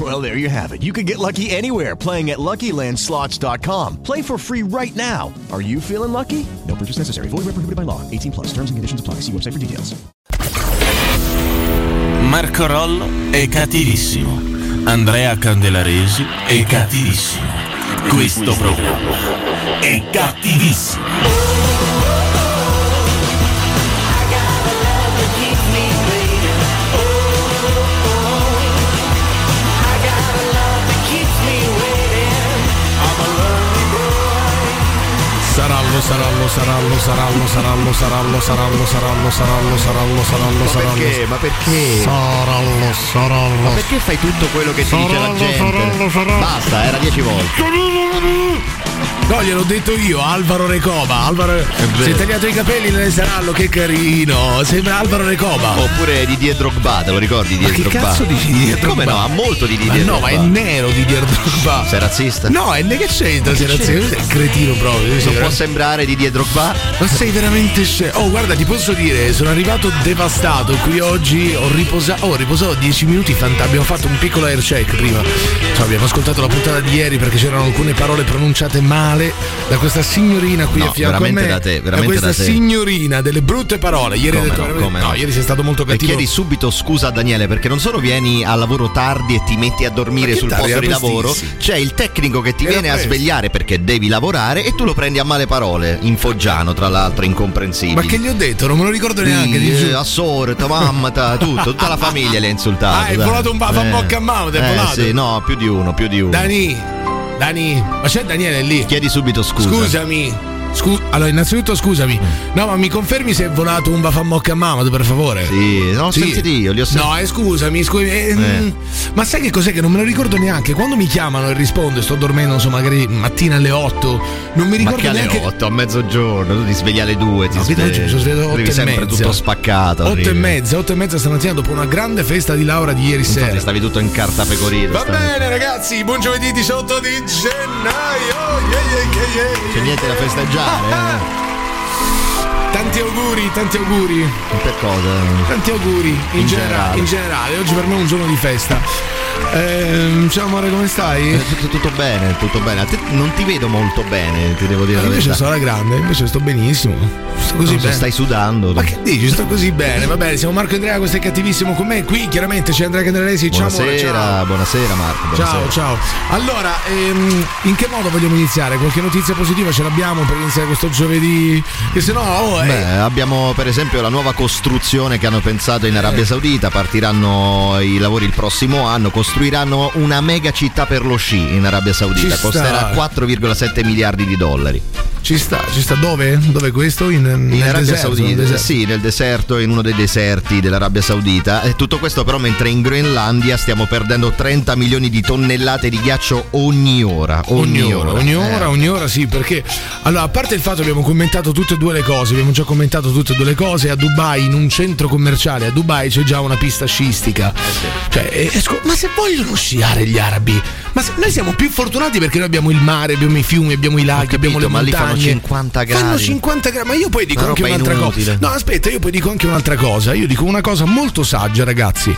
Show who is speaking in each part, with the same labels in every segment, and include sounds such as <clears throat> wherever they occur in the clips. Speaker 1: Well, there you have it. You can get lucky anywhere playing at LuckyLandSlots.com. Play for free right now. Are you feeling lucky? No purchase necessary. Void where prohibited by law. 18 plus. Terms and conditions apply. See website for details.
Speaker 2: Marco Rollo è cattivissimo. Andrea Candelaresi è cattivissimo. Questo programma è cattivissimo.
Speaker 3: Sarallo, sarallo, sarallo, sarallo, sarallo, sarallo, sarallo, sarallo, sarallo, sarallo, sarallo, sarallo.
Speaker 4: perché? Ma perché?
Speaker 3: Sarallo, sarallo.
Speaker 4: Ma perché fai tutto quello che ti dice la
Speaker 3: Sarallo,
Speaker 4: gente?
Speaker 3: sarallo, sarallo.
Speaker 4: Basta, era dieci volte.
Speaker 3: No, gliel'ho detto io, Alvaro Recoba. Alvaro.
Speaker 4: vero.
Speaker 3: Si è tagliato i capelli nel sarallo, che carino. Sembra Alvaro Recoba.
Speaker 4: Oppure di dietro Drogba, te lo ricordi di
Speaker 3: Oh. che
Speaker 4: dietro Drogba?
Speaker 3: cazzo dici Didier
Speaker 4: Come
Speaker 3: Drogba?
Speaker 4: no, ha molto di
Speaker 3: Ma
Speaker 4: dietro
Speaker 3: no, ma è nero di Drogba.
Speaker 4: Sei razzista?
Speaker 3: No, è ne che c'entra se razzista? Sei cretino proprio. io sono
Speaker 4: Non può
Speaker 3: veramente-
Speaker 4: sembrare di dietro Drogba?
Speaker 3: Ma sei veramente scemo. Oh, guarda, ti posso dire, sono arrivato devastato qui oggi. Ho riposato, ho riposato 10 minuti. fanta- abbiamo fatto un piccolo air check prima. Cioè, abbiamo ascoltato la puntata di ieri perché c'erano alcune parole pronunciate male da questa signorina qui
Speaker 4: No,
Speaker 3: a fianco a me.
Speaker 4: veramente da te, veramente
Speaker 3: questa
Speaker 4: da te.
Speaker 3: signorina delle brutte parole. Ieri
Speaker 4: Come
Speaker 3: hai detto
Speaker 4: no,
Speaker 3: veramente-
Speaker 4: come no.
Speaker 3: ieri sei stato molto
Speaker 4: E
Speaker 3: cattivo.
Speaker 4: chiedi subito scusa a Daniele perché non solo vieni al lavoro tardi e ti metti a dormire
Speaker 3: Ma che
Speaker 4: sul
Speaker 3: tardi,
Speaker 4: posto
Speaker 3: era
Speaker 4: di lavoro,
Speaker 3: prestissimo.
Speaker 4: c'è il tecnico che ti
Speaker 3: Era
Speaker 4: viene a
Speaker 3: presto.
Speaker 4: svegliare perché devi lavorare e tu lo prendi a male parole, in foggiano tra l'altro, incomprensibile.
Speaker 3: Ma che gli ho detto? Non me lo ricordo neanche.
Speaker 4: Sì,
Speaker 3: ti giuro.
Speaker 4: eh, la sorella, tua mamma, ta- tutto, tutta la famiglia le ha insultato.
Speaker 3: Ah, è
Speaker 4: dai.
Speaker 3: volato un ba- fa un bocca a mano, ti è
Speaker 4: eh,
Speaker 3: volato.
Speaker 4: Sì, no, più di uno, più di uno.
Speaker 3: Dani, Dani, ma c'è Daniele lì?
Speaker 4: Chiedi subito scusa.
Speaker 3: Scusami. Scu- allora, innanzitutto scusami.
Speaker 4: Mm.
Speaker 3: No, ma mi confermi se è volato un bafamocca a Mamad, per favore?
Speaker 4: Sì, no, sentiti io, li ho sentiti.
Speaker 3: No, eh, scusami, scusami. eh, mm, Ma sai che cos'è che non me lo ricordo neanche? Quando mi chiamano e rispondo, sto dormendo, insomma, magari mattina alle 8, non mi
Speaker 4: Ma
Speaker 3: ricordo
Speaker 4: che alle
Speaker 3: neanche.
Speaker 4: 8, a mezzogiorno, tu ti svegli alle 2, ti
Speaker 3: No,
Speaker 4: svegli.
Speaker 3: vedo oggi mi sono svegliato alle
Speaker 4: Arrivi
Speaker 3: 8 e
Speaker 4: sempre
Speaker 3: mezza.
Speaker 4: tutto spaccato.
Speaker 3: 8 e
Speaker 4: arrivi.
Speaker 3: mezza, 8 e mezza stamattina dopo una grande festa di Laura di ieri
Speaker 4: Infatti
Speaker 3: sera.
Speaker 4: stavi tutto in carta pecorita.
Speaker 3: Va
Speaker 4: stavi-
Speaker 3: bene ragazzi, buon giovedì 18 di gennaio. Yeah, yeah, yeah, yeah.
Speaker 4: C'è niente da festeggiare.
Speaker 3: Tanti auguri, tanti auguri.
Speaker 4: eh. Per cosa?
Speaker 3: Tanti auguri in,
Speaker 4: In
Speaker 3: genera-
Speaker 4: generale.
Speaker 3: in generale, oggi per me è un giorno di festa. Ehm, ciao amore, come
Speaker 4: Eh,
Speaker 3: stai?
Speaker 4: Tutto, tutto bene, tutto bene. A te non ti vedo molto bene, ti devo dire
Speaker 3: Ma
Speaker 4: la
Speaker 3: invece
Speaker 4: verità.
Speaker 3: sto alla grande, invece sto benissimo. Sto così
Speaker 4: Non so,
Speaker 3: bene.
Speaker 4: stai sudando.
Speaker 3: <laughs> Ma che dici? Sto così bene. Va bene, siamo Marco e Andrea, questo è cattivissimo con me. Qui chiaramente c'è Andrea Candelesi. Ciao amore,
Speaker 4: Buonasera,
Speaker 3: ciao.
Speaker 4: buonasera
Speaker 3: Ciao,
Speaker 4: Marco. buonasera.
Speaker 3: ciao. Allora, ehm, in che modo vogliamo iniziare? Qualche notizia positiva ce l'abbiamo per iniziare questo giovedì? Che se no, oh, eh,
Speaker 4: Beh, abbiamo per esempio la nuova costruzione che hanno pensato
Speaker 3: Eh.
Speaker 4: in Arabia Saudita, partiranno i lavori il prossimo anno, costruiranno una mega città per lo sci in Arabia Saudita,
Speaker 3: Ci sta.
Speaker 4: costerà 4,7 miliardi di dollari.
Speaker 3: ci sta, ci sta. Dove? Dove è questo? In,
Speaker 4: In
Speaker 3: nel
Speaker 4: Arabia
Speaker 3: deserto, nel
Speaker 4: Saudita,
Speaker 3: deserto.
Speaker 4: sì, nel deserto, in uno dei deserti dell'Arabia Saudita. E tutto questo però mentre in Groenlandia stiamo perdendo 30 milioni di tonnellate di ghiaccio ogni ora. Ogni, ora,
Speaker 3: ogni
Speaker 4: Eh,
Speaker 3: ora, ogni ora, sì, perché allora, a parte il fatto che abbiamo commentato tutte e due le cose, abbiamo già commentato tutte e due le cose, a Dubai, in un centro commerciale, a Dubai c'è già una pista sciistica. Cioè, eh, eh, scu- ma se vogliono sciare gli arabi, ma se- noi siamo più fortunati perché noi abbiamo il mare, abbiamo i fiumi, abbiamo i laghi, abbiamo le
Speaker 4: capito, ma lì
Speaker 3: montagne.
Speaker 4: fanno 50 gradi.
Speaker 3: Fanno 50 gradi, ma io poi dico
Speaker 4: Una
Speaker 3: anche
Speaker 4: roba
Speaker 3: un'altra
Speaker 4: inutile.
Speaker 3: cosa. No, aspetta, io poi dico anche un'altra cosa. Io dico una cosa molto saggia, ragazzi.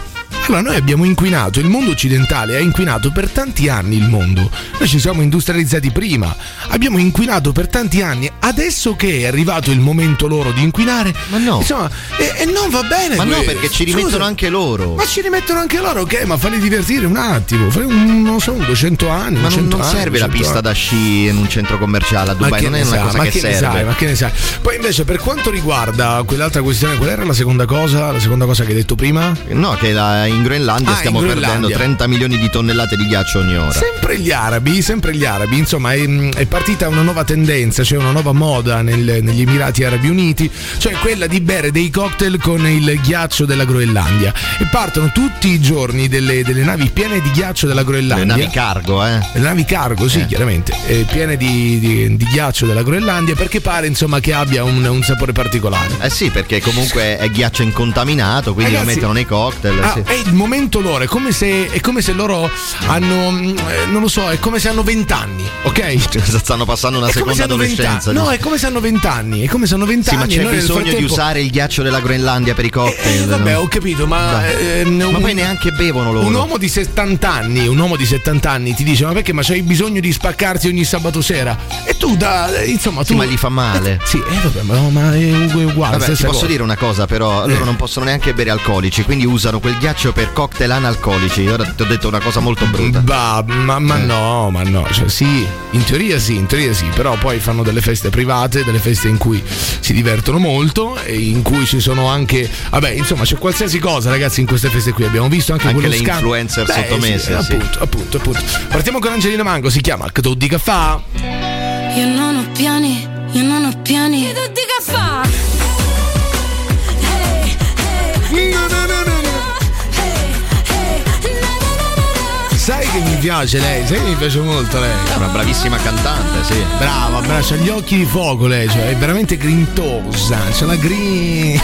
Speaker 3: Allora, noi abbiamo inquinato, il mondo occidentale ha inquinato per tanti anni il mondo. Noi ci siamo industrializzati prima, abbiamo inquinato per tanti anni. Adesso che è arrivato il momento loro di inquinare, ma no. Insomma, e, e non va bene.
Speaker 4: Ma no,
Speaker 3: questo.
Speaker 4: perché ci rimettono
Speaker 3: Scusa.
Speaker 4: anche loro.
Speaker 3: Ma ci rimettono anche loro, ok? Ma falli divertire un attimo, fai un, non so, un 200 anni.
Speaker 4: Ma non,
Speaker 3: 100
Speaker 4: non
Speaker 3: anni,
Speaker 4: serve la
Speaker 3: 100
Speaker 4: pista
Speaker 3: anni.
Speaker 4: da sci in un centro commerciale a Dubai,
Speaker 3: che esatto.
Speaker 4: non è
Speaker 3: ne
Speaker 4: una
Speaker 3: sai,
Speaker 4: cosa
Speaker 3: ah, ma
Speaker 4: che,
Speaker 3: ne
Speaker 4: serve.
Speaker 3: sai, ma che ne sai. Poi invece per quanto riguarda quell'altra questione, qual era la seconda cosa? La seconda cosa che hai detto prima?
Speaker 4: No, che la- in Groenlandia
Speaker 3: Ah,
Speaker 4: stiamo
Speaker 3: in
Speaker 4: perdendo
Speaker 3: Groenlandia.
Speaker 4: 30 milioni di tonnellate di ghiaccio ogni ora.
Speaker 3: Sempre gli arabi, sempre gli arabi, insomma è, è partita una nuova tendenza, cioè una nuova moda nel- negli Emirati Arabi Uniti, cioè quella di bere dei cocktail con il ghiaccio della Groenlandia. E partono tutti i giorni delle, delle navi piene di ghiaccio della
Speaker 4: Le
Speaker 3: Groenlandia.
Speaker 4: navi cargo, eh.
Speaker 3: Le navi cargo, sì,
Speaker 4: Eh.
Speaker 3: chiaramente, eh, piene di, di- di ghiaccio della Groenlandia perché pare insomma che abbia un, un sapore particolare.
Speaker 4: Eh sì, perché comunque è ghiaccio <laughs> incontaminato, quindi lo
Speaker 3: Ragazzi-
Speaker 4: mettono nei cocktail.
Speaker 3: Ah,
Speaker 4: sì.
Speaker 3: È il momento loro, è come se, è come se loro hanno, mm, eh, non lo so, è come se hanno vent'anni, ok?
Speaker 4: Cioè, Stanno passando una
Speaker 3: È come
Speaker 4: seconda
Speaker 3: se hanno 20
Speaker 4: adolescenza.
Speaker 3: No,
Speaker 4: dici.
Speaker 3: è come se hanno vent'anni. È come se hanno
Speaker 4: Sì,
Speaker 3: vent'anni.
Speaker 4: ma c'è
Speaker 3: e noi nel
Speaker 4: bisogno di
Speaker 3: frattempo-
Speaker 4: usare il ghiaccio della Groenlandia per i
Speaker 3: Eh,
Speaker 4: cocktail.
Speaker 3: vabbè,
Speaker 4: no?
Speaker 3: ho capito, ma.
Speaker 4: Dai.
Speaker 3: eh,
Speaker 4: Ma
Speaker 3: un-
Speaker 4: poi neanche bevono loro.
Speaker 3: Un uomo di 70 anni, un uomo di 70 anni ti dice: Ma perché? Ma c'hai bisogno di spaccarti ogni sabato sera? E tu da. eh, Insomma, tu.
Speaker 4: ma gli fa male.
Speaker 3: Eh, sì, eh, vabbè, ma, ma è ugu- è uguale.
Speaker 4: Vabbè, ti
Speaker 3: stessa
Speaker 4: posso
Speaker 3: cosa.
Speaker 4: dire una cosa, però loro non possono neanche bere alcolici, quindi usano quel ghiaccio per cocktail analcolici. Ora ti ho detto una cosa molto brutta.
Speaker 3: Bah, ma, ma
Speaker 4: Eh.
Speaker 3: no, ma no, cioè sì, in teoria sì, in teoria sì, però poi fanno delle feste private, delle feste in cui si divertono molto e in cui ci sono anche, vabbè, insomma, c'è qualsiasi cosa, ragazzi, in queste feste qui abbiamo visto anche,
Speaker 4: Anche
Speaker 3: quello
Speaker 4: le
Speaker 3: scam-
Speaker 4: influencer
Speaker 3: Beh,
Speaker 4: sottomesse, sì.
Speaker 3: Appunto, appunto, appunto. Partiamo con Angelina Mango, si chiama Che tu dica fa?
Speaker 5: Io non ho piani, io non ho piani. Che tu dica fa?
Speaker 3: Sai che mi piace lei, sai che mi piace molto
Speaker 4: È
Speaker 3: lei.
Speaker 4: una bravissima cantante, sì.
Speaker 3: Brava, brava, c'ha gli occhi di fuoco lei, cioè è veramente grintosa, c'ha la
Speaker 4: <laughs>
Speaker 3: grin...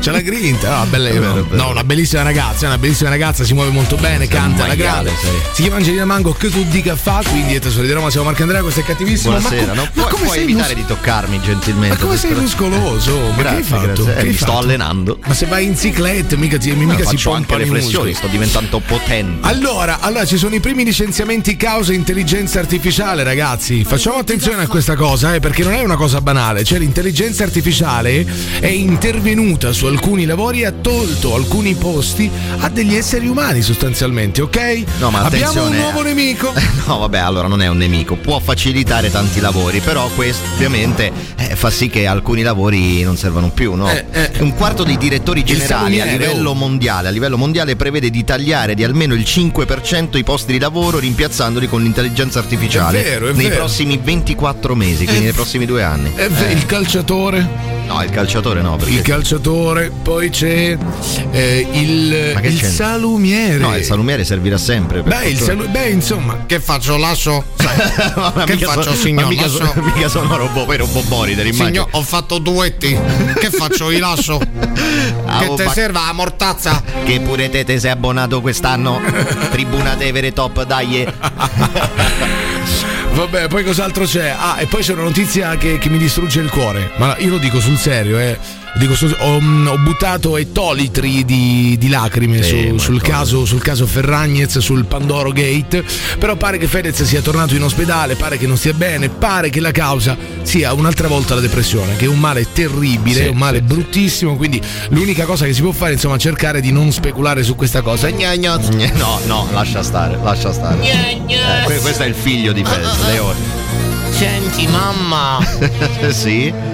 Speaker 3: c'ha la grinta, no, bella,
Speaker 4: È vero, è vero.
Speaker 3: no, una bellissima ragazza, è una bellissima ragazza, si muove molto bene, canta alla
Speaker 4: maiale,
Speaker 3: grande.
Speaker 4: sei.
Speaker 3: Si chiama Angelina Mango, che tu dica fa, quindi è tesoro di Roma, siamo Marco Andrea, questo è cattivissimo. ma,
Speaker 4: Buonasera, no?
Speaker 3: co- ma
Speaker 4: Puoi,
Speaker 3: come
Speaker 4: puoi
Speaker 3: sei
Speaker 4: evitare
Speaker 3: mus-
Speaker 4: di toccarmi gentilmente.
Speaker 3: ma come
Speaker 4: per
Speaker 3: sei
Speaker 4: favore?
Speaker 3: muscoloso? Ma che hai
Speaker 4: Grazie,
Speaker 3: fatto?
Speaker 4: grazie. Eh,
Speaker 3: Che hai
Speaker 4: mi sto
Speaker 3: fatto?
Speaker 4: allenando.
Speaker 3: Ma se vai in ciclette, mica, ti,
Speaker 4: Ma
Speaker 3: mica si
Speaker 4: faccio anche
Speaker 3: pompano
Speaker 4: le
Speaker 3: i
Speaker 4: flessioni,
Speaker 3: muscoli.
Speaker 4: sto diventando potente.
Speaker 3: Allora, allora, ci sono i primi licenziamenti causa intelligenza artificiale, ragazzi. Facciamo attenzione a questa cosa, eh, perché non è una cosa banale. Cioè, l'intelligenza artificiale è intervenuta su alcuni lavori e ha tolto alcuni posti a degli esseri umani, sostanzialmente, ok?
Speaker 4: No, ma
Speaker 3: Abbiamo un
Speaker 4: attenzione,
Speaker 3: nuovo
Speaker 4: eh. <laughs>
Speaker 3: nemico.
Speaker 4: No, vabbè, allora non è un nemico, può facilitare tanti lavori, però questo ovviamente eh, fa sì che alcuni lavori non servano più, no?
Speaker 3: Eh, eh.
Speaker 4: Un quarto dei direttori generali a
Speaker 3: salumiere,
Speaker 4: livello
Speaker 3: oh.
Speaker 4: mondiale, a livello mondiale prevede di tagliare di almeno il 5% i posti di lavoro rimpiazzandoli con l'intelligenza artificiale
Speaker 3: È vero, è
Speaker 4: nei
Speaker 3: vero.
Speaker 4: prossimi 24 mesi, quindi
Speaker 3: Eh,
Speaker 4: nei prossimi due anni.
Speaker 3: Eh, beh, Il calciatore,
Speaker 4: No, il calciatore no, perché
Speaker 3: il calciatore, poi c'è eh, il,
Speaker 4: Ma che
Speaker 3: il
Speaker 4: c'entra?
Speaker 3: salumiere.
Speaker 4: No, il salumiere servirà sempre. per
Speaker 3: Beh, il
Speaker 4: fortuna.
Speaker 3: salu- beh, insomma, che faccio? Lascio.
Speaker 4: <laughs> Ma- ma
Speaker 3: Che
Speaker 4: mica
Speaker 3: faccio,
Speaker 4: sono-
Speaker 3: signor?
Speaker 4: Ma mica,
Speaker 3: Lascio-
Speaker 4: sono, <laughs> mica sono robot, poi robot Border, immagino.
Speaker 3: ho fatto duetti. Che faccio? Li lascio.
Speaker 4: <laughs> Ah, oh, ma-
Speaker 3: serva la mortazza?
Speaker 4: Che pure te te sei abbonato
Speaker 3: <laughs>
Speaker 4: quest'anno. Tribuna Tevere top, dai.
Speaker 3: <laughs> Vabbè, poi cos'altro c'è? Ah, e poi c'è una notizia che, che mi distrugge il cuore. Ma io lo dico sul serio, eh. Dico sul- ho, mm, ho buttato ettolitri di, di lacrime
Speaker 4: Sì,
Speaker 3: su-
Speaker 4: ma
Speaker 3: sul,
Speaker 4: come?
Speaker 3: caso, sul caso Ferragnez, sul Pandoro Gate. Però pare che Fedez sia tornato in ospedale, pare che non stia bene, pare che la causa sia un'altra volta la depressione, che è un male terribile,
Speaker 4: Sì,
Speaker 3: un male
Speaker 4: sì, sì.
Speaker 3: bruttissimo. Quindi l'unica cosa che si può fare, insomma, è cercare di non speculare su questa cosa. Gna gna.
Speaker 4: <laughs> No, no, lascia stare, lascia stare. Eh, que- questo è il figlio di Fedez, Leone.
Speaker 6: Senti mamma,
Speaker 4: <laughs> sì?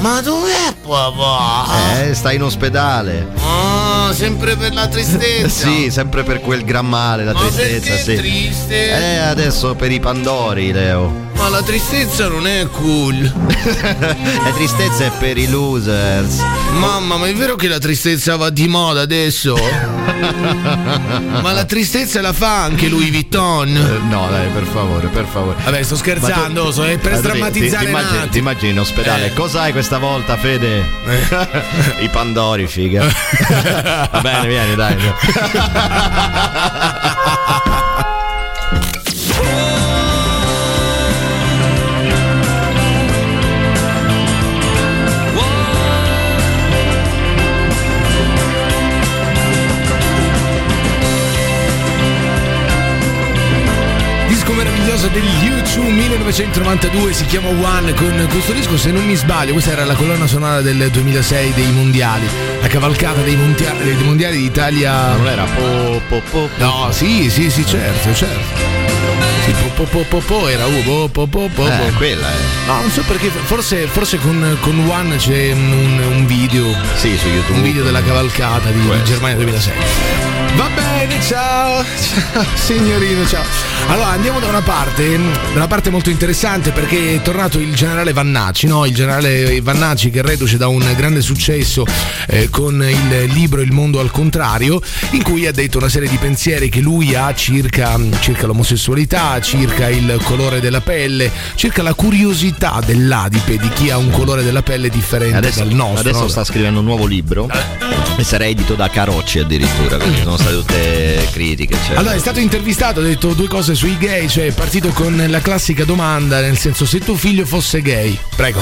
Speaker 6: ma dov'è papà?
Speaker 4: Eh, sta in ospedale.
Speaker 6: Ah, sempre per la tristezza.
Speaker 4: <laughs> Sì, sempre per quel gran male, la
Speaker 6: Ma
Speaker 4: tristezza,
Speaker 6: perché
Speaker 4: sì.
Speaker 6: triste?
Speaker 4: Eh, adesso per i Pandori, Leo.
Speaker 6: Ma la tristezza non è cool.
Speaker 4: <laughs> La tristezza è per i losers.
Speaker 6: Mamma, ma è vero che la tristezza va di moda
Speaker 4: <laughs>
Speaker 6: adesso? ma la tristezza la fa anche Louis Vuitton.
Speaker 4: Eh, No, dai, per favore, per favore.
Speaker 3: Vabbè, sto scherzando, so- è per
Speaker 4: Ma tu ti-
Speaker 3: strammatizzare
Speaker 4: ti,
Speaker 3: un
Speaker 4: immagini-
Speaker 3: attimo.
Speaker 4: ti immagini in ospedale.
Speaker 3: Eh.
Speaker 4: Cos'hai questa volta, Fede? <laughs> I
Speaker 3: <laughs>
Speaker 4: Pandori, figa. Va bene, vieni, dai.
Speaker 3: <laughs> degli U2 1992 si chiama One con questo disco se non mi sbaglio questa era la colonna sonora del 2006 dei mondiali la cavalcata dei, mondia- dei mondiali d'Italia
Speaker 4: non era po, po, po,
Speaker 3: no sì sì sì certo certo sì, po, po, po, po, po, era uh, po, po, po, po,
Speaker 4: Eh,
Speaker 3: po.
Speaker 4: quella è.
Speaker 3: No, non so perché, forse, forse con, con One c'è un, un video.
Speaker 4: Sì, su YouTube.
Speaker 3: Un video della cavalcata di, di Germania 2006. Va bene, ciao, ciao signorino, ciao. Allora andiamo da una parte, mh, da una parte molto interessante perché è tornato il generale Vannacci, no? Il generale Vannacci che è reduce da un grande successo eh, con il libro Il mondo al contrario, in cui ha detto una serie di pensieri che lui ha circa, mh, circa l'omosessualità, circa il colore della pelle, circa la curiosità dell'adipe di chi ha un colore della pelle differente
Speaker 4: Adesso,
Speaker 3: dal nostro.
Speaker 4: adesso
Speaker 3: no?
Speaker 4: sta scrivendo un nuovo libro e sarà edito da Carocci addirittura, quindi sono state tutte critiche. cioè.
Speaker 3: Mm. Allora è stato intervistato, ha detto due cose sui gay, cioè è partito con la classica domanda, nel senso se tuo figlio fosse gay, prego.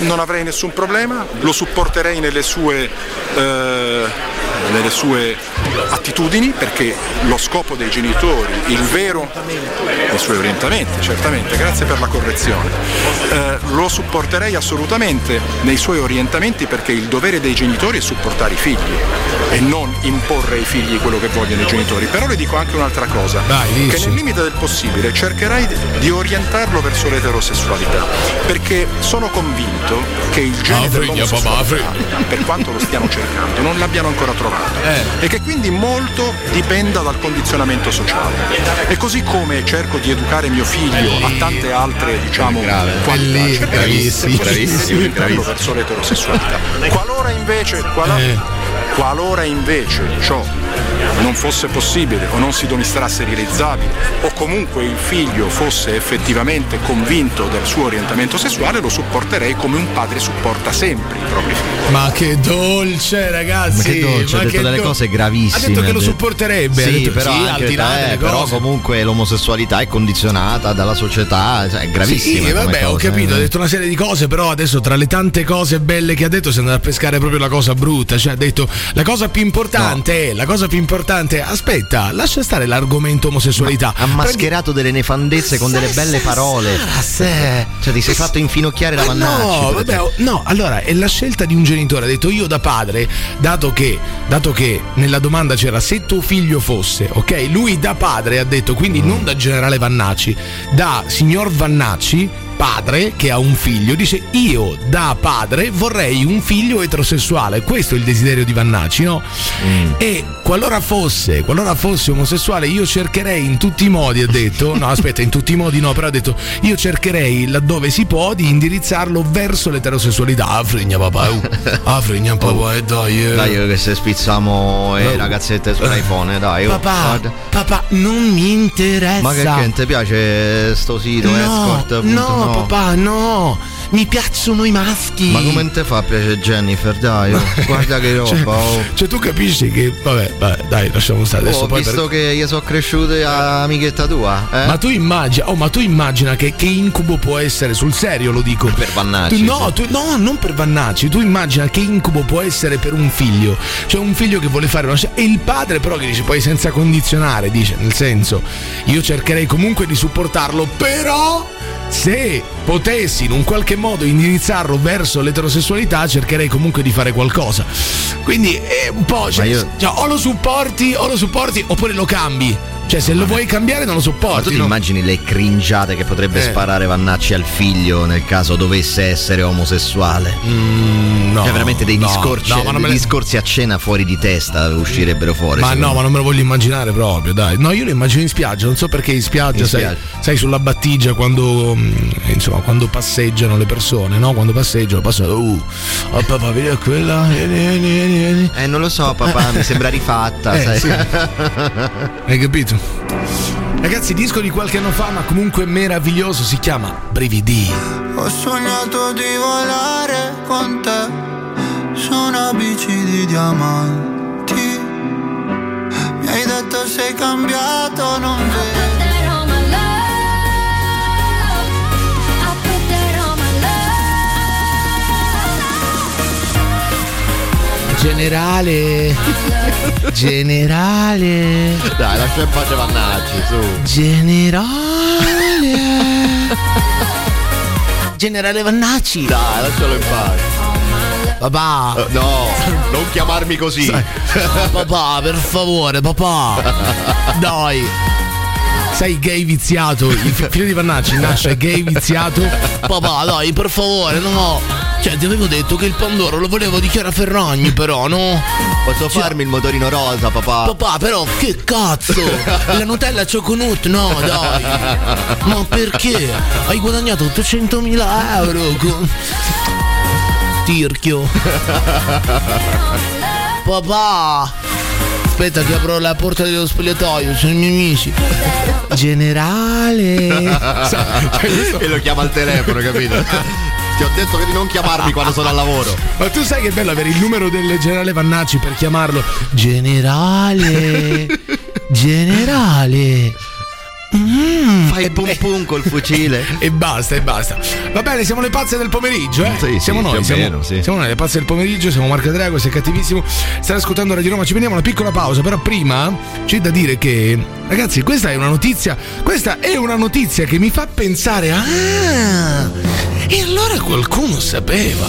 Speaker 7: Non avrei nessun problema, lo supporterei nelle sue, eh, nelle sue attitudini perché lo scopo dei genitori, il vero, i suoi orientamenti certamente, grazie per la correzione, Eh, lo supporterei assolutamente nei suoi orientamenti perché il dovere dei genitori è supportare i figli e non imporre ai figli quello che vogliono i genitori. Però le dico anche un'altra cosa, che nel limite del possibile cercherai di- di orientarlo verso l'eterosessualità perché sono convinto che il genere
Speaker 6: Apri,
Speaker 7: dell'omosessualità,
Speaker 6: ya, papà, apri.
Speaker 7: per quanto lo stiano cercando, non l'abbiano ancora trovato e che quindi molto dipenda dal condizionamento sociale. E così come cerco di educare mio figlio a tante altre, diciamo, qualità,
Speaker 3: Bellissimo,
Speaker 7: cercherei di
Speaker 3: bravissimo, bravissimo,
Speaker 7: orientarlo
Speaker 3: bravissimo.
Speaker 7: verso l'eterosessualità. Qualora invece, quala- qualora invece ciò non fosse possibile o non si dimostrasse realizzabile o comunque il figlio fosse effettivamente convinto del suo orientamento sessuale lo supporterei come un padre supporta sempre i propri figli.
Speaker 3: Ma che dolce ragazzi!
Speaker 4: Ma che dolce, ha detto delle
Speaker 3: dol-
Speaker 4: cose gravissime.
Speaker 3: Ha detto che lo
Speaker 4: ha detto-
Speaker 3: supporterebbe, ha
Speaker 4: Sì,
Speaker 3: detto,
Speaker 4: però,
Speaker 3: sì,
Speaker 4: anche-
Speaker 3: al di là
Speaker 4: eh,
Speaker 3: delle
Speaker 4: però
Speaker 3: cose.
Speaker 4: comunque l'omosessualità è condizionata dalla società, cioè, è
Speaker 3: Sì,
Speaker 4: gravissima. come
Speaker 3: vabbè, ho
Speaker 4: cosa,
Speaker 3: capito,
Speaker 4: eh.
Speaker 3: ha detto una serie di cose, però adesso tra le tante cose belle che ha detto si è andato a pescare proprio la cosa brutta, cioè ha detto la cosa più importante, è- la cosa più importante, aspetta, lascia stare l'argomento omosessualità.
Speaker 4: Ha mascherato delle nefandezze con delle belle parole.
Speaker 3: se-
Speaker 4: Cioè, ti sei fatto infinocchiare la
Speaker 3: Ma
Speaker 4: mannaggia.
Speaker 3: No, vabbè, oh, no, allora è la scelta di un genitore. Ha detto io da padre, dato che, dato che nella domanda c'era se tuo figlio fosse, ok? Lui da padre ha detto,
Speaker 4: Mm.
Speaker 3: quindi non da generale Vannacci, da signor Vannacci, padre che ha un figlio, dice io da padre vorrei un figlio eterosessuale. Questo è il desiderio di Vannacci, no? E qualora fosse, qualora fosse omosessuale, io cercherei in tutti i modi, ha detto. No, aspetta, in tutti i modi no, però ha detto io cercherei laddove si può di indirizzarlo verso l'eterosessualità. Ah, fregna papà, uh. ah, fregna papà, e dai. eh.
Speaker 4: Oh. Dai, che se spizziamo eh,
Speaker 3: No.
Speaker 4: ragazzette sull'iPhone, dai. oh.
Speaker 3: Papà,
Speaker 4: Guarda.
Speaker 3: papà, non mi interessa.
Speaker 4: Ma che, che ti piace sto sito
Speaker 3: Eh, No,
Speaker 4: escort?
Speaker 3: no, papà, no. Mi piacciono i maschi.
Speaker 4: Ma come te fa piacere Jennifer?
Speaker 3: <laughs>
Speaker 4: Dai, oh, guarda che roba.
Speaker 3: Cioè,
Speaker 4: oh.
Speaker 3: cioè, tu capisci che. Vabbè, vabbè, dai, lasciamo stare adesso.
Speaker 4: Oh,
Speaker 3: poi
Speaker 4: visto
Speaker 3: per-
Speaker 4: che gli sono cresciute a amichetta tua, eh?
Speaker 3: Ma tu immagina, oh, ma tu immagina che, che incubo può essere, sul serio lo dico.
Speaker 4: per
Speaker 3: Tu-
Speaker 4: Vannacci.
Speaker 3: no, tu- no, non per Vannacci, tu immagina che incubo può essere per un figlio, cioè un figlio che vuole fare una scelta e il padre però che dice poi senza condizionare, dice nel senso io cercherei comunque di supportarlo, però se potessi in un qualche modo indirizzarlo verso l'eterosessualità cercherei comunque di fare qualcosa. Quindi è un po'... Cioè,
Speaker 4: io-
Speaker 3: cioè, o lo supporti o lo supporti oppure lo cambi. Cioè se lo vuoi cambiare non lo
Speaker 4: Ma tu
Speaker 3: supporti.
Speaker 4: ti
Speaker 3: no?
Speaker 4: immagini le cringiate che potrebbe
Speaker 3: Eh.
Speaker 4: sparare Vannacci al figlio nel caso dovesse essere omosessuale?
Speaker 3: Mm, no,
Speaker 4: Cioè, veramente dei
Speaker 3: no,
Speaker 4: discorsi,
Speaker 3: no, ma non me le-
Speaker 4: discorsi a cena fuori di testa uscirebbero fuori.
Speaker 3: Ma
Speaker 4: secondo
Speaker 3: no,
Speaker 4: me.
Speaker 3: ma non me lo voglio immaginare proprio, dai. No, io lo immagino in spiaggia, non so perché in spiaggia,
Speaker 4: In
Speaker 3: sai,
Speaker 4: spiaggia.
Speaker 3: sai, sulla battigia quando mh, insomma, quando passeggiano le persone, no? Quando passeggiano, passano, uh, oh, papà, vedi a quella, vieni, vieni, vieni, vieni.
Speaker 4: Eh, non lo so, papà, mi sembra
Speaker 3: <laughs>
Speaker 4: rifatta,
Speaker 3: Eh,
Speaker 4: sai. <laughs>
Speaker 3: sì. Hai capito? Ragazzi, disco di qualche anno fa, ma comunque meraviglioso, si chiama Brividi.
Speaker 8: Ho sognato di volare con te su una bici di diamanti. Mi hai detto sei cambiato, non vedi.
Speaker 3: Generale. Generale.
Speaker 4: Dai, lascia in pace Vannacci, su.
Speaker 3: Generale.
Speaker 6: Italia. Generale Vannacci.
Speaker 4: Dai, lascialo in pace.
Speaker 6: Papà.
Speaker 4: Eh, No, non chiamarmi così. <laughs>
Speaker 6: papà, per favore, papà. Dai.
Speaker 3: Sei gay viziato, il fi- figlio di Vannacci nasce gay viziato.
Speaker 6: Papà, dai, per favore, no. Cioè, ti avevo detto che il Pandoro lo volevo di Chiara Ferragni, però, no? Cioè,
Speaker 4: Posso farmi il motorino rosa, papà?
Speaker 6: Papà, però, che cazzo? La Nutella Choconut, no, dai. Ma perché? Hai guadagnato 800.000 euro con... Tirchio. Papà! Aspetta che apro la porta dello spogliatoio, sono i miei amici. Generale!
Speaker 4: <laughs>
Speaker 3: cioè,
Speaker 4: e lo chiama al telefono, capito? Ti ho detto che di non chiamarmi quando sono al lavoro.
Speaker 3: Ma tu sai che bello avere il numero del generale Vannacci per chiamarlo
Speaker 6: Generale! Generale!
Speaker 4: Fai pum pum col fucile.
Speaker 3: e basta, e basta. Va bene, siamo le pazze del pomeriggio, eh?
Speaker 4: Sì, sì,
Speaker 3: siamo
Speaker 4: più
Speaker 3: noi,
Speaker 4: o
Speaker 3: siamo,
Speaker 4: meno, sì.
Speaker 3: siamo noi, le pazze del pomeriggio, siamo Marca Drago, sei cattivissimo. Stai ascoltando Radio Roma, ci prendiamo una piccola pausa, però prima c'è da dire che ragazzi, questa è una notizia, questa è una notizia che mi fa pensare a Ah, e allora qualcuno sapeva.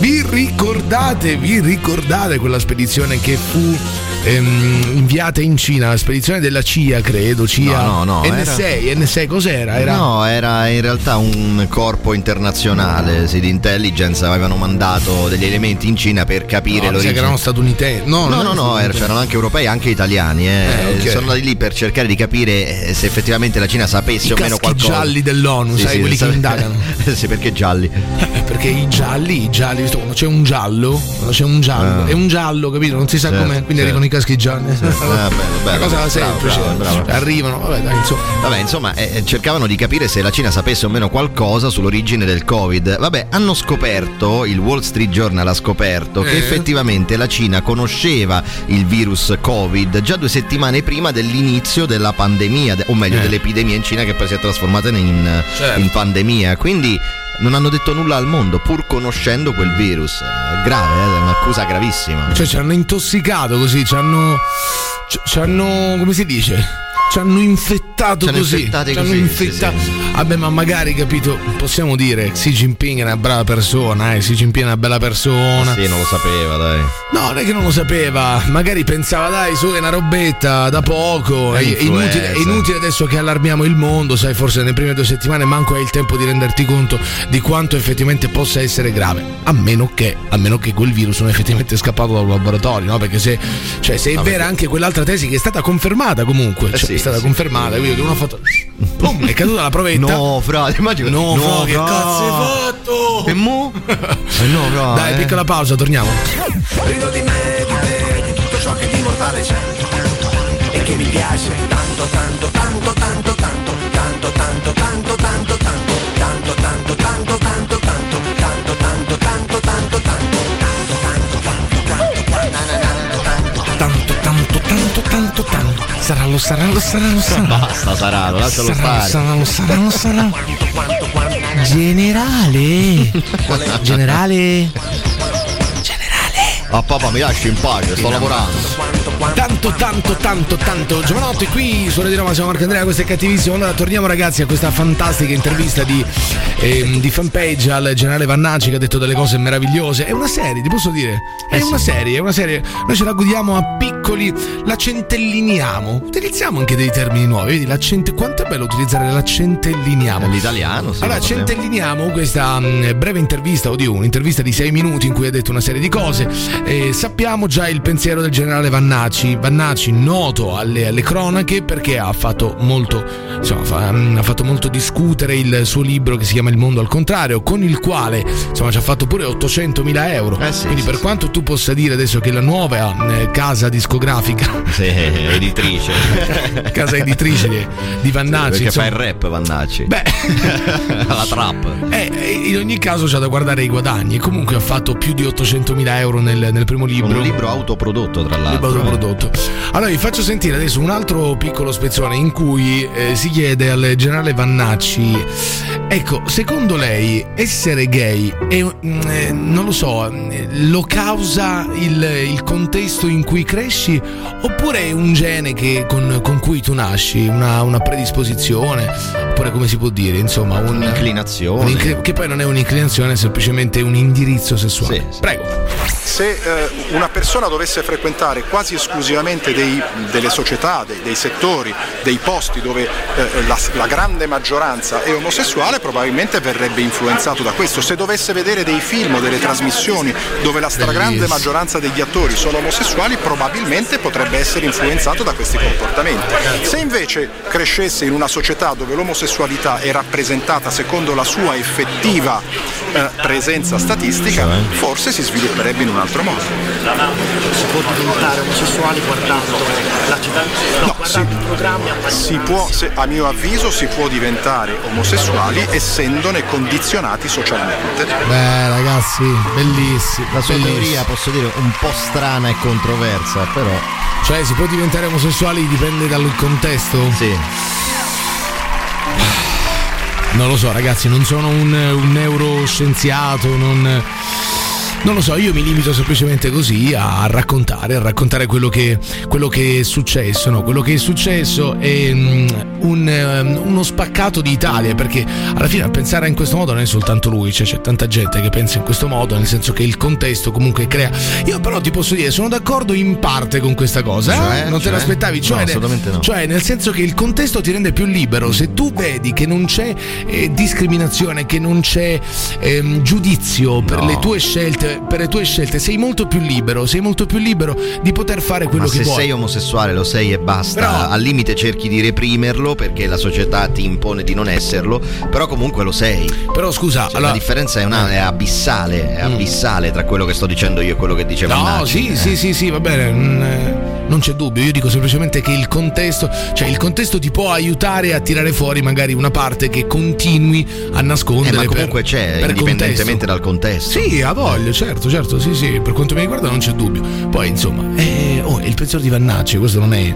Speaker 3: Vi ricordate, vi ricordate quella spedizione che fu ehm, inviata in Cina, la spedizione della CIA, credo, CIA
Speaker 4: No, no, no, era-
Speaker 3: N6, N6 cos'era? Era
Speaker 4: No, era in realtà un corpo internazionale sì, di intelligence. Avevano mandato degli elementi in Cina per capire
Speaker 3: No, mi sa
Speaker 4: l'origine.
Speaker 3: che erano statunitensi. No, non
Speaker 4: No, no,
Speaker 3: erano
Speaker 4: no, er-
Speaker 3: statunitensi.
Speaker 4: c'erano anche europei, anche italiani. eh.
Speaker 3: Eh, ok.
Speaker 4: Sono andati lì per cercare di capire eh, se effettivamente la Cina sapesse
Speaker 3: I
Speaker 4: o meno
Speaker 3: caschi
Speaker 4: qualcosa.
Speaker 3: gialli dell'ONU, sai, quelli che
Speaker 4: sape-
Speaker 3: indagano.
Speaker 4: <laughs> sì, perché gialli?
Speaker 3: Eh, <laughs> perché i gialli, i gialli, visto, quando c'è un giallo, quando c'è un giallo,
Speaker 4: Ah.
Speaker 3: è un giallo, capito? Non si sa
Speaker 4: Certo,
Speaker 3: com'è, quindi
Speaker 4: certo.
Speaker 3: arrivano i caschi gialli.
Speaker 4: Ah, bello,
Speaker 3: Una
Speaker 4: bello,
Speaker 3: cosa
Speaker 4: bello,
Speaker 3: semplice.
Speaker 4: bravo, bravo, bravo.
Speaker 3: Arrivano, vabbè, dai, insomma.
Speaker 4: Vabbè, insomma, eh, cercavano di capire se la Cina sapesse o meno qualcosa sull'origine del Covid. Vabbè, hanno scoperto, il Wall Street Journal ha scoperto che
Speaker 3: Eh.
Speaker 4: effettivamente la Cina conosceva il virus Covid già due settimane prima dell'inizio della pandemia, de- o meglio
Speaker 3: Eh.
Speaker 4: dell'epidemia in Cina che poi si è trasformata in,
Speaker 3: Certo.
Speaker 4: in pandemia. Quindi non hanno detto nulla al mondo pur conoscendo quel virus. È grave, eh, è un'accusa gravissima.
Speaker 3: Cioè, ci hanno intossicato così, ci hanno. ci- Ci hanno. come si dice? Ci hanno infettato
Speaker 4: Ci hanno
Speaker 3: così.
Speaker 4: infettati
Speaker 3: ci hanno
Speaker 4: così,
Speaker 3: infetta-
Speaker 4: sì,
Speaker 3: Vabbè, ma magari capito, possiamo dire Xi Jinping è una brava persona, eh, Xi Jinping è una bella persona.
Speaker 4: Sì, non lo sapeva, dai.
Speaker 3: No, non è che non lo sapeva, magari pensava dai su è una robetta da poco, è,
Speaker 4: È
Speaker 3: è inutile, è
Speaker 4: influenza.
Speaker 3: inutile adesso che allarmiamo il mondo, sai forse nelle prime due settimane manco hai il tempo di renderti conto di quanto effettivamente possa essere grave, a meno che, a meno che quel virus non è effettivamente scappato dal laboratorio, no? perché se, cioè, se è
Speaker 4: No,
Speaker 3: vera
Speaker 4: perché- Eh
Speaker 3: anche quell'altra tesi che è stata confermata comunque, cioè,
Speaker 4: sì,
Speaker 3: è stata
Speaker 4: sì.
Speaker 3: confermata, quindi che uno ha fatto... Pum, è caduta la provetta.
Speaker 4: No, frate, immagino.
Speaker 3: No, fra, che
Speaker 4: fra.
Speaker 3: cazzo hai fatto?
Speaker 4: E mo? Eh no, fra,
Speaker 3: Dai,
Speaker 4: eh.
Speaker 3: piccola pausa, torniamo.
Speaker 9: Rido di me, di te, di tutto ciò che di mortale c'è E che mi piace tanto, tanto, tanto, tanto, tanto Tanto, tanto, tanto, tanto, tanto Tanto, tanto, tanto, tanto, tanto Tanto, tanto, tanto, tanto, tanto Tanto, tanto, tanto, tanto, tanto
Speaker 3: Tanto, tanto, tanto, tanto, tanto. Sarà lo sarà, lo sarà, lo sarà.
Speaker 4: Basta, Sarano, lascialo
Speaker 3: Sarà,
Speaker 4: stare.
Speaker 3: sarà, lo sarà, lo sarà. Generale. Generale.
Speaker 4: Ah papà mi lasci in pace, sto lavorando.
Speaker 3: Tanto, tanto, tanto, tanto. Giovanotto è qui, suona di Roma, siamo Marco Andrea, questo è cattivissimo. Allora torniamo ragazzi a questa fantastica intervista di, ehm, di fanpage al generale Vannacci che ha detto delle cose meravigliose. È una serie, ti posso dire? È
Speaker 4: Eh sì.
Speaker 3: una serie, è una serie. Noi ce la godiamo a piccoli, la centelliniamo. Utilizziamo anche dei termini nuovi, vedi? La cente- Quanto è bello utilizzare la centelliniamo.
Speaker 4: L'italiano, sì.
Speaker 3: Allora,
Speaker 4: lo parliamo.
Speaker 3: centelliniamo questa mh, breve intervista, oddio, un'intervista di sei minuti in cui ha detto una serie di cose. Eh, sappiamo già il pensiero del generale Vannacci. Vannacci, noto alle, alle cronache perché ha fatto molto, insomma, fa- mh, ha fatto molto discutere il suo libro che si chiama Il mondo al contrario, con il quale insomma, ci ha fatto pure 800.000 euro.
Speaker 4: Eh sì,
Speaker 3: Quindi,
Speaker 4: sì,
Speaker 3: per
Speaker 4: sì.
Speaker 3: quanto tu possa dire adesso che la nuova eh, casa discografica,
Speaker 4: Sì, editrice.
Speaker 3: <laughs> casa editrice di, di Vannacci,
Speaker 4: Perché fa
Speaker 3: insomma,
Speaker 4: il rap, Vannacci.
Speaker 3: Beh.
Speaker 4: <laughs> La trap.
Speaker 3: Eh, eh, in ogni caso c'è da guardare i guadagni. Comunque ha fatto più di 800.000 euro nel, nel primo libro.
Speaker 4: Un libro autoprodotto, tra l'altro. eh.
Speaker 3: Libro autoprodotto. Allora vi faccio sentire adesso un altro piccolo spezzone in cui eh, si chiede al generale Vannacci, ecco, secondo lei essere gay è, mm, eh, non lo so, mm, lo causa il, il contesto in cui cresci oppure è un gene che- con, con cui tu nasci, una, una predisposizione? oppure come si può dire, insomma, un-
Speaker 4: Un'inclinazione.
Speaker 3: un'inclin- che poi non è un'inclinazione, è semplicemente un indirizzo sessuale. Prego.
Speaker 7: Se eh, una persona dovesse frequentare quasi esclusivamente dei- delle società, dei, dei settori, dei posti dove eh, la, la grande maggioranza è omosessuale, probabilmente verrebbe influenzato da questo. Se dovesse vedere dei film o delle trasmissioni dove la stragrande
Speaker 3: Bellissimo.
Speaker 7: maggioranza degli attori sono omosessuali, probabilmente potrebbe essere influenzato da questi comportamenti. Se invece crescesse in una società dove l'omosessualità è rappresentata secondo la sua effettiva eh, presenza statistica, forse si svilupperebbe in un altro modo.
Speaker 10: Si può diventare omosessuali guardando la città. No, guardando i programmi
Speaker 7: Si può, se- a mio avviso, si può diventare omosessuali essendone condizionati socialmente.
Speaker 3: Beh, ragazzi, bellissimo.
Speaker 4: La sua
Speaker 3: bellissimo.
Speaker 4: teoria posso dire un po' strana e controversa, però.
Speaker 3: Cioè, si può diventare omosessuali dipende dal contesto?
Speaker 4: Sì.
Speaker 3: Ah, Non lo so, ragazzi, non sono un, un neuroscienziato, non. Non lo so, io mi limito semplicemente così a raccontare, a raccontare quello che, quello che è successo. no? Quello che è successo è mm, un, ehm, uno spaccato d'Italia, perché alla fine a pensare in questo modo non è soltanto lui, cioè c'è tanta gente che pensa in questo modo, nel senso che il contesto comunque crea. Io però ti posso dire, sono d'accordo in parte con questa cosa, eh?
Speaker 4: Cioè?
Speaker 3: non te
Speaker 4: Cioè?
Speaker 3: l'aspettavi?
Speaker 4: No,
Speaker 3: Cioè,
Speaker 4: assolutamente no.
Speaker 3: cioè, nel senso che il contesto ti rende più libero. Se tu vedi che non c'è eh, discriminazione, che non c'è ehm, giudizio per
Speaker 4: No.
Speaker 3: le tue scelte, per le tue scelte, sei molto più libero, sei molto più libero di poter fare quello
Speaker 4: Ma
Speaker 3: che
Speaker 4: se
Speaker 3: vuoi.
Speaker 4: sei omosessuale lo sei e basta.
Speaker 3: Però-
Speaker 4: Al limite cerchi di reprimerlo perché la società ti impone di non esserlo, però comunque lo sei. Cioè,
Speaker 3: Però scusa, Mm.
Speaker 4: la differenza è, una, è abissale, è abissale tra quello che sto dicendo io e quello che diceva
Speaker 3: No,
Speaker 4: Nacci,
Speaker 3: sì,
Speaker 4: eh.
Speaker 3: sì, sì, sì, va bene. mm, eh, Non c'è dubbio, io dico semplicemente che il contesto, cioè il contesto ti può aiutare a tirare fuori magari una parte che continui a
Speaker 4: Eh,
Speaker 3: nascondere.
Speaker 4: ma
Speaker 3: per-
Speaker 4: comunque c'è,
Speaker 3: per
Speaker 4: indipendentemente dal contesto.
Speaker 3: Sì, a voglia, certo, certo, sì, sì, per quanto mi riguarda non c'è dubbio. Poi, insomma, eh, oh, il pensiero di Vannacci, questo non è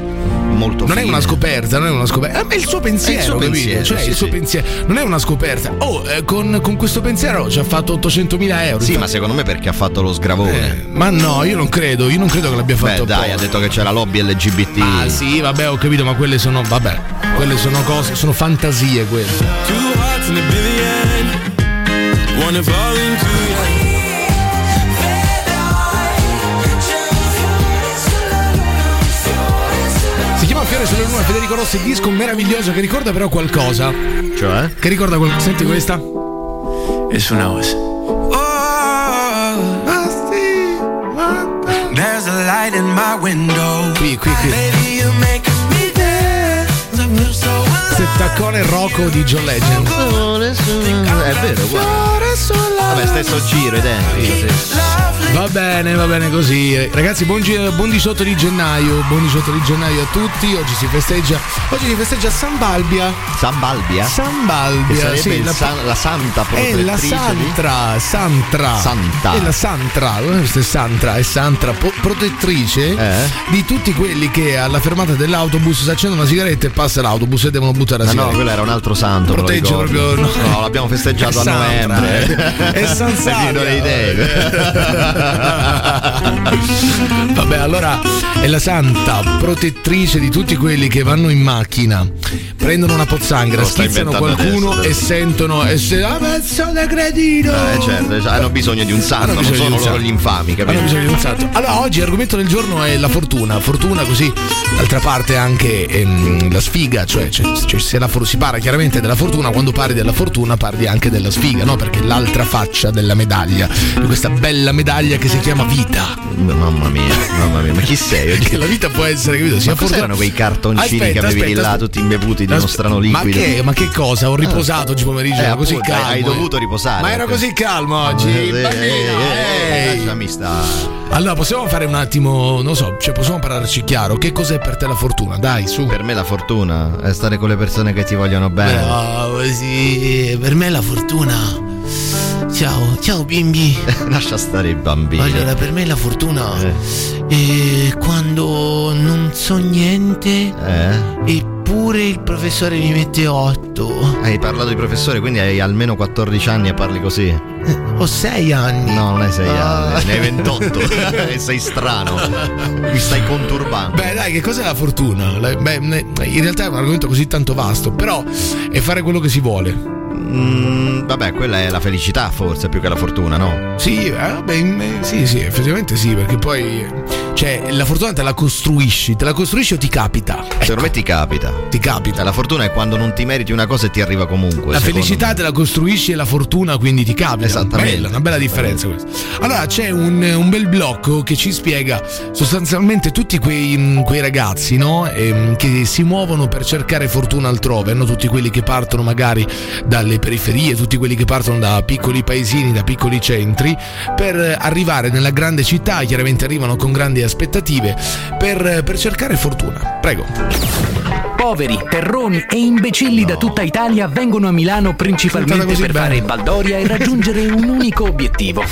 Speaker 4: molto
Speaker 3: Non è
Speaker 4: fine.
Speaker 3: una scoperta, non è una scoperta, eh, ma è il suo pensiero,
Speaker 4: È il suo
Speaker 3: capito?
Speaker 4: pensiero,
Speaker 3: cioè
Speaker 4: sì,
Speaker 3: il suo
Speaker 4: sì.
Speaker 3: pensiero, non è una scoperta. Oh, eh, con, con questo pensiero ci ha fatto 800.000 euro.
Speaker 4: Sì, ma
Speaker 3: infatti.
Speaker 4: secondo me perché ha fatto lo sgravone.
Speaker 3: Eh, ma no, io non credo, io non credo che l'abbia
Speaker 4: Beh,
Speaker 3: fatto
Speaker 4: dai, ha
Speaker 3: apposta.
Speaker 4: detto che c'è la lobby LGBT.
Speaker 3: Ah sì, vabbè,
Speaker 4: oh,
Speaker 3: ho capito, ma quelle sono vabbè, quelle sono cose, sono fantasie quelle.
Speaker 11: Two hearts in a billion. One to fall into.
Speaker 3: Si chiama Fiore sulla Luna, Federico Rossi, disco meraviglioso che ricorda però qualcosa.
Speaker 4: Cioè?
Speaker 3: Che ricorda qualcosa. Senti questa?
Speaker 11: It's when I was.
Speaker 12: Oh.
Speaker 9: There's a light in my window.
Speaker 3: Qui, qui, qui.
Speaker 9: Baby, you make me dance. I feel so alive.
Speaker 3: Settaccone Rocco di John Legend.
Speaker 4: eh, È vero, guarda. Vabbè, stesso giro, identico. sì.
Speaker 3: Va bene, va bene così. Eh, Ragazzi, buon, gi- buon 18 di gennaio, buon 18 di gennaio a tutti. Oggi si festeggia, oggi si festeggia San Balbia.
Speaker 4: San Balbia?
Speaker 3: San Balbia,
Speaker 4: Che sarebbe
Speaker 3: sì,
Speaker 4: il
Speaker 3: la-
Speaker 4: san- la santa
Speaker 3: È
Speaker 4: protettrice
Speaker 3: la
Speaker 4: di-
Speaker 3: Santra, Santra.
Speaker 4: Santa.
Speaker 3: È la Santra, non è questa è Santra, è Santra, po- protettrice
Speaker 4: Eh?
Speaker 3: di tutti quelli che alla fermata dell'autobus si accendono una sigaretta e passa l'autobus e devono buttare la
Speaker 4: Ah, no,
Speaker 3: sigaretta.
Speaker 4: quello era un altro santo. me lo
Speaker 3: Protegge
Speaker 4: ricordo.
Speaker 3: proprio- no.
Speaker 4: No, l'abbiamo festeggiato
Speaker 3: È
Speaker 4: a
Speaker 3: Santra,
Speaker 4: novembre.
Speaker 3: eh.
Speaker 4: <laughs>
Speaker 3: È San
Speaker 4: Quindi non
Speaker 3: Savio.
Speaker 4: hai idea.
Speaker 3: <laughs> Vabbè, allora è la santa protettrice di tutti quelli che vanno in macchina, prendono una pozzanghera,
Speaker 4: Lo stai
Speaker 3: schizzano
Speaker 4: Oh, inventando
Speaker 3: qualcuno
Speaker 4: adesso,
Speaker 3: e
Speaker 4: però.
Speaker 3: sentono e se ah, pezzo da credino.
Speaker 4: Eh, certo, cioè, hanno bisogno di un santo,
Speaker 3: Hanno
Speaker 4: non
Speaker 3: bisogno di
Speaker 4: sono
Speaker 3: un
Speaker 4: loro
Speaker 3: santo.
Speaker 4: gli infami, capito?
Speaker 3: Hanno bisogno di un santo. Allora, oggi l'argomento del giorno è la fortuna. Fortuna così, d'altra parte anche ehm, la sfiga, cioè, cioè, cioè, se la for- si parla chiaramente della fortuna, quando parli della fortuna parli anche della sfiga, no? Perché è l'altra faccia della medaglia, di questa bella medaglia che si chiama vita.
Speaker 4: Mamma mia, mamma mia, ma chi sei?
Speaker 3: Che <laughs> la vita può essere, capito?
Speaker 4: Ma
Speaker 3: sia
Speaker 4: cos'erano
Speaker 3: fortuna-
Speaker 4: quei cartoncini che
Speaker 3: Aspetta,
Speaker 4: avevi
Speaker 3: aspetta,
Speaker 4: là,
Speaker 3: aspetta.
Speaker 4: tutti imbevuti di uno
Speaker 3: Aspe-
Speaker 4: strano liquido?
Speaker 3: Ma che, ma che cosa? Ho riposato oggi pomeriggio,
Speaker 4: Eh,
Speaker 3: ero così
Speaker 4: appunto, hai-
Speaker 3: calmo.
Speaker 4: hai
Speaker 3: eh.
Speaker 4: dovuto riposare,
Speaker 3: Ma ero
Speaker 4: ok.
Speaker 3: così calmo oggi.
Speaker 4: Eh, sì,
Speaker 3: bambino,
Speaker 4: eh, eh,
Speaker 3: ehi.
Speaker 4: lasciami stare.
Speaker 3: Allora, possiamo fare un attimo, non so, cioè possiamo parlarci chiaro. Che cos'è per te la fortuna? Dai, su. Eh,
Speaker 4: Per me la fortuna è stare con le persone che ti vogliono bene.
Speaker 3: oh,
Speaker 6: Bravo, sì, per me è la fortuna. Ciao,
Speaker 4: <laughs>
Speaker 6: ciao bimbi.
Speaker 4: Lascia stare i bambini.
Speaker 6: Allora, per me la fortuna
Speaker 4: Eh.
Speaker 6: è quando non so niente
Speaker 4: Eh?
Speaker 6: e Eppure il professore mi mette 8.
Speaker 4: Hai parlato di professore, quindi hai almeno 14 anni e parli così.
Speaker 6: Ho 6 anni.
Speaker 4: No, non hai 6
Speaker 6: Ah.
Speaker 4: anni, ne hai
Speaker 3: <laughs>
Speaker 4: 28. E <laughs> sei strano. Mi stai conturbando.
Speaker 3: Beh, dai, che cos'è la fortuna? La- Beh, ne- in realtà è un argomento così tanto vasto, però è fare quello che si vuole.
Speaker 4: Mm, vabbè, quella è la felicità forse più che la fortuna, no?
Speaker 3: Sì, eh, beh, in- eh, sì, sì, effettivamente sì, perché poi cioè, la fortuna te la costruisci, te la costruisci o ti capita?
Speaker 4: Secondo me cioè, ti capita.
Speaker 3: Ti capita.
Speaker 4: La fortuna è quando non ti meriti una cosa e ti arriva comunque.
Speaker 3: La
Speaker 4: secondo
Speaker 3: felicità te la costruisci e la fortuna quindi ti capita.
Speaker 4: Esattamente.
Speaker 3: Bella, una bella differenza questa. Allora c'è un, un bel blocco che ci spiega sostanzialmente tutti quei, mh, quei ragazzi no? Ehm, che si muovono per cercare fortuna altrove, no? tutti quelli che partono magari dalle periferie, tutti quelli che partono da piccoli paesini, da piccoli centri, per eh, arrivare nella grande città, chiaramente arrivano con grandi aspettative, per, eh, per cercare fortuna. Prego.
Speaker 13: Poveri, terroni e imbecilli da tutta Italia vengono a Milano principalmente
Speaker 3: Cantata
Speaker 13: per
Speaker 3: così
Speaker 13: fare
Speaker 3: bene.
Speaker 13: baldoria e raggiungere un unico obiettivo.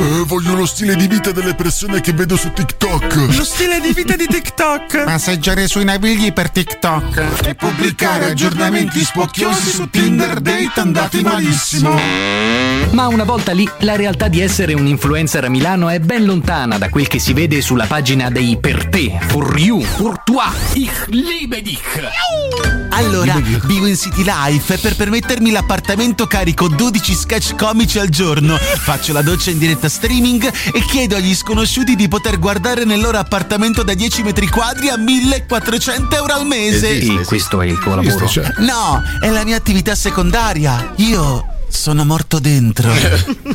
Speaker 14: Eh, voglio lo stile di vita delle persone che vedo su TikTok.
Speaker 15: Lo stile di vita di TikTok. Passeggiare sui navigli per TikTok. E pubblicare aggiornamenti spocchiosi su Tinder date andati malissimo.
Speaker 13: Ma una volta lì, la realtà di essere un influencer a Milano è ben lontana da quel che si vede sulla pagina dei per te, for you, for toi, ich liebe dich.
Speaker 16: Allora, vivo in City Life e per permettermi l'appartamento carico 12 sketch comici al giorno, faccio la doccia in diretta streaming e chiedo agli sconosciuti di poter guardare nel loro appartamento da 10 metri quadri a 1400 euro al mese.
Speaker 13: E questo è il tuo Eh lavoro.
Speaker 16: cioè.
Speaker 15: cioè?
Speaker 16: No, è la mia attività secondaria. Io sono morto dentro.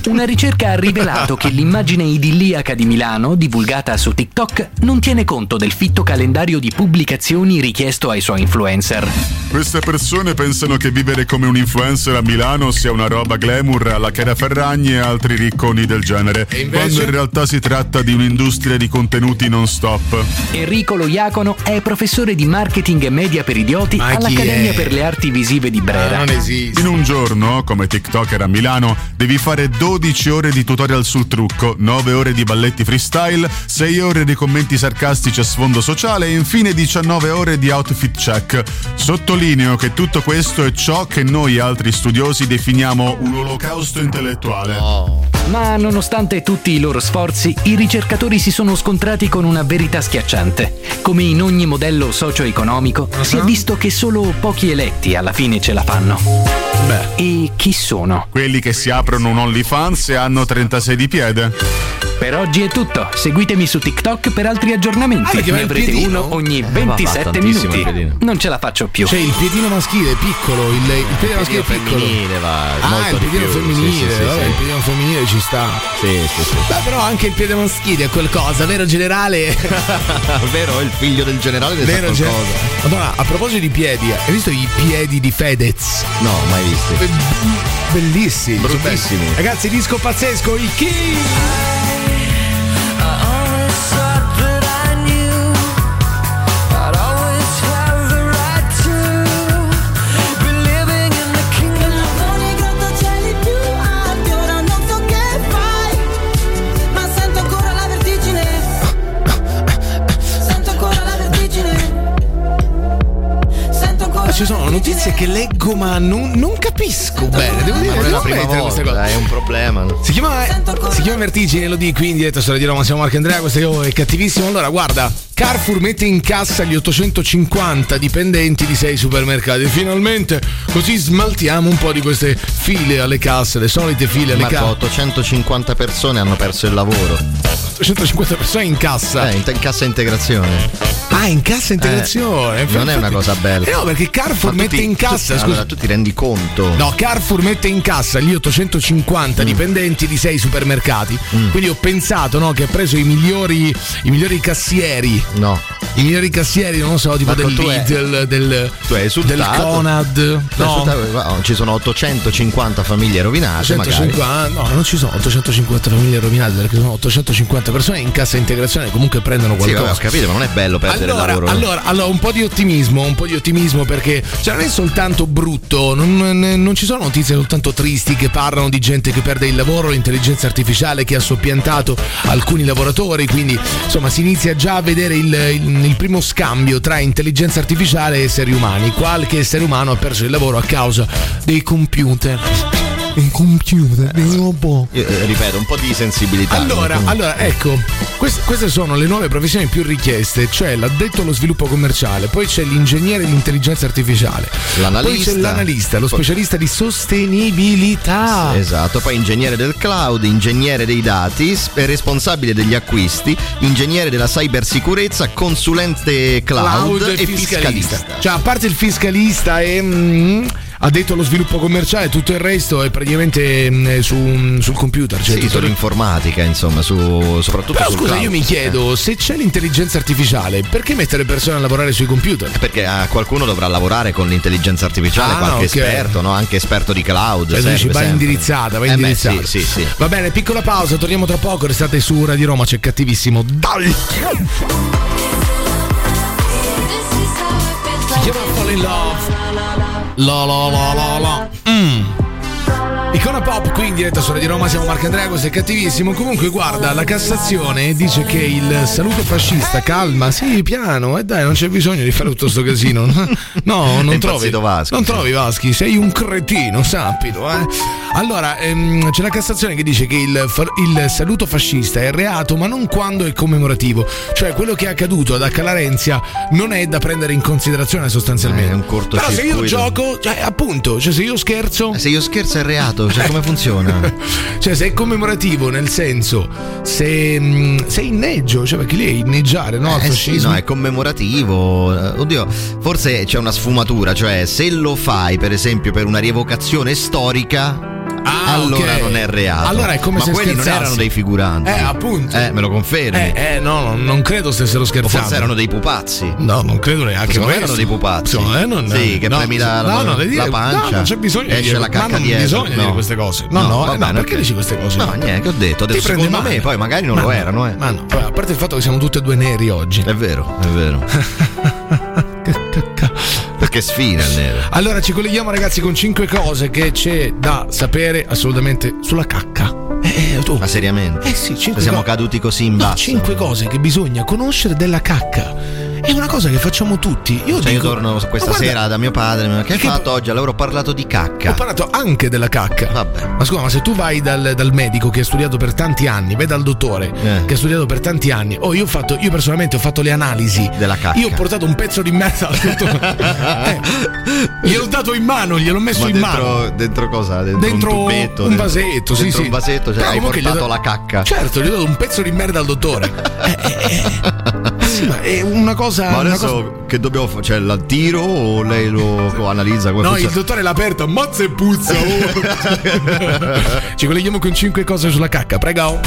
Speaker 13: Una ricerca ha rivelato che l'immagine idilliaca di Milano, divulgata su TikTok, non tiene conto del fitto calendario di pubblicazioni richiesto ai suoi influencer.
Speaker 14: Queste persone pensano che vivere come un influencer a Milano sia una roba glamour alla Chiara Ferragni e altri ricconi del genere, quando in realtà si tratta di un'industria di contenuti non stop.
Speaker 13: Enrico Loiacono è professore di marketing e media per idioti
Speaker 14: Ma chi
Speaker 13: all'Accademia
Speaker 14: è?
Speaker 13: per le Arti Visive di Brera.
Speaker 14: In un giorno, come TikToker a Milano, devi fare 12 ore di tutorial sul trucco, 9 ore di balletti freestyle, 6 ore di commenti sarcastici a sfondo sociale e infine 19 ore di outfit check. Sottolineo che tutto questo è ciò che noi altri studiosi definiamo un olocausto intellettuale.
Speaker 13: Oh. Ma nonostante tutti i loro sforzi, i ricercatori si sono scontrati con una verità schiacciante. Come in ogni modello socio-economico,
Speaker 14: Ah,
Speaker 13: si è visto che solo pochi eletti alla fine ce la fanno. E chi sono?
Speaker 14: Quelli che si aprono un OnlyFans e hanno 36 di piede.
Speaker 13: Per oggi è tutto. Seguitemi su TikTok per altri aggiornamenti.
Speaker 3: Ah, perché va
Speaker 13: ne
Speaker 3: il
Speaker 13: avrete
Speaker 3: piedino?
Speaker 13: uno ogni
Speaker 3: Eh, va, va,
Speaker 13: 27
Speaker 3: tantissimo il
Speaker 13: minuti.
Speaker 3: piedino.
Speaker 13: Non ce la faccio più.
Speaker 3: C'è il piedino maschile è piccolo, il, il piedino maschile è piccolo.
Speaker 4: femminile va
Speaker 3: ah,
Speaker 4: molto
Speaker 3: il
Speaker 4: di
Speaker 3: piedino
Speaker 4: più,
Speaker 3: femminile,
Speaker 4: sì, sì, sì,
Speaker 3: vabbè,
Speaker 4: sì.
Speaker 3: il piedino femminile ci sta.
Speaker 4: Sì, sì, <laughs> sì.
Speaker 3: Beh, però anche il piede maschile è qualcosa, vero generale?
Speaker 4: Vero, il figlio del generale del
Speaker 3: vero
Speaker 4: qualcosa.
Speaker 3: generale. Madonna, a proposito di piedi, hai visto i piedi di Fedez?
Speaker 4: No, mai visti.
Speaker 3: Bellissimi, sono
Speaker 4: Bruttissimi.
Speaker 3: belli. Ragazzi, disco pazzesco, il King!
Speaker 12: Ma sento ancora la vertigine Sento ancora la vertigine Sento
Speaker 3: Ma
Speaker 12: ancora
Speaker 3: Ah, ci sono notizie che leggo ma non, non capisco bene, devo dire,
Speaker 4: Ma non è
Speaker 3: devo
Speaker 4: la prima
Speaker 3: ammettere queste cose.
Speaker 4: volta, è un problema.
Speaker 3: Si chiama, si chiama Vertigine, lo dico in diretta sulla di Roma, siamo Marco Andrea, questo è io, è cattivissimo. Allora, guarda, Carrefour mette in cassa gli 850 dipendenti di sei supermercati. Finalmente, così smaltiamo un po' di queste file alle casse, le solite file alle
Speaker 4: Marco,
Speaker 3: casse.
Speaker 4: 850 persone hanno perso il lavoro.
Speaker 3: 850 persone in cassa.
Speaker 4: Eh, in, in cassa integrazione.
Speaker 3: Ah, in cassa integrazione.
Speaker 4: Eh, non è una
Speaker 3: Infatti-
Speaker 4: cosa bella.
Speaker 3: Eh no, perché Carrefour
Speaker 4: Ma tu
Speaker 3: mette
Speaker 4: ti-
Speaker 3: in cassa,
Speaker 4: tu-
Speaker 3: scusa.
Speaker 4: Allora, tu ti rendi conto.
Speaker 3: No, Carrefour mette in cassa gli 850
Speaker 4: Mm.
Speaker 3: dipendenti di sei supermercati. Quindi ho pensato no, che ha preso i migliori, i migliori cassieri.
Speaker 4: No.
Speaker 3: I migliori cassieri, non lo so, tipo
Speaker 4: Marco,
Speaker 3: del
Speaker 4: tu hai-
Speaker 3: Lidl, del,
Speaker 4: Tu hai esultato.
Speaker 3: del Conad.
Speaker 4: Tu hai
Speaker 3: No,
Speaker 4: esultato, guarda, oh, ci sono 850 famiglie rovinate, Ah,
Speaker 3: 850, ah, no, non ci sono 850 famiglie rovinate perché sono 850 persone in cassa integrazione comunque prendono
Speaker 4: magari. Sì,
Speaker 3: qualcosa.
Speaker 4: vabbè, ho capito, ma non è bello perdere
Speaker 3: allora,
Speaker 4: il lavoro.
Speaker 3: Allora, allora, un po' di ottimismo, un po' di ottimismo perché cioè, non è soltanto brutto, non, non- non ci sono notizie soltanto tristi che parlano di gente che perde il lavoro, l'intelligenza artificiale che ha soppiantato alcuni lavoratori, quindi insomma si inizia già a vedere il, il- anni il primo scambio tra intelligenza artificiale e esseri umani. Qualche essere umano ha perso il lavoro a causa dei computer. I computer, dei robot.
Speaker 4: Io, eh, ripeto, un po' di sensibilità.
Speaker 3: Allora,
Speaker 4: Comunque.
Speaker 3: allora, ecco, quest- queste sono le nuove professioni più richieste, cioè l'addetto allo sviluppo commerciale, poi c'è l'ingegnere dell'intelligenza artificiale, poi
Speaker 4: L'analista.
Speaker 3: c'è l'analista, lo
Speaker 4: Poi-
Speaker 3: specialista di sostenibilità.
Speaker 4: Esatto, poi ingegnere del cloud, ingegnere dei dati, s- eh, responsabile degli acquisti, ingegnere della cybersicurezza, consulente cloud, e fiscalista.
Speaker 3: Cioè, a parte il fiscalista e mm, ha detto lo sviluppo commerciale, tutto il resto è praticamente mm, su- sul computer. Cioè,
Speaker 4: Sì,
Speaker 3: tutto il-
Speaker 4: sull'informatica, insomma, su- soprattutto
Speaker 3: Però
Speaker 4: sul
Speaker 3: scusa,
Speaker 4: cloud. Eh.
Speaker 3: io mi chiedo, se c'è l'intelligenza artificiale, perché mettere le persone a lavorare sui computer?
Speaker 4: Eh, Perché eh, qualcuno dovrà lavorare con l'intelligenza artificiale,
Speaker 3: Ah,
Speaker 4: qualche
Speaker 3: ok.
Speaker 4: esperto, no? anche esperto di cloud.
Speaker 3: Cioè, tu
Speaker 4: serve
Speaker 3: dici, va
Speaker 4: sempre.
Speaker 3: indirizzata, va
Speaker 4: Eh beh,
Speaker 3: indirizzata.
Speaker 4: sì, sì, sì.
Speaker 3: Va bene, piccola pausa, torniamo tra poco, restate su Radio Roma, c'è cattivissimo. Dai! Si chiama Fall in Love. La la la la la. Mm. Icona Pop, qui in diretta su Radio Roma, siamo Marco Andrea, questo è cattivissimo. Comunque, guarda, la Cassazione dice che il saluto fascista, calma, sì, piano, e dai, non c'è bisogno di fare tutto sto casino. <laughs> No,
Speaker 4: È
Speaker 3: non trovi.
Speaker 4: impazzito Vasco,
Speaker 3: non
Speaker 4: sì.
Speaker 3: trovi Vaschi, sei un cretino, sappilo. eh. Allora, ehm, c'è la Cassazione che dice che il, fa- il saluto fascista è reato, ma non quando è commemorativo. Cioè, quello che è accaduto ad Accalarenzia non è da prendere in considerazione sostanzialmente.
Speaker 4: Eh, È un corto
Speaker 3: Però se io gioco, cioè, appunto, cioè, se io scherzo.
Speaker 4: Eh, Se io scherzo è reato, cioè, come funziona?
Speaker 3: <laughs> Cioè, se è commemorativo, nel senso, se, mh, se è inneggio, cioè, perché lì è inneggiare, no? al
Speaker 4: Eh sì,
Speaker 3: fascismo.
Speaker 4: no, è commemorativo. Eh, Oddio, forse c'è una sfumatura, cioè se lo fai per esempio per una rievocazione storica, allora
Speaker 3: Ah, ok.
Speaker 4: non è reato.
Speaker 3: Allora è come
Speaker 4: Ma
Speaker 3: se
Speaker 4: quelli non
Speaker 3: scherzassi.
Speaker 4: erano dei figuranti.
Speaker 3: Eh, appunto.
Speaker 4: Eh, me lo confermi.
Speaker 3: Eh, eh, no, no, non credo stessero
Speaker 4: o
Speaker 3: scherzando.
Speaker 4: forse erano dei pupazzi.
Speaker 3: No, non credo neanche
Speaker 4: Secondo me
Speaker 3: questo.
Speaker 4: erano dei pupazzi.
Speaker 3: Secondo me non-
Speaker 4: sì, che
Speaker 3: no,
Speaker 4: premi la,
Speaker 3: no,
Speaker 4: la,
Speaker 3: no, devi
Speaker 4: la
Speaker 3: dire-
Speaker 4: pancia.
Speaker 3: no, non c'è bisogno di
Speaker 4: Esce
Speaker 3: dire-
Speaker 4: la
Speaker 3: ma
Speaker 4: cacca
Speaker 3: non
Speaker 4: dietro.
Speaker 3: bisogna dire queste cose. No, no, eh,
Speaker 4: va
Speaker 3: no,
Speaker 4: bene,
Speaker 3: perché
Speaker 4: ok.
Speaker 3: dici queste cose?
Speaker 4: No, niente, ho detto.
Speaker 3: Ti
Speaker 4: Adesso
Speaker 3: prende
Speaker 4: secondo
Speaker 3: male.
Speaker 4: me, poi magari non
Speaker 3: Ma
Speaker 4: lo
Speaker 3: no,
Speaker 4: erano, eh.
Speaker 3: Ma no, a parte il fatto che siamo tutti e due neri oggi.
Speaker 4: È vero, è vero.
Speaker 3: <laughs>
Speaker 4: Perché sfida il nero.
Speaker 3: Allora ci colleghiamo ragazzi con 5 cose che c'è da sapere assolutamente sulla cacca. Eh, tu.
Speaker 4: Ma seriamente?
Speaker 3: Eh sì, cinque
Speaker 4: Siamo
Speaker 3: cose.
Speaker 4: caduti così in basso.
Speaker 3: 5 cose che bisogna conoscere della cacca. È una cosa che facciamo tutti. Io
Speaker 4: Cioè, io
Speaker 3: dico,
Speaker 4: torno questa
Speaker 3: ma guarda,
Speaker 4: sera da mio padre. ma Che hai
Speaker 3: che-
Speaker 4: fatto oggi? Allora ho parlato di cacca.
Speaker 3: Ho parlato anche della cacca.
Speaker 4: Vabbè.
Speaker 3: Ma scusa, ma se tu vai dal, dal medico che ha studiato per tanti anni, vai dal dottore
Speaker 4: Eh.
Speaker 3: che ha studiato per tanti anni, oh, io, ho fatto, io personalmente ho fatto le analisi
Speaker 4: Della cacca.
Speaker 3: Io ho portato un pezzo di merda al dottore. Eh, gliel'ho dato in mano, gliel'ho messo
Speaker 4: Ma
Speaker 3: in
Speaker 4: dentro,
Speaker 3: mano.
Speaker 4: dentro cosa? <laughs> Dentro,
Speaker 3: Dentro
Speaker 4: un tubetto.
Speaker 3: un
Speaker 4: dentro-
Speaker 3: vasetto, sì,
Speaker 4: dentro
Speaker 3: sì.
Speaker 4: un vasetto, cioè
Speaker 3: Però
Speaker 4: hai
Speaker 3: comunque gli ho
Speaker 4: portato la
Speaker 3: dato-
Speaker 4: cacca.
Speaker 3: Certo,
Speaker 4: <laughs>
Speaker 3: gli ho dato un pezzo di merda al dottore. Eh, eh, eh. Sì, ma è una cosa.
Speaker 4: Ma
Speaker 3: una
Speaker 4: adesso
Speaker 3: cosa-
Speaker 4: che dobbiamo fare? Cioè, la tiro o lei lo, lo analizza? Come
Speaker 3: No, il
Speaker 4: funziona?
Speaker 3: dottore l'ha aperto, mazza e puzza.
Speaker 4: <laughs>
Speaker 3: oh.
Speaker 4: Eh?
Speaker 3: Ci colleghiamo con 5 cose sulla cacca, prego.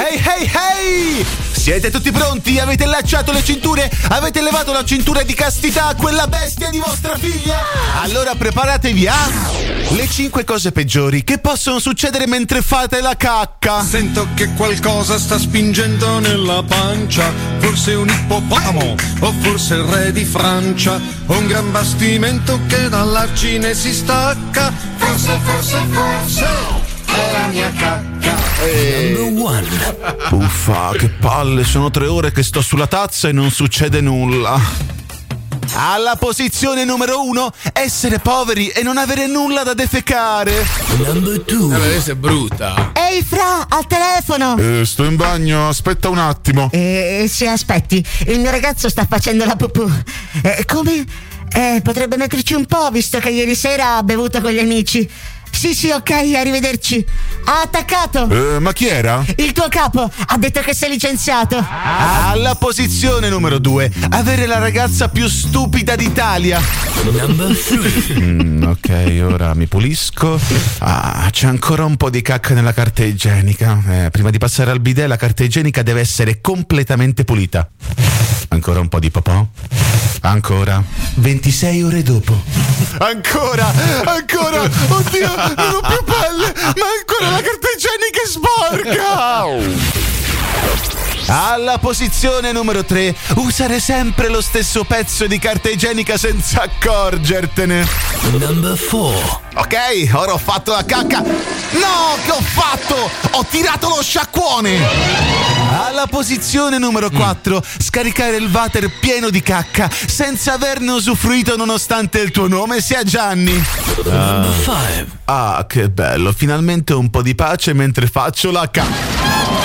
Speaker 16: Hey hey hey! Siete tutti pronti? Avete allacciato le cinture? Avete levato la cintura di castità a quella bestia di vostra figlia? Allora preparatevi a le 5 cose peggiori che possono succedere mentre fate la cacca.
Speaker 17: Sento che qualcosa sta spingendo nella pancia, forse un ippopotamo o forse il re di Francia, o un gran bastimento che dall'argine si stacca. Forse, forse, forse è la mia cacca.
Speaker 16: <laughs>
Speaker 18: Uffa, che palle, sono tre ore che sto sulla tazza e non succede nulla.
Speaker 16: Alla posizione numero 1, essere poveri e non avere nulla da defecare.
Speaker 18: Number two.
Speaker 3: Allora, questa Eh, è brutta.
Speaker 19: Ehi Fra, al telefono!
Speaker 18: Eh, sto in bagno, aspetta un attimo.
Speaker 19: Eh, sì, aspetti, il mio ragazzo sta facendo la pupù. Eh, come? Eh, potrebbe metterci un po', visto che ieri sera ha bevuto con gli amici. Sì, sì, ok, arrivederci. Ha attaccato!
Speaker 18: Eh, ma chi era?
Speaker 19: Il tuo capo ha detto che sei licenziato.
Speaker 16: Alla posizione numero 2, avere la ragazza più stupida d'Italia.
Speaker 18: Mm, ok, ora mi pulisco. Ah, c'è ancora un po' di cacca nella carta igienica. Eh, prima di passare al bidet, la carta igienica deve essere completamente pulita. Ancora un po' di popò. Ancora. 26 ore dopo.
Speaker 16: Ancora, ancora, oddio, non ho più pelle, ma ancora la carta igienica è sporca. Alla posizione numero 3, usare sempre lo stesso pezzo di carta igienica senza accorgertene.
Speaker 2: Number 4.
Speaker 16: Ok, ora ho fatto la cacca. No, che ho fatto? Ho tirato lo sciacquone. Alla posizione numero 4, scaricare il water pieno di cacca senza averne usufruito nonostante il tuo nome sia Gianni.
Speaker 2: Ah. Five.
Speaker 18: Ah, che bello, finalmente un po' di pace mentre faccio la cacca.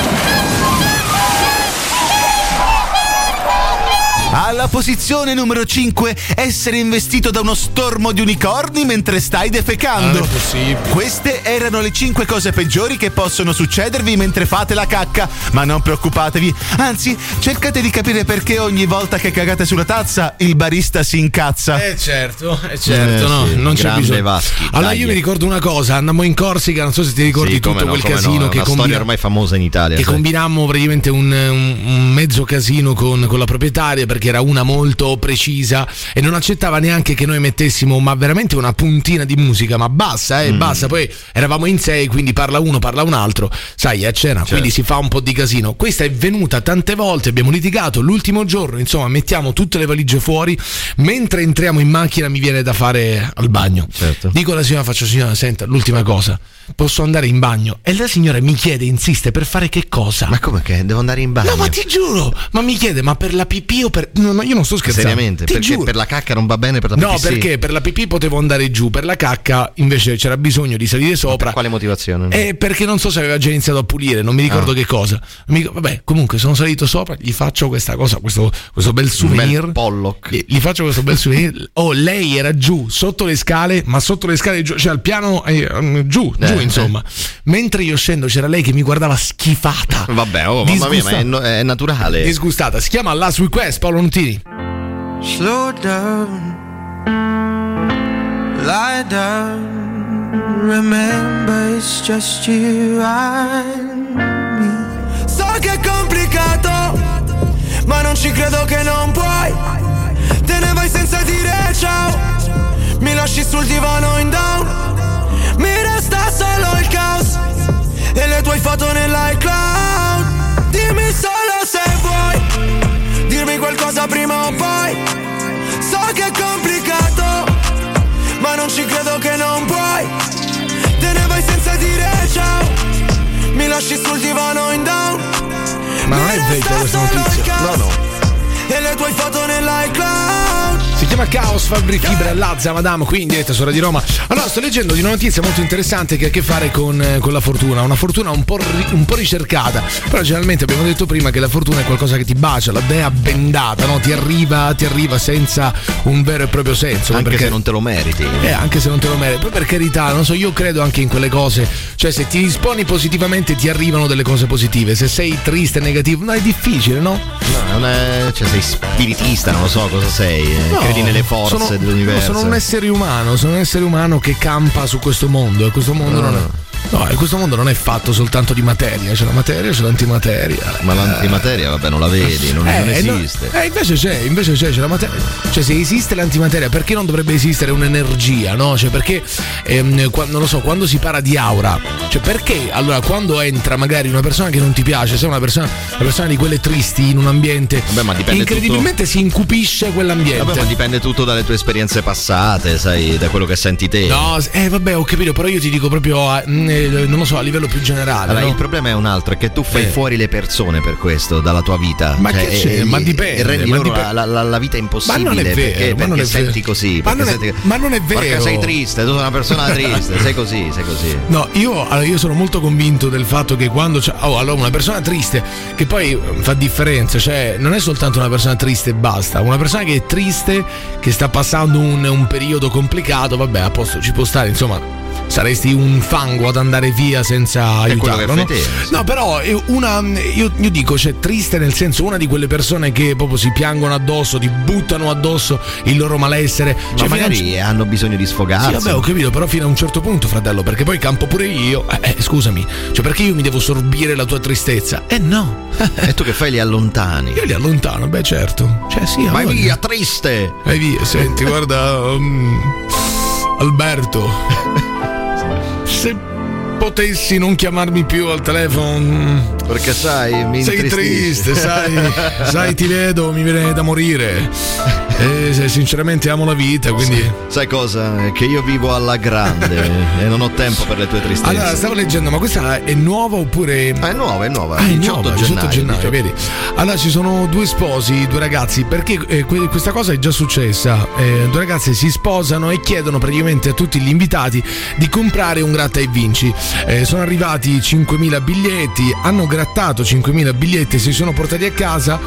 Speaker 16: Alla posizione numero 5, essere investito da uno stormo di unicorni mentre stai defecando.
Speaker 3: Non è possibile.
Speaker 16: Queste erano le 5 cose peggiori che possono succedervi mentre fate la cacca. Ma non preoccupatevi, anzi, cercate di capire perché ogni volta che cagate sulla tazza il barista si incazza.
Speaker 3: Eh certo, eh certo,
Speaker 4: Eh,
Speaker 3: no,
Speaker 4: sì,
Speaker 3: non c'è
Speaker 4: grande
Speaker 3: bisogno.
Speaker 4: Vaschi,
Speaker 3: allora
Speaker 4: dai.
Speaker 3: io mi ricordo una cosa, andammo in Corsica, non so se ti ricordi
Speaker 4: Sì, come
Speaker 3: tutto
Speaker 4: no,
Speaker 3: quel
Speaker 4: come no,
Speaker 3: casino
Speaker 4: è
Speaker 3: che
Speaker 4: una storia
Speaker 3: combina-
Speaker 4: ormai famosa in Italia.
Speaker 3: Che
Speaker 4: sai.
Speaker 3: combinammo praticamente un, un- un mezzo casino con, con la proprietaria perché era una molto precisa e non accettava neanche che noi mettessimo, ma veramente una puntina di musica, ma bassa, eh, bassa. Poi eravamo in sei, quindi parla uno, parla un altro, sai, a cena, quindi si fa un po' di casino. Questa è venuta tante volte, abbiamo litigato l'ultimo giorno, insomma, mettiamo tutte le valigie fuori, mentre entriamo in macchina mi viene da fare al bagno.
Speaker 4: Certo.
Speaker 3: Dico alla signora, faccio signora, senta, l'ultima cosa, posso andare in bagno? E la signora mi chiede, insiste, per fare che cosa? Ma
Speaker 4: come che devo andare in bagno?
Speaker 3: No, ma ti giuro, ma mi chiede, ma per la pipì o per... No, no, io non sto scherzando.
Speaker 4: Seriamente,
Speaker 3: ti
Speaker 4: perché
Speaker 3: giuro.
Speaker 4: per la cacca non va bene per la
Speaker 3: No,
Speaker 4: PPC?
Speaker 3: perché per la pipì potevo andare giù, per la cacca invece c'era bisogno di salire sopra.
Speaker 4: Quale motivazione? Ah.
Speaker 3: Eh, perché non so se aveva già iniziato a pulire, non mi ricordo che cosa. Mi dico, vabbè, comunque sono salito sopra, gli faccio questa cosa, questo, questo bel souvenir.
Speaker 4: Pollock.
Speaker 3: Gli gli faccio questo bel souvenir. Oh, lei era giù, sotto le scale, ma sotto le scale, giù, cioè al piano, eh, mm, giù,
Speaker 4: Eh,
Speaker 3: giù
Speaker 4: eh.
Speaker 3: insomma. Mentre io scendo c'era lei che mi guardava schifata.
Speaker 4: Vabbè, oh, mamma mia, ma
Speaker 3: Disgustata.
Speaker 4: è, no- è naturale.
Speaker 3: Disgustata, si chiama La Request Paolo Nutini.
Speaker 12: Slow down, lie down. Remember, it's just you and me.
Speaker 20: So che è complicato, ma non ci credo che non puoi. Te ne vai senza dire ciao. Mi lasci sul divano in down. Mi resta solo il caos e le tue foto nell'iCloud. Dimmi solo se vuoi. Dirmi qualcosa prima o poi. So che è complicato, ma non ci credo che non puoi. Te ne vai senza dire ciao. Mi lasci sul divano in down.
Speaker 3: Ma non è vecchia questa notizia. No, no.
Speaker 20: E le tue foto nell'iCloud
Speaker 3: Si chiama Caos Fabri Fibra Lazza Madame qui in diretta su Radio Roma. Allora sto leggendo di una notizia molto interessante che ha a che fare con, eh, con la fortuna, una fortuna un po', ri- un po' ricercata, però generalmente abbiamo detto prima che la fortuna è qualcosa che ti bacia, la dea bendata, no? ti arriva, ti arriva senza un vero e proprio senso.
Speaker 4: Anche
Speaker 3: perché-
Speaker 4: se non te lo meriti.
Speaker 3: eh, anche se non te lo meriti. Poi per carità, non so, io credo anche in quelle cose. Cioè, se ti disponi positivamente ti arrivano delle cose positive. Se sei triste, negativo, no, è difficile, no?
Speaker 4: No, non è- cioè, sei spiritista, non lo so cosa sei. eh.
Speaker 3: No,
Speaker 4: Credi nelle forze
Speaker 3: sono-
Speaker 4: dell'universo.
Speaker 3: no, Sono un essere umano, sono un essere umano che campa su questo mondo. E questo mondo non
Speaker 4: Ah.
Speaker 3: è. No, e questo mondo non è fatto soltanto di materia, c'è la materia, c'è l'antimateria.
Speaker 4: Ma l'antimateria, vabbè, non la vedi, non,
Speaker 3: Eh,
Speaker 4: non
Speaker 3: no-
Speaker 4: esiste.
Speaker 3: eh, invece c'è, invece c'è, c'è la materia. Cioè, se esiste l'antimateria, perché non dovrebbe esistere un'energia, no? Cioè, perché, ehm, qua- non lo so, quando si parla di aura, cioè, perché allora quando entra magari una persona che non ti piace, se è una persona, una persona di quelle tristi in un ambiente,
Speaker 4: Vabbè, ma dipende
Speaker 3: incredibilmente si incupisce quell'ambiente.
Speaker 4: Vabbè, ma dipende tutto dalle tue esperienze passate, sai, da quello che senti te.
Speaker 3: No, s- eh vabbè, ho capito, però io ti dico proprio, a- mm, eh, non lo so, a livello più generale.
Speaker 4: Allora,
Speaker 3: no?
Speaker 4: il problema è un altro, è che tu fai
Speaker 3: Eh.
Speaker 4: fuori le persone per questo, dalla tua vita.
Speaker 3: Ma
Speaker 4: Cioè,
Speaker 3: che c'è?
Speaker 4: e-
Speaker 3: Ma
Speaker 4: e-
Speaker 3: dipende,
Speaker 4: e rendi
Speaker 3: ma
Speaker 4: loro
Speaker 3: dipende.
Speaker 4: La, la- la vita impossibile.
Speaker 3: Ma non è
Speaker 4: perché,
Speaker 3: vero, ma non
Speaker 4: perché
Speaker 3: è vero.
Speaker 4: senti così.
Speaker 3: Ma
Speaker 4: perché
Speaker 3: non è-
Speaker 4: senti-
Speaker 3: ma non è
Speaker 4: Perché
Speaker 3: vero. Cioè,
Speaker 4: sei triste, tu sei
Speaker 3: <laughs>
Speaker 4: una persona triste, sei così, sei così.
Speaker 3: No, io, allora, io sono molto convinto del fatto che quando c'è oh, allora, una persona triste, che poi eh, fa differenza, cioè non è soltanto una persona triste e basta, una persona che è triste, che sta passando un, un periodo complicato, vabbè, a posto ci può stare, insomma, saresti un fango ad andare via senza
Speaker 4: quello che
Speaker 3: aiutarlo. No?
Speaker 4: fai te,
Speaker 3: no, però eh, una, io, io dico, cioè triste nel senso una di quelle persone che proprio si piangono addosso, ti buttano addosso il loro malessere.
Speaker 4: Ma
Speaker 3: cioè, fino a un
Speaker 4: magari hanno bisogno di sfogarsi.
Speaker 3: sì, vabbè, oh, ho capito, però fino a un certo punto, fratello, perché poi campo pure io. Eh, eh, scusami, cioè perché io mi devo sorbire la tua tristezza? Eh no.
Speaker 4: e tu che fai li allontani?
Speaker 3: Io li allontano, beh certo. Cioè sì,
Speaker 4: Vai
Speaker 3: allora-
Speaker 4: via, triste!
Speaker 3: Vai via, senti, guarda. um, Alberto. Se potessi non chiamarmi più al telefono.
Speaker 4: <laughs> Perché sai, mi
Speaker 3: Sei
Speaker 4: intristisci.
Speaker 3: triste, sai, sai,
Speaker 4: <laughs>
Speaker 3: ti vedo, mi viene da morire. E se- sinceramente amo la vita, quindi.
Speaker 4: <laughs> Sai cosa? È Che io vivo
Speaker 3: <laughs>
Speaker 4: alla grande e non ho tempo per le tue tristezze.
Speaker 3: Allora, stavo leggendo, ma questa è nuova oppure.
Speaker 4: è nuova, è nuova.
Speaker 3: Ah, è
Speaker 4: 18
Speaker 3: nuova, 18
Speaker 4: gennaio,
Speaker 3: gennaio, vedi. Allora, ci sono due sposi, due ragazzi, perché eh, que- questa cosa è già successa. Eh, due ragazzi si sposano e chiedono praticamente a tutti gli invitati di comprare un gratta e vinci. Eh, sono arrivati 5.000 biglietti, hanno grattato 5.000 biglietti, si sono portati a casa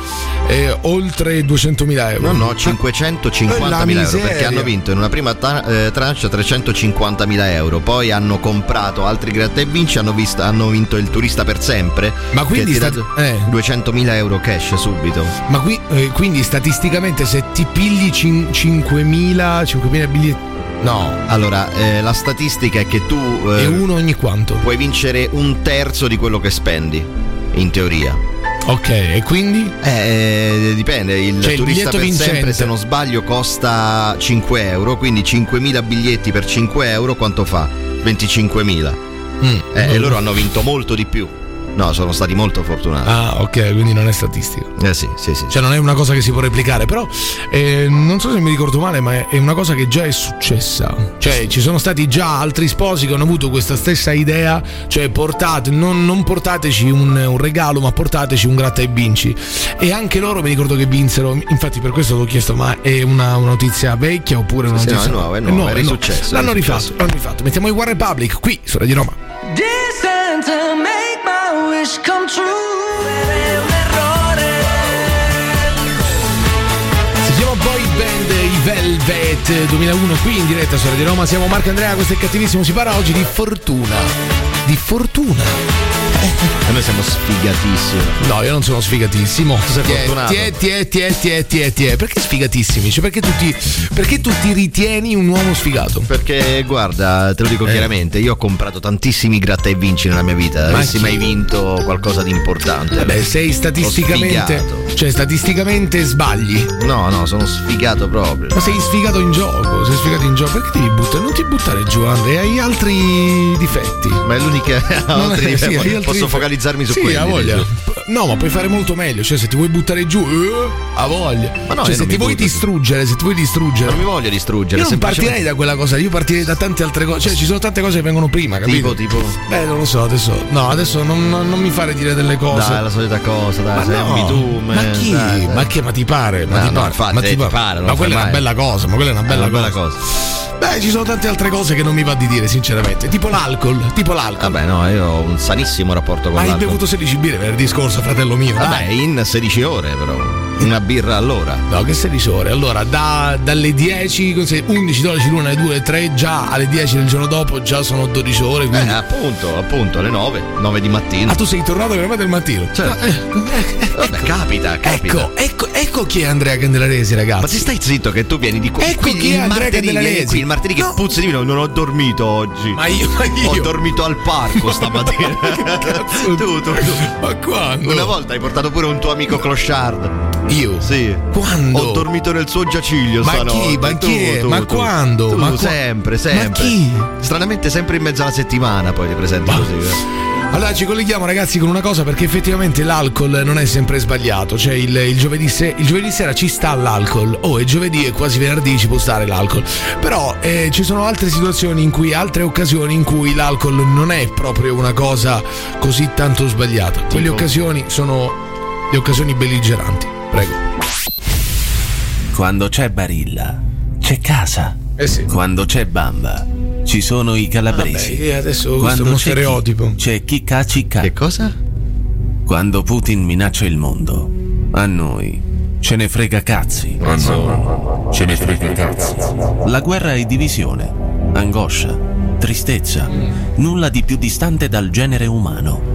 Speaker 3: eh, oltre 200.000 euro. Ah. Eh,
Speaker 4: No, no,
Speaker 3: La
Speaker 4: 550.000 euro perché
Speaker 3: miseria.
Speaker 4: hanno vinto in una prima ta- eh, tranche 350.000 euro, poi hanno comprato altri gratta e vinci, hanno, visto- hanno vinto il turista per sempre.
Speaker 3: Ma
Speaker 4: che
Speaker 3: quindi
Speaker 4: ti
Speaker 3: sta- eh.
Speaker 4: dà du- 200.000 euro cash subito.
Speaker 3: Ma qui, eh, quindi statisticamente se ti pigli cin- 5.000, 5.000 biglietti... No.
Speaker 4: Allora, eh, la statistica è che tu eh,
Speaker 3: E uno ogni quanto.
Speaker 4: puoi vincere un terzo di quello che spendi, in teoria.
Speaker 3: Ok, e quindi?
Speaker 4: Eh, dipende, il
Speaker 3: Cioè, il
Speaker 4: turista
Speaker 3: biglietto
Speaker 4: per sempre,
Speaker 3: vincente.
Speaker 4: se non sbaglio, costa 5 euro, quindi 5.000 biglietti per 5 euro quanto fa? 25.000.
Speaker 3: Mm.
Speaker 4: Eh, e loro hanno vinto molto di più. No, sono stati molto fortunati.
Speaker 3: Ah, ok, quindi non è statistico.
Speaker 4: Eh sì, sì, sì.
Speaker 3: Cioè non è una cosa che si può replicare, però eh, non so se mi ricordo male, ma è- è una cosa che già è successa. Cioè ci sono stati già altri sposi che hanno avuto questa stessa idea, cioè portate, non, non portateci un, un regalo, ma portateci un gratta e vinci. E anche loro mi ricordo che vinsero, infatti per questo l'ho chiesto, ma è una, una notizia vecchia oppure una
Speaker 4: Sì, sì,
Speaker 3: notizia...
Speaker 4: no, è nuova, è nuova, era successo,
Speaker 3: L'hanno
Speaker 4: era
Speaker 3: rifatto, l'hanno rifatto. Mettiamo i One Republic qui, su Radio Roma.
Speaker 12: Dissent to make my wish come true. È un errore.
Speaker 3: Si chiama Boy Band i Velvet 2001 qui in diretta su di Roma. Siamo Marco e Andrea, questo è cattivissimo. Si parla oggi di fortuna. Di fortuna.
Speaker 4: E noi siamo sfigatissimi.
Speaker 3: No, io non sono sfigatissimo.
Speaker 4: sei
Speaker 3: Ti è-
Speaker 4: fortunato.
Speaker 3: ti è- ti è- ti è- ti è- ti è- ti è. Perché sfigatissimi? Cioè, perché tu, ti, perché tu ti ritieni un uomo sfigato?
Speaker 4: Perché guarda, te lo
Speaker 3: Eh.
Speaker 4: dico chiaramente, io ho comprato tantissimi gratta e vinci nella mia vita.
Speaker 3: Ma
Speaker 4: Avessi
Speaker 3: chi? Eh
Speaker 4: mai vinto qualcosa di importante.
Speaker 3: Vabbè, sei
Speaker 4: Ho
Speaker 3: statisticamente.
Speaker 4: sfigato.
Speaker 3: Cioè, statisticamente sbagli.
Speaker 4: No, no, sono sfigato proprio.
Speaker 3: Ma sei sfigato in gioco, sei sfigato in gioco. Perché devi buttare? Non ti buttare giù, Andrea, hai altri difetti.
Speaker 4: Ma è <laughs> l'unica. altri
Speaker 3: eh, sì,
Speaker 4: difetti.
Speaker 3: hai altri
Speaker 4: Posso
Speaker 3: difetti.
Speaker 4: focalizzarmi su
Speaker 3: sì,
Speaker 4: quelli,
Speaker 3: ha voglia.
Speaker 4: dici?
Speaker 3: No, ma puoi fare molto meglio. Cioè, se ti vuoi buttare giù, eh, ha voglia.
Speaker 4: Ma
Speaker 3: cioè,
Speaker 4: no, io non
Speaker 3: se ti
Speaker 4: mi
Speaker 3: vuoi
Speaker 4: butto.
Speaker 3: distruggere, se ti vuoi distruggere.
Speaker 4: Non mi voglio distruggere.
Speaker 3: Io non partirei
Speaker 4: semplicemente-
Speaker 3: da quella cosa, io partirei da tante altre cose. Cioè, ci sono tante cose che vengono prima, capito?
Speaker 4: Tipo, tipo.
Speaker 3: Beh, non lo so, adesso. No, adesso non, non- non mi fare dire delle cose.
Speaker 4: Dai, la solita cosa, dai,
Speaker 3: Ma
Speaker 4: sei
Speaker 3: no,
Speaker 4: un bitume.
Speaker 3: ma chi?
Speaker 4: dai, dai.
Speaker 3: Ma che? Ma ti pare? Ma
Speaker 4: No,
Speaker 3: ti
Speaker 4: no,
Speaker 3: pare?
Speaker 4: infatti,
Speaker 3: ma
Speaker 4: eh, ti pare, non
Speaker 3: ma quella è
Speaker 4: lo fai
Speaker 3: una
Speaker 4: mai.
Speaker 3: bella cosa, ma quella è una bella
Speaker 4: È una bella
Speaker 3: Beh, ci sono tante altre cose che non mi va di dire, sinceramente. Tipo l'alcol, tipo l'alcol.
Speaker 4: Vabbè, no, io ho un sanissimo rapporto con
Speaker 3: Ma hai
Speaker 4: l'alcol.
Speaker 3: bevuto 16 birre venerdì scorso, fratello mio.
Speaker 4: Vabbè,
Speaker 3: dai.
Speaker 4: in 16 ore però. Una birra all'ora.
Speaker 3: No, che 16 ore? Allora, da- dalle 10, cos'è? 11, 12, l'una, alle 2, 3, già alle 10 del giorno dopo già sono 12 ore.
Speaker 4: Eh,
Speaker 3: Quindi...
Speaker 4: appunto, appunto, alle 9, 9 di mattina.
Speaker 3: Ah, tu sei tornato alle 9 del mattino. eh,
Speaker 4: Certo. Vabbè, <laughs> capita, capita.
Speaker 3: Ecco, ecco, ecco chi è Andrea Candelaresi, ragazzi.
Speaker 4: Ma ti stai zitto che tu vieni di qua.
Speaker 3: Ecco
Speaker 4: Qui
Speaker 3: chi
Speaker 4: il
Speaker 3: è Andrea
Speaker 4: martedì, vieni
Speaker 3: Candelaresi.
Speaker 4: qui, il martedì che puzza di vino, non ho dormito oggi.
Speaker 3: Ma io- ma io.
Speaker 4: ho dormito al
Speaker 3: <laughs>
Speaker 4: parco stamattina. tu, tu, tu.
Speaker 3: Ma quando?
Speaker 4: Una volta hai portato pure un tuo amico clochard.
Speaker 3: Io?
Speaker 4: Sì.
Speaker 3: Quando?
Speaker 4: Ho dormito nel suo giaciglio
Speaker 3: Ma
Speaker 4: stanotte.
Speaker 3: chi? Ma
Speaker 4: Tu,
Speaker 3: chi è?
Speaker 4: tu,
Speaker 3: Ma
Speaker 4: tu.
Speaker 3: quando?
Speaker 4: Tu,
Speaker 3: Ma qua-
Speaker 4: sempre,
Speaker 3: Ma
Speaker 4: sempre.
Speaker 3: chi?
Speaker 4: Stranamente sempre in mezzo alla settimana poi ti presenti così. eh.
Speaker 3: Allora ci colleghiamo ragazzi con una cosa perché effettivamente l'alcol non è sempre sbagliato, cioè il, il giovedì, se- il giovedì sera ci sta l'alcol, oh è giovedì e quasi venerdì ci può stare l'alcol, però eh, ci sono altre situazioni in cui, altre occasioni in cui l'alcol non è proprio una cosa così tanto sbagliata, quelle occasioni sono le occasioni belligeranti, prego.
Speaker 2: Quando c'è Barilla, c'è casa.
Speaker 3: Eh
Speaker 2: Quando c'è Bamba, ci sono i calabresi.
Speaker 3: Vabbè, adesso questo
Speaker 2: Quando
Speaker 3: è uno
Speaker 2: c'è chi-
Speaker 3: stereotipo.
Speaker 2: C'è chi cacicca.
Speaker 4: Che cosa?
Speaker 2: Quando Putin minaccia il mondo, a noi ce ne frega cazzi. A noi ce ne frega cazzi. La guerra è divisione, angoscia, tristezza, nulla di più distante dal genere umano.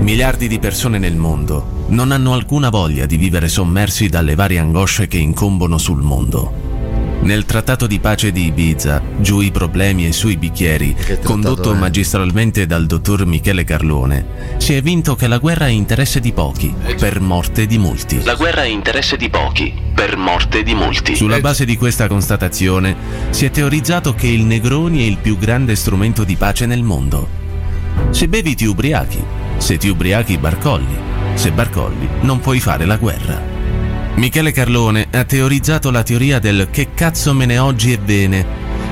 Speaker 2: Miliardi di persone nel mondo non hanno alcuna voglia di vivere sommersi dalle varie angosce che incombono sul mondo. Nel trattato di pace di Ibiza, giù i problemi e sui bicchieri, condotto
Speaker 4: è?
Speaker 2: magistralmente dal dottor Michele Carlone, si è vinto che la guerra è interesse di pochi, per morte di molti.
Speaker 21: La guerra è interesse di pochi, per morte di molti.
Speaker 2: Sulla base di questa constatazione si è teorizzato che il Negroni è il più grande strumento di pace nel mondo. Se bevi ti ubriachi, se ti ubriachi barcolli, se barcolli non puoi fare la guerra. Michele Carlone ha teorizzato la teoria del che cazzo me ne oggi e bene,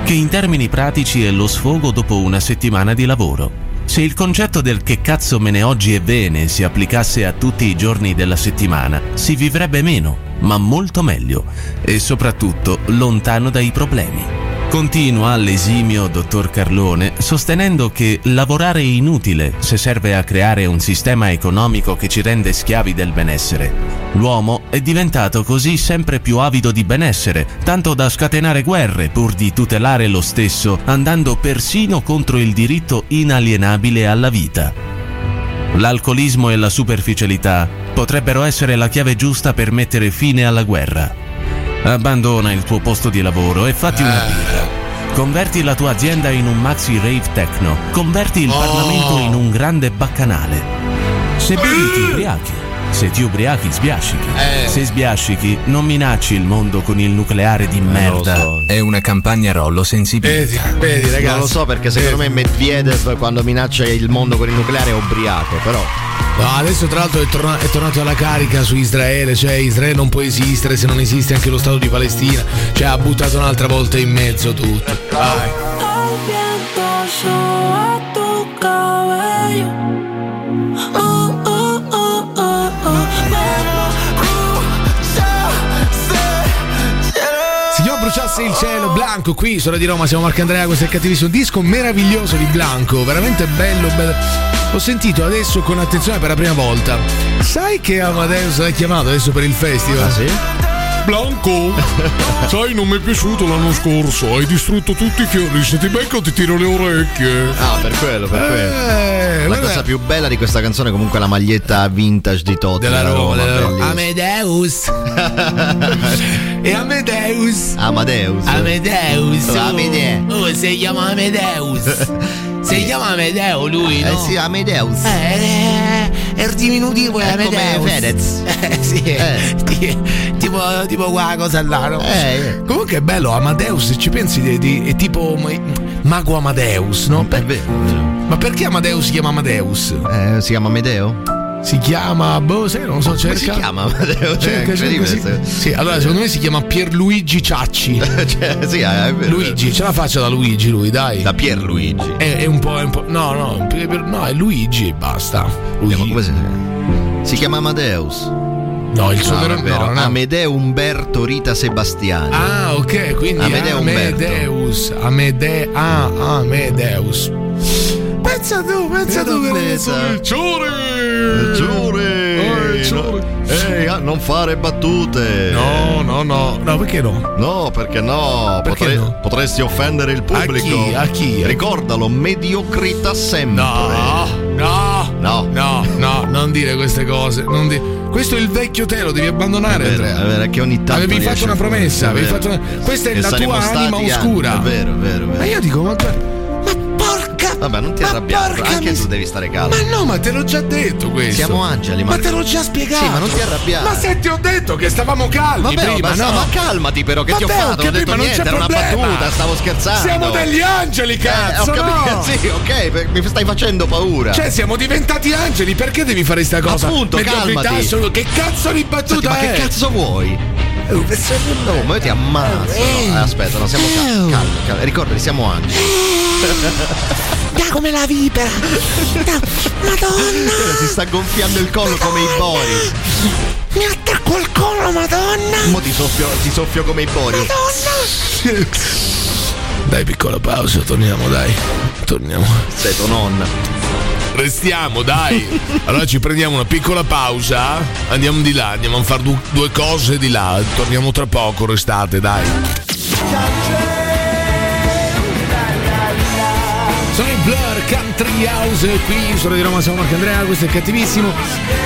Speaker 2: che in termini pratici è lo sfogo dopo una settimana di lavoro. Se il concetto del che cazzo me ne oggi e bene si applicasse a tutti i giorni della settimana, si vivrebbe meno, ma molto meglio e soprattutto lontano dai problemi. Continua l'esimio dottor Carlone sostenendo che lavorare è inutile se serve a creare un sistema economico che ci rende schiavi del benessere. L'uomo è diventato così sempre più avido di benessere, tanto da scatenare guerre pur di tutelare lo stesso, andando persino contro il diritto inalienabile alla vita. L'alcolismo e la superficialità potrebbero essere la chiave giusta per mettere fine alla guerra. Abbandona il tuo posto di lavoro e fatti una birra. Converti la tua azienda in un maxi rave techno. Converti il Parlamento in un grande baccanale. Se bevi ti ubriachi. Se ti ubriachi sbiascichi. Se sbiascichi non minacci il mondo con il nucleare di merda. È una campagna rollo
Speaker 4: Eh
Speaker 2: sensibilità.
Speaker 4: Non lo so perché secondo
Speaker 3: Eh.
Speaker 4: me Medvedev quando minaccia il mondo con il nucleare è ubriaco, però.
Speaker 3: No, adesso tra l'altro è, torna- è tornato alla carica su Israele, cioè Israele non può esistere se non esiste anche lo Stato di Palestina, cioè ha buttato un'altra volta in mezzo tutto. Vai.
Speaker 12: El viento lleva tu cabello. Oh, oh, oh, oh, oh. Pero
Speaker 3: Se io bruciasse il cielo, Blanco, qui, sola di Roma, siamo Marco Andrea, questo è cattivissimo. Un disco meraviglioso di Blanco, veramente bello, bello. L'ho sentito adesso con attenzione per la prima volta. Sai che Amadeus l'ha chiamato adesso per il festival? Ah, sì?
Speaker 4: <laughs>
Speaker 1: Blanco, sai non mi è piaciuto l'anno scorso, hai distrutto tutti i fiori, se ti becco ti tiro le orecchie.
Speaker 4: Ah, per quello,
Speaker 3: Eh,
Speaker 4: per quello. La cosa più bella di questa canzone è comunque la maglietta vintage di Toto.
Speaker 3: Della Roma, della Roma.
Speaker 4: bellissima. <laughs>
Speaker 6: Amadeus.
Speaker 3: e Amadeus.
Speaker 4: Amadeus.
Speaker 6: Amadeus. oh.
Speaker 4: Amede-
Speaker 6: Oh, si chiama Amadeus.
Speaker 4: <laughs>
Speaker 6: Si chiama Amedeo lui, no?
Speaker 4: Eh sì, Amadeus.
Speaker 6: Eh, è il diminutivo è
Speaker 4: È come
Speaker 3: <laughs>
Speaker 6: Amadeus.
Speaker 4: Fedez. Eh.
Speaker 6: Eh sì, ti- tipo, tipo quella cosa là, no?
Speaker 3: Eh, Comunque è bello, Amadeus, se ci pensi, di- di- è tipo ma- Mago Amadeus, no? Ma perché Amadeus si chiama Amadeus?
Speaker 4: Eh, si chiama Amedeo?
Speaker 3: Si chiama, boh, sai, non lo so,
Speaker 4: Come
Speaker 3: cerca.
Speaker 4: si chiama Amedeo? Cioè,
Speaker 3: Cerca, cerca,
Speaker 4: incredibile
Speaker 3: sì.
Speaker 4: questa-
Speaker 3: Eh, Sì, allora secondo me si chiama Pierluigi Ciacci. <laughs> Cioè,
Speaker 4: sì,
Speaker 3: eh,
Speaker 4: è vero.
Speaker 3: Luigi, ce la faccia da Luigi lui, dai. Da
Speaker 4: Pierluigi.
Speaker 3: È, è un po', è un po'- No, no, Pier- Pier- no, è Luigi e basta. Luigi.
Speaker 4: si, chiama Amadeus.
Speaker 3: No, il suo
Speaker 4: No,
Speaker 3: vero
Speaker 4: non è vero.
Speaker 3: no, no.
Speaker 4: Amedeo Umberto Rita Sebastiani.
Speaker 3: Ah, ok, quindi
Speaker 4: Amedeo Umberto.
Speaker 3: Amadeus. Amede- ah, Amadeus. Pensa tu, pensa tu che ne so. Oh,
Speaker 1: Ciore!
Speaker 4: Ciore! Ehi, ah, non fare battute.
Speaker 3: No, no, no. No, perché no?
Speaker 4: No, perché no?
Speaker 3: Perché
Speaker 4: Potre-
Speaker 3: no?
Speaker 4: Potresti offendere il
Speaker 3: A chi?
Speaker 4: pubblico.
Speaker 3: A chi?
Speaker 4: Ricordalo, mediocrita sempre.
Speaker 3: No, Ah, no,
Speaker 4: no,
Speaker 3: no, no, non dire queste cose. non di- Questo è il vecchio te, lo devi abbandonare,
Speaker 4: È vero,
Speaker 3: Andrea.
Speaker 4: è vero, è che ogni tanto
Speaker 3: Avevi
Speaker 4: riesce
Speaker 3: fatto una
Speaker 4: fuori,
Speaker 3: promessa.
Speaker 4: è
Speaker 3: Avevi
Speaker 4: vero.
Speaker 3: fatto una- Questa è
Speaker 4: E
Speaker 3: la
Speaker 4: saremo
Speaker 3: tua anima
Speaker 4: stati anni,
Speaker 3: oscura.
Speaker 4: È vero, è vero, è vero.
Speaker 3: Ma io dico, ma guarda,
Speaker 4: Vabbè, non ti arrabbiare, anche tu devi stare calmo.
Speaker 3: Ma no, ma te l'ho già detto questo.
Speaker 4: Siamo angeli,
Speaker 3: ma
Speaker 4: Marco.
Speaker 3: te l'ho già spiegato.
Speaker 4: Sì, ma non ti arrabbiare.
Speaker 3: Ma se ti ho detto che stavamo calmi
Speaker 4: Vabbè,
Speaker 3: prima,
Speaker 4: ma,
Speaker 3: no?
Speaker 4: ma calmati però, che ti ho
Speaker 3: Matteo,
Speaker 4: fatto?
Speaker 3: che
Speaker 4: ho detto
Speaker 3: prima non
Speaker 4: niente,
Speaker 3: c'è
Speaker 4: era una
Speaker 3: problema.
Speaker 4: battuta, stavo scherzando.
Speaker 3: Siamo degli angeli,
Speaker 4: Eh,
Speaker 3: cazzo,
Speaker 4: ho capito,
Speaker 3: no?
Speaker 4: <laughs> sì, ok, per- mi stai facendo paura.
Speaker 3: Cioè, siamo diventati angeli, perché devi fare sta cosa?
Speaker 4: Appunto,
Speaker 3: Mediocrità
Speaker 4: calmati.
Speaker 3: assoluta. Che cazzo di
Speaker 4: Senti,
Speaker 3: battuta
Speaker 4: ma
Speaker 3: è? Eh,
Speaker 4: che cazzo vuoi? No, ma io ti ammazzo. No, aspetta, no, siamo calmi, calmi, calmi. Ricordati, siamo angeli.
Speaker 3: <laughs>
Speaker 6: Da come la vipera. Da- Madonna,
Speaker 4: Si sta gonfiando il collo come i bori.
Speaker 6: mi attacco al collo, madonna.
Speaker 4: Mo ti soffio, ti soffio come i bori.
Speaker 3: Dai, piccola pausa, torniamo, dai. Torniamo.
Speaker 4: Sei tua nonna.
Speaker 3: Restiamo, <laughs> dai. Allora ci prendiamo una piccola pausa. Andiamo di là, andiamo a fare due cose di là. Torniamo tra poco, restate, dai. Sono i Blur Country House qui, sono di Roma, sono Marco Andrea, questo è cattivissimo.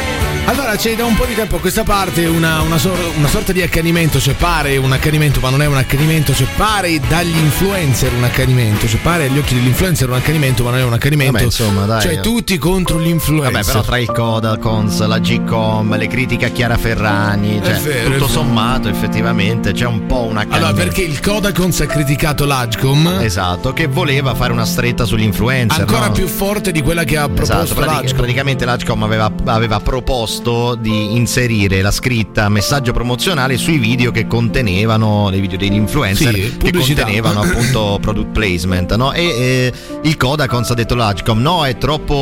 Speaker 3: Allora c'è da un po' di tempo a questa parte una, una sor- una sorta di accanimento, cioè pare un accanimento ma non è un accanimento, cioè pare dagli influencer un accanimento, cioè pare agli occhi degli influencer un accanimento ma non è un accanimento.
Speaker 4: Vabbè, insomma, dai. eh.
Speaker 3: Cioè tutti contro gli influencer.
Speaker 4: Vabbè, però tra il Codacons, la G-Com, le critiche a Chiara Ferragni,
Speaker 3: È
Speaker 4: cioè,
Speaker 3: vero, è
Speaker 4: tutto
Speaker 3: vero.
Speaker 4: sommato effettivamente c'è un po' una
Speaker 3: Allora perché il Codacons ha criticato l'Agcom?
Speaker 4: Esatto, che voleva fare una stretta sugli influencer.
Speaker 3: Ancora
Speaker 4: no?
Speaker 3: più forte di quella che ha
Speaker 4: Esatto,
Speaker 3: proposto
Speaker 4: pratica-
Speaker 3: l'Agcom.
Speaker 4: praticamente l'Agcom aveva, aveva proposto di inserire la scritta messaggio promozionale sui video che contenevano, dei video degli influencer,
Speaker 3: Sì,
Speaker 4: che
Speaker 3: pubblicità. <coughs>
Speaker 4: contenevano appunto product placement. no? E eh, il Codacons ha detto l'Agcom, no è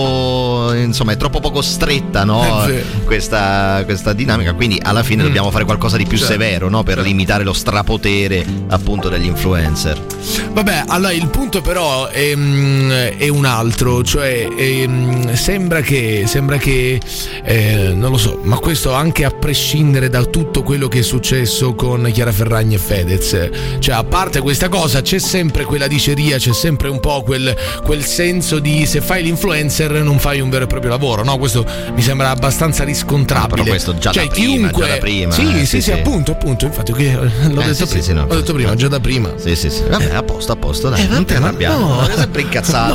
Speaker 4: troppo, insomma è troppo poco stretta no?
Speaker 3: Eh, vero.
Speaker 4: questa, questa dinamica, quindi alla fine
Speaker 3: Mm.
Speaker 4: dobbiamo fare qualcosa di più
Speaker 3: Certo.
Speaker 4: severo no? per limitare lo strapotere appunto degli influencer.
Speaker 3: Vabbè, allora il punto però è, mm, è un altro, cioè ehm, sembra che, sembra che eh, non lo so, ma questo anche a prescindere da tutto quello che è successo con Chiara Ferragni e Fedez, cioè a parte questa cosa c'è sempre quella diceria, c'è sempre un po' quel, quel senso di se fai l'influencer non fai un vero e proprio lavoro, no? Questo mi sembra abbastanza riscontrabile.
Speaker 4: però questo già da
Speaker 3: cioè,
Speaker 4: prima,
Speaker 3: chiunque...
Speaker 4: già da prima,
Speaker 3: Sì,
Speaker 4: eh,
Speaker 3: sì,
Speaker 4: sì,
Speaker 3: sì,
Speaker 4: sì.
Speaker 3: appunto, appunto, infatti che- l'ho
Speaker 4: Eh,
Speaker 3: detto
Speaker 4: sì, sì,
Speaker 3: prima,
Speaker 4: sì, no,
Speaker 3: l'ho detto prima, già da prima.
Speaker 4: Sì, sì, sì. Vabbè, a posto, a posto, dai.
Speaker 3: Eh,
Speaker 4: non ti
Speaker 3: vabbè, ma
Speaker 4: arrabbiare.
Speaker 3: no.
Speaker 4: Non è sempre incazzato,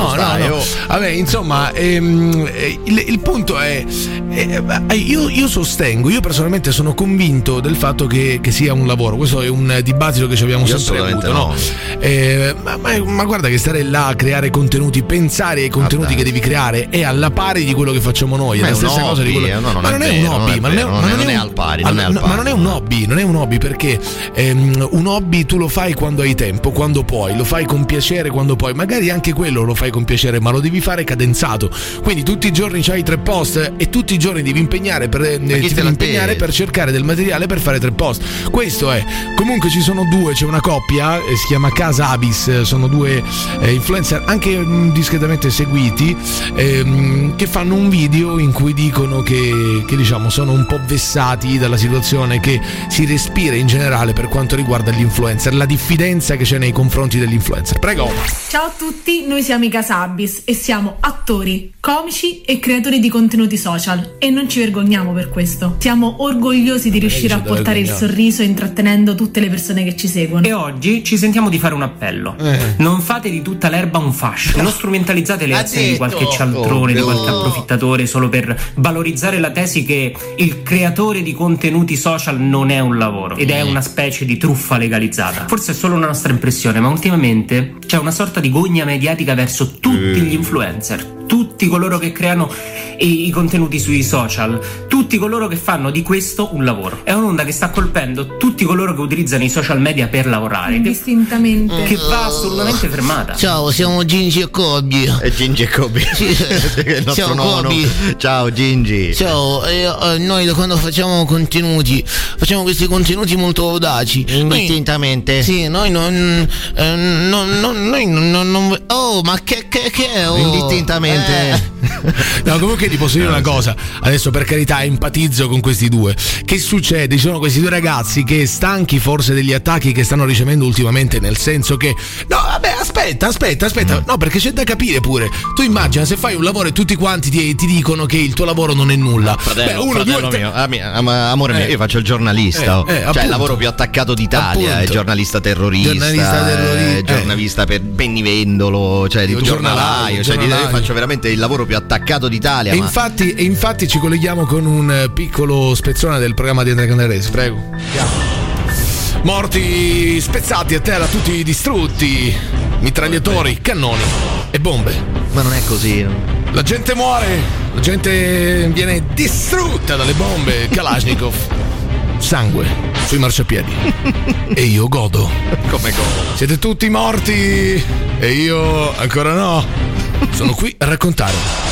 Speaker 3: <laughs> No,
Speaker 4: stai,
Speaker 3: no, no.
Speaker 4: oh.
Speaker 3: Vabbè, insomma, ehm, eh, il, il punto è. eh, eh, io, io sostengo, io personalmente sono convinto del fatto che, che sia un lavoro. Questo è un eh, dibattito che ci abbiamo
Speaker 4: Io
Speaker 3: sempre
Speaker 4: assolutamente
Speaker 3: avuto, no? Eh, ma, ma- ma guarda che stare là a creare contenuti, pensare ai contenuti che devi creare è alla pari di quello che facciamo noi.
Speaker 4: Ma
Speaker 3: è
Speaker 4: è
Speaker 3: la
Speaker 4: un
Speaker 3: stessa cosa di
Speaker 4: hobby,
Speaker 3: quello.
Speaker 4: eh, no, non
Speaker 3: ma
Speaker 4: è
Speaker 3: non è
Speaker 4: vero,
Speaker 3: un
Speaker 4: non è
Speaker 3: hobby, ma non è-
Speaker 4: vero,
Speaker 3: ma
Speaker 4: non è-
Speaker 3: non
Speaker 4: non
Speaker 3: è
Speaker 4: è
Speaker 3: un-
Speaker 4: al pari, non è al
Speaker 3: Allora, Ma
Speaker 4: pari.
Speaker 3: non è un hobby, non è un hobby perché ehm, un hobby tu lo fai quando hai tempo, quando puoi, lo fai con piacere quando puoi, magari anche quello lo fai con piacere, ma lo devi fare cadenzato. Quindi tutti i giorni c'hai tre post e tutti i giorni devi impegnare per, eh,
Speaker 4: chi
Speaker 3: ti
Speaker 4: te
Speaker 3: devi
Speaker 4: la
Speaker 3: impegnare
Speaker 4: tende?
Speaker 3: per cercare del materiale per fare tre post. Questo è. Comunque ci sono due, c'è una coppia, eh, si chiama Casa Abyss, eh, sono due eh, influencer anche mm, discretamente seguiti ehm, che fanno un video in cui dicono che, che, diciamo sono un po' vessati dalla situazione che si respira in generale per quanto riguarda gli influencer, la diffidenza che c'è nei confronti degli influencer. Prego.
Speaker 5: Ciao a tutti, noi siamo i Casabis e siamo attori, comici e creatori di contenuti social e non ci vergogniamo per questo. Siamo orgogliosi di riuscire a
Speaker 22: Eh, deve
Speaker 5: portare il
Speaker 22: vergognare.
Speaker 5: sorriso intrattenendo tutte le persone che ci seguono.
Speaker 22: E oggi ci sentiamo di fare un appello. Non fate di tutta l'erba un fascio. Non strumentalizzate le
Speaker 5: Ha
Speaker 22: azioni di
Speaker 5: detto.
Speaker 22: qualche cialtrone, di qualche
Speaker 5: Oh.
Speaker 22: approfittatore solo per valorizzare la tesi che il creatore di contenuti social non è un lavoro ed è una specie di truffa legalizzata. Forse è solo una nostra impressione, ma ultimamente c'è una sorta di gogna mediatica verso tutti gli influencer. Tutti coloro che creano i, i contenuti sui social, tutti coloro che fanno di questo un lavoro. È un'onda che sta colpendo tutti coloro che utilizzano i social media per lavorare. Che
Speaker 5: Indistintamente.
Speaker 22: che va assolutamente fermata.
Speaker 6: Ciao, siamo Gingi e Cobbi.
Speaker 4: E Gingi e Kobe.
Speaker 6: <laughs>
Speaker 4: <laughs> Il nostro
Speaker 6: Ciao,
Speaker 4: nono.
Speaker 6: Kobe.
Speaker 4: Ciao Gingi.
Speaker 6: Ciao, eh, eh, noi da quando facciamo contenuti, facciamo questi contenuti molto audaci.
Speaker 4: Indistintamente.
Speaker 6: Sì, noi non. eh, non- non- noi non- non- non- oh, ma che, che, che è? Oh,
Speaker 4: Indistintamente.
Speaker 6: eh.
Speaker 3: <laughs> No, comunque ti posso dire una cosa. Adesso, per carità, empatizzo con questi due. Che succede? Ci sono questi due ragazzi che stanchi forse degli attacchi che stanno ricevendo ultimamente, nel senso che. No, vabbè, aspetta, aspetta, aspetta. No, perché c'è da capire pure. Tu immagina se fai un lavoro e tutti quanti ti, ti dicono che il tuo lavoro non è nulla.
Speaker 4: Fratello,
Speaker 3: Beh, uno,
Speaker 4: fratello
Speaker 3: due, tre-
Speaker 4: mio, ami- am- amore mio,
Speaker 3: Eh.
Speaker 4: io faccio il giornalista,
Speaker 3: Eh,
Speaker 4: oh.
Speaker 3: eh,
Speaker 4: cioè
Speaker 3: appunto.
Speaker 4: il lavoro più attaccato d'Italia,
Speaker 3: Appunto.
Speaker 4: eh, giornalista terrorista,
Speaker 3: Giornalista terrorista,
Speaker 4: eh, giornalista per Bennivendolo, cioè di
Speaker 3: Io
Speaker 4: giornalaio,
Speaker 3: giornalaio,
Speaker 4: cioè di- io
Speaker 3: giornalaio.
Speaker 4: faccio veramente il lavoro più attaccato d'Italia.
Speaker 3: E
Speaker 4: ma-
Speaker 3: infatti, e infatti ci colleghiamo con un eh, piccolo spezzone del programma di Andrea Candaresi, prego. Morti spezzati a terra, tutti distrutti, mitragliatori, cannoni e bombe.
Speaker 4: Ma non è così.
Speaker 3: La gente muore, la gente viene distrutta dalle bombe, Kalashnikov. Sangue sui marciapiedi.
Speaker 13: <laughs>
Speaker 3: e io godo.
Speaker 4: <laughs> Come godo?
Speaker 3: Siete tutti morti e io ancora no. Sono qui a raccontare.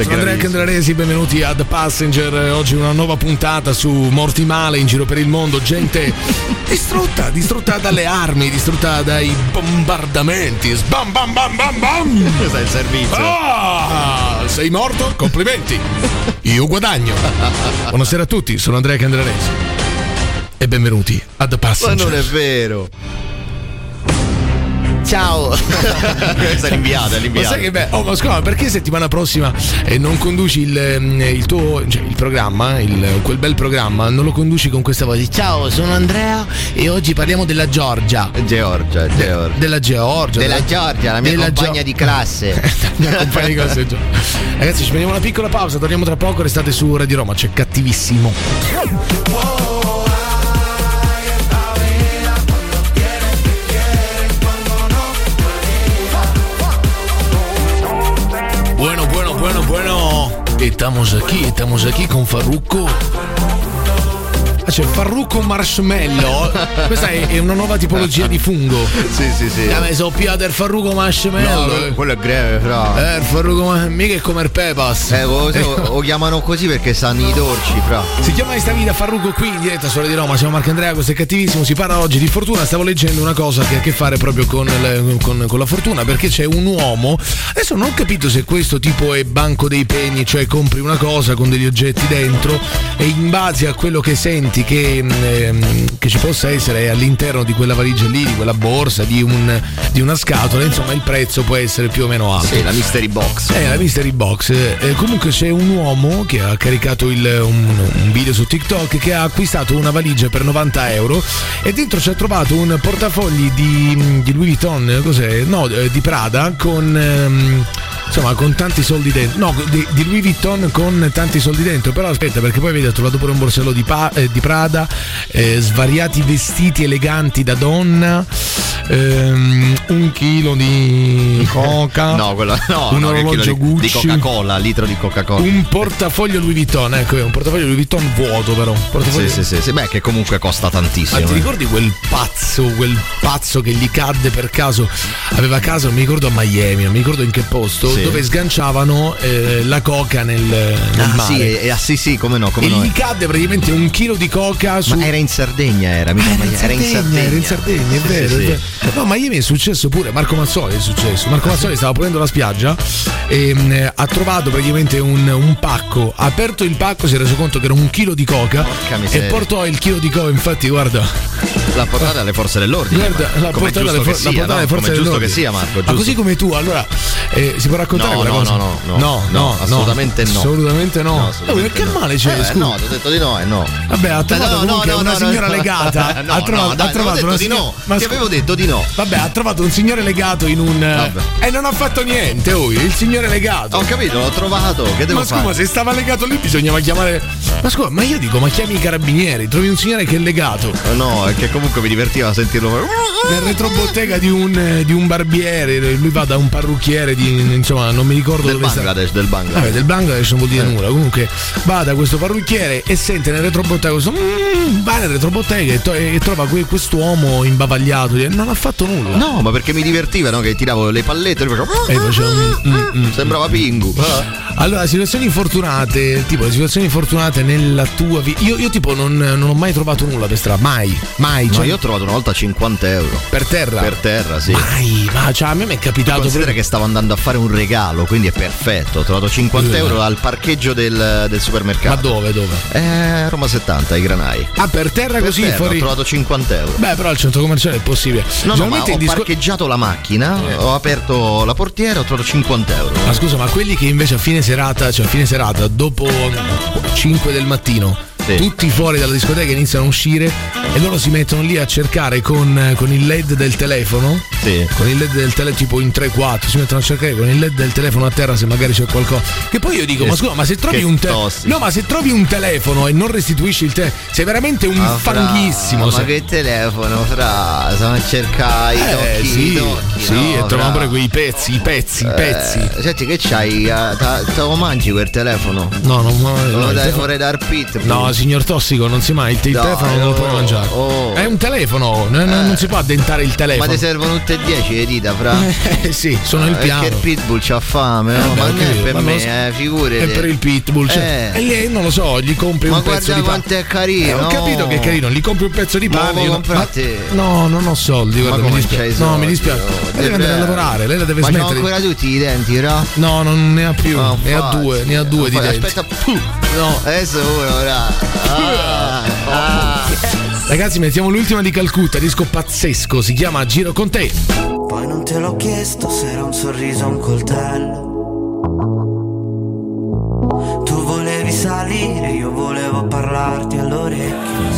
Speaker 3: Sono Andrea Candelaresi, benvenuti a The Passenger. Oggi una nuova puntata su morti male in giro per il mondo.
Speaker 4: <laughs>
Speaker 3: Gente distrutta, distrutta dalle armi, distrutta dai bombardamenti. Sbam bam bam bam bam!
Speaker 4: Questo è il servizio.
Speaker 3: Ah, sei morto? Complimenti! Io guadagno. Buonasera a tutti, sono Andrea Candelaresi. E benvenuti a The
Speaker 4: Ma
Speaker 3: Passenger.
Speaker 4: non è vero.
Speaker 3: <laughs> Ciao.
Speaker 4: Questa è l'inviata,
Speaker 3: Ma
Speaker 4: è l'inviata.
Speaker 3: sai che bello? Oh, ma scusa, perché settimana prossima eh, non conduci il, ehm, il tuo cioè, il programma, il- quel bel programma, non lo conduci con questa voce? Ciao, sono
Speaker 4: <laughs>
Speaker 3: Andrea e oggi parliamo della Georgia.
Speaker 4: Georgia, Georgia.
Speaker 3: Della Eh, Georgia.
Speaker 4: Della Georgia, la mia compagna di classe.
Speaker 3: mia compagna di classe. Gio- Ragazzi, ci prendiamo una piccola pausa, torniamo tra poco, restate su Radio Roma, c'è cattivissimo. Bueno, bueno, bueno, bueno. Estamos aquí, estamos aquí con Farrucco. Ah, c'è Farrucco Marshmallow. Questa è, è una nuova
Speaker 4: <laughs>
Speaker 3: tipologia di Ah, fungo.
Speaker 4: Eh. Sì, sì, sì.
Speaker 3: Dame soppiata il Farrucco Marshmallow.
Speaker 4: No, quello è greve, fra.
Speaker 3: Eh, il Farrucco Marshmallow. Mica è come il Pepas.
Speaker 4: Eh, lo, lo- lo chiamano così perché sanno i dolci, fra.
Speaker 3: Si chiama Esta Vita Farruco qui in diretta sulla di Roma, siamo Marco Andrea, questo è cattivissimo, si parla oggi di fortuna, stavo leggendo una cosa che ha a che fare proprio con, le- con- con la fortuna, perché c'è un uomo, adesso non ho capito se questo tipo è banco dei pegni, cioè compri una cosa con degli oggetti dentro e in base a quello che senti che, mm, ehm, che ci possa essere all'interno di quella valigia lì, di quella borsa, di, un- di una scatola, insomma il prezzo può essere più o meno alto.
Speaker 4: Sì, la mystery box.
Speaker 3: Eh, la mystery box. Eh, comunque c'è un uomo che ha caricato il- un, un video su TikTok che ha acquistato una valigia per 90 euro e dentro ci ha trovato un portafogli di, di Louis Vuitton, cos'è? No, eh, di Prada con... ehm, Insomma, con tanti soldi dentro. No, di, di Louis Vuitton con tanti soldi dentro. Però aspetta, perché poi vedi, ha trovato pure un borsello di, Pa- eh, di Prada, eh, svariati vestiti eleganti da donna, ehm, un chilo di coca.
Speaker 4: No, quello no,
Speaker 3: Ah. un
Speaker 4: no, che
Speaker 3: orologio
Speaker 4: chilo di, di
Speaker 3: Gucci.
Speaker 4: Coca-Cola, litro di Coca-Cola.
Speaker 3: Un portafoglio Louis Vuitton, ecco, è un portafoglio Louis Vuitton vuoto però. Un portafoglio-
Speaker 4: Sì, sì, sì, sì, beh, che comunque costa tantissimo.
Speaker 3: Ma ti
Speaker 4: eh.
Speaker 3: ricordi quel pazzo, quel pazzo che gli cadde per caso? Aveva casa, non mi ricordo a Miami, non mi ricordo in che posto,
Speaker 4: Sì.
Speaker 3: dove sganciavano eh, la coca nel, nel
Speaker 4: Ah,
Speaker 3: mare.
Speaker 4: sì, eh, ah, sì, sì, come no, come
Speaker 3: e
Speaker 4: no. eh.
Speaker 3: gli cadde praticamente un chilo di coca su...
Speaker 4: Ma era in Sardegna, era, mica
Speaker 3: Ah,
Speaker 4: in Miami, era in Sardegna.
Speaker 3: era in Sardegna, è
Speaker 4: Sì,
Speaker 3: vero,
Speaker 4: sì,
Speaker 3: è vero. No, ma ieri è successo pure, Marco Mazzoli è successo. Marco
Speaker 4: Ah,
Speaker 3: Mazzoli stava pulendo la spiaggia e mh, ha trovato praticamente un, un pacco, ha aperto il pacco, si è reso conto che era un chilo di coca e
Speaker 4: miseria.
Speaker 3: portò il chilo di coca, infatti guarda...
Speaker 4: L'ha portata alle forze dell'ordine.
Speaker 3: Guarda, la
Speaker 4: Marco. Com'è
Speaker 3: portata
Speaker 4: giusto
Speaker 3: alle for-
Speaker 4: che
Speaker 3: la
Speaker 4: sia,
Speaker 3: portata
Speaker 4: no?
Speaker 3: alle forze
Speaker 4: Com'è giusto
Speaker 3: dell'ordine.
Speaker 4: che sia,
Speaker 3: Ma
Speaker 4: Marco. Giusto.
Speaker 3: così come tu, allora eh, si può raccontare
Speaker 4: No,
Speaker 3: quella
Speaker 4: no,
Speaker 3: cosa?
Speaker 4: no, no, no, no, assolutamente no.
Speaker 3: Assolutamente no.
Speaker 4: No, assolutamente
Speaker 3: Eh, che
Speaker 4: no.
Speaker 3: male c'è?
Speaker 4: Eh,
Speaker 3: scusa.
Speaker 4: no, ti ho detto di no, eh, no.
Speaker 3: Vabbè, ha trovato
Speaker 4: no, no,
Speaker 3: comunque
Speaker 4: no,
Speaker 3: una
Speaker 4: no,
Speaker 3: signora
Speaker 4: <laughs> no.
Speaker 3: legata.
Speaker 4: No,
Speaker 3: ha
Speaker 4: no,
Speaker 3: trovato,
Speaker 4: dai,
Speaker 3: ha trovato
Speaker 4: ti ho
Speaker 3: una
Speaker 4: detto di
Speaker 3: signora-
Speaker 4: no,
Speaker 3: ma
Speaker 4: ti
Speaker 3: scu-
Speaker 4: avevo detto di no.
Speaker 3: Vabbè, ha trovato un signore legato in un. eh, E non ha fatto niente, oh, il signore legato.
Speaker 4: Ho capito, l'ho trovato, che devo
Speaker 3: ma scusa,
Speaker 4: fare?
Speaker 3: se stava legato lì bisognava chiamare. Ma scusa, ma io dico, ma chiami i carabinieri, trovi un signore che è legato.
Speaker 4: No, è che comunque mi divertiva sentirlo fare.
Speaker 3: Nel retrobottega di un, eh, di un barbiere, lui va da un parrucchiere di. insomma, non mi ricordo
Speaker 4: Del Eh.
Speaker 3: dove sta-
Speaker 4: Bangladesh, del Bangladesh.
Speaker 3: Vabbè, del Bangladesh non vuol dire nulla. Comunque va da questo parrucchiere e sente nel retrobottega questo. "Mm", va nel retrobottega e, to- e trova que- quest'uomo imbavagliato. dice, Non ha fatto nulla.
Speaker 4: No, ma perché mi divertiva, no? Che tiravo le pallette e lui faceva.
Speaker 3: E faceva un-
Speaker 4: Sembrava Pingu. Ah.
Speaker 3: Eh. Allora, situazioni fortunate, tipo le situazioni fortunate nella tua vita. Io, io tipo non, non ho mai trovato nulla per strada, mai, mai.
Speaker 4: No,
Speaker 3: cioè,
Speaker 4: io ho trovato una volta 50 euro.
Speaker 3: Per terra?
Speaker 4: Per terra, sì.
Speaker 3: Mai, ma cioè, a me mi è capitato.
Speaker 4: Considera che stavo andando a fare un regalo, quindi è perfetto. Ho trovato 50 euro al parcheggio del, del supermercato. Ma
Speaker 3: dove? Dove?
Speaker 4: Eh, Roma 70, ai granai.
Speaker 3: Ah, per terra
Speaker 4: Per
Speaker 3: così
Speaker 4: terra,
Speaker 3: fuori.
Speaker 4: Ho trovato 50 euro.
Speaker 3: Beh, però al centro commerciale è possibile.
Speaker 4: No, no, ma
Speaker 3: Generalmente Eh.
Speaker 4: ho
Speaker 3: in disco-
Speaker 4: parcheggiato la macchina, ho aperto la portiera, ho trovato 50 euro.
Speaker 3: Ma scusa, ma quelli che invece a fine serata, cioè a fine serata, dopo 5 del mattino, tutti fuori dalla discoteca iniziano a uscire e loro si mettono lì a cercare con, eh, con il LED del telefono.
Speaker 4: Sì.
Speaker 3: Con il LED del telefono tipo in 3-4, si mettono a cercare con il LED del telefono a terra se magari c'è qualcosa. Che poi io dico,
Speaker 4: Che-
Speaker 3: ma scusa, ma se trovi
Speaker 4: che
Speaker 3: un telefono.
Speaker 4: tossico.
Speaker 3: No, ma se trovi un telefono e non restituisci il telefono, sei veramente un
Speaker 4: Ah, fra,
Speaker 3: fanghissimo.
Speaker 4: Ma
Speaker 3: sai.
Speaker 4: che telefono, fra, sono a cercare i
Speaker 3: Eh,
Speaker 4: tocchi,
Speaker 3: sì,
Speaker 4: i tocchi,
Speaker 3: sì,
Speaker 4: no,
Speaker 3: e trovano
Speaker 4: fra.
Speaker 3: pure quei pezzi, i pezzi, i
Speaker 4: Eh,
Speaker 3: pezzi.
Speaker 4: senti che c'hai, eh, ta- te lo mangi quel telefono?
Speaker 3: No, non no,
Speaker 4: Lo
Speaker 3: no, il
Speaker 4: dai-
Speaker 3: telefono-
Speaker 4: vorrei dar pit.
Speaker 3: No, signor Tossico, non si mai. Il, il
Speaker 4: Dai,
Speaker 3: telefono non lo puoi
Speaker 4: oh,
Speaker 3: mangiare.
Speaker 4: oh. Eh.
Speaker 3: È un telefono, n- n- non si può addentare il telefono.
Speaker 4: Ma ti servono tutte e dieci le dita, fra?
Speaker 3: Eh, sì, sono il
Speaker 4: perché
Speaker 3: piano.
Speaker 4: il pitbull c'ha fame,
Speaker 3: Eh,
Speaker 4: no? ma
Speaker 3: beh,
Speaker 4: non è
Speaker 3: ok,
Speaker 4: per
Speaker 3: ma non lo so.
Speaker 4: me, eh, figurati.
Speaker 3: È per il pitbull. cioè.
Speaker 4: Eh.
Speaker 3: E lei non lo so, gli compri
Speaker 4: Ma
Speaker 3: un pezzo
Speaker 4: guarda
Speaker 3: di
Speaker 4: quanto
Speaker 3: pane.
Speaker 4: è carino.
Speaker 3: Eh, ho capito che è carino, gli compri un pezzo di
Speaker 4: Ma
Speaker 3: pane.
Speaker 4: lo
Speaker 3: io-
Speaker 4: compra a te.
Speaker 3: No, non ho soldi, guarda, mi
Speaker 4: come
Speaker 3: dispiace.
Speaker 4: c'hai
Speaker 3: No,
Speaker 4: soldi,
Speaker 3: mi dispiace.
Speaker 4: oh,
Speaker 3: Lei
Speaker 4: ti
Speaker 3: deve andare a
Speaker 4: prego.
Speaker 3: lavorare, lei la deve
Speaker 4: Ma c'ho
Speaker 3: smettere.
Speaker 4: ancora tutti i denti, no?
Speaker 3: No, non ne ha più.
Speaker 4: Ah,
Speaker 3: ne ha
Speaker 4: infatti.
Speaker 3: due, ne ha due di
Speaker 4: Aspetta,
Speaker 3: denti.
Speaker 4: Aspetta, no. adesso uno, ora. Ah, ah.
Speaker 3: Ragazzi, mettiamo l'ultima di Calcutta, disco pazzesco, si chiama Giro con te.
Speaker 12: Poi non te l'ho chiesto se era un sorriso o un coltello. Tu volevi salire, io volevo parlarti all'orecchio.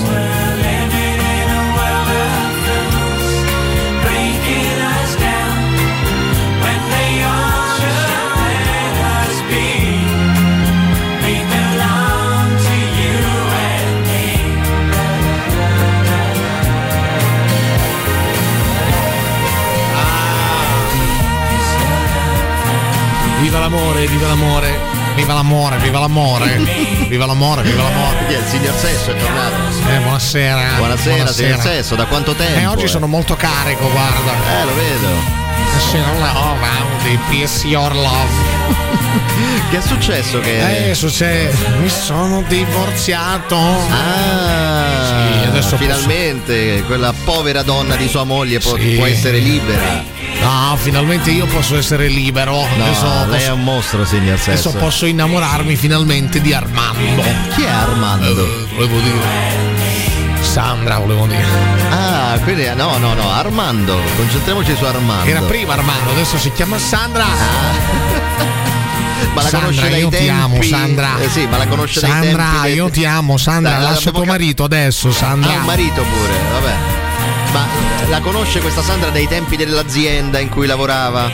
Speaker 6: Viva l'amore, viva l'amore, viva l'amore, viva l'amore, viva l'amore, viva l'amore.
Speaker 4: Chi è il signor Sesso è tornato?
Speaker 6: Eh, buonasera.
Speaker 4: Buonasera, signor Sesso, da quanto tempo?
Speaker 6: Eh, oggi sono molto carico, guarda.
Speaker 4: Eh, lo vedo.
Speaker 6: Buonasera, oh, wow, the peace your love.
Speaker 4: <laughs> Che è successo che...
Speaker 6: Eh, succede, mi sono divorziato.
Speaker 4: Ah,
Speaker 6: Sì, adesso
Speaker 4: finalmente quella povera donna di sua moglie può, può essere libera.
Speaker 6: No, finalmente io posso essere libero.
Speaker 4: No,
Speaker 6: adesso
Speaker 4: lei
Speaker 6: posso-
Speaker 4: è un mostro, signor Sesso.
Speaker 6: Adesso posso innamorarmi finalmente di Armando.
Speaker 4: Chi è Armando?
Speaker 6: Eh, volevo dire. Sandra, volevo dire.
Speaker 4: Ah, quindi no, no, no, Armando, concentriamoci su Armando.
Speaker 6: Era prima Armando, adesso si chiama Sandra.
Speaker 4: Ah. <laughs> Ma la
Speaker 6: Sandra,
Speaker 4: conosce dai
Speaker 6: io ti
Speaker 4: tempi?
Speaker 6: amo, Sandra.
Speaker 4: Eh sì, ma la conosce dai tempi
Speaker 6: Sandra,
Speaker 4: dei-
Speaker 6: io ti amo, Sandra.
Speaker 4: Dai,
Speaker 6: lascia
Speaker 4: l'abbiamo
Speaker 6: tuo marito adesso, Sandra.
Speaker 4: Ah, il marito pure, vabbè. Ma eh, la conosce questa Sandra dai tempi dell'azienda in cui lavorava?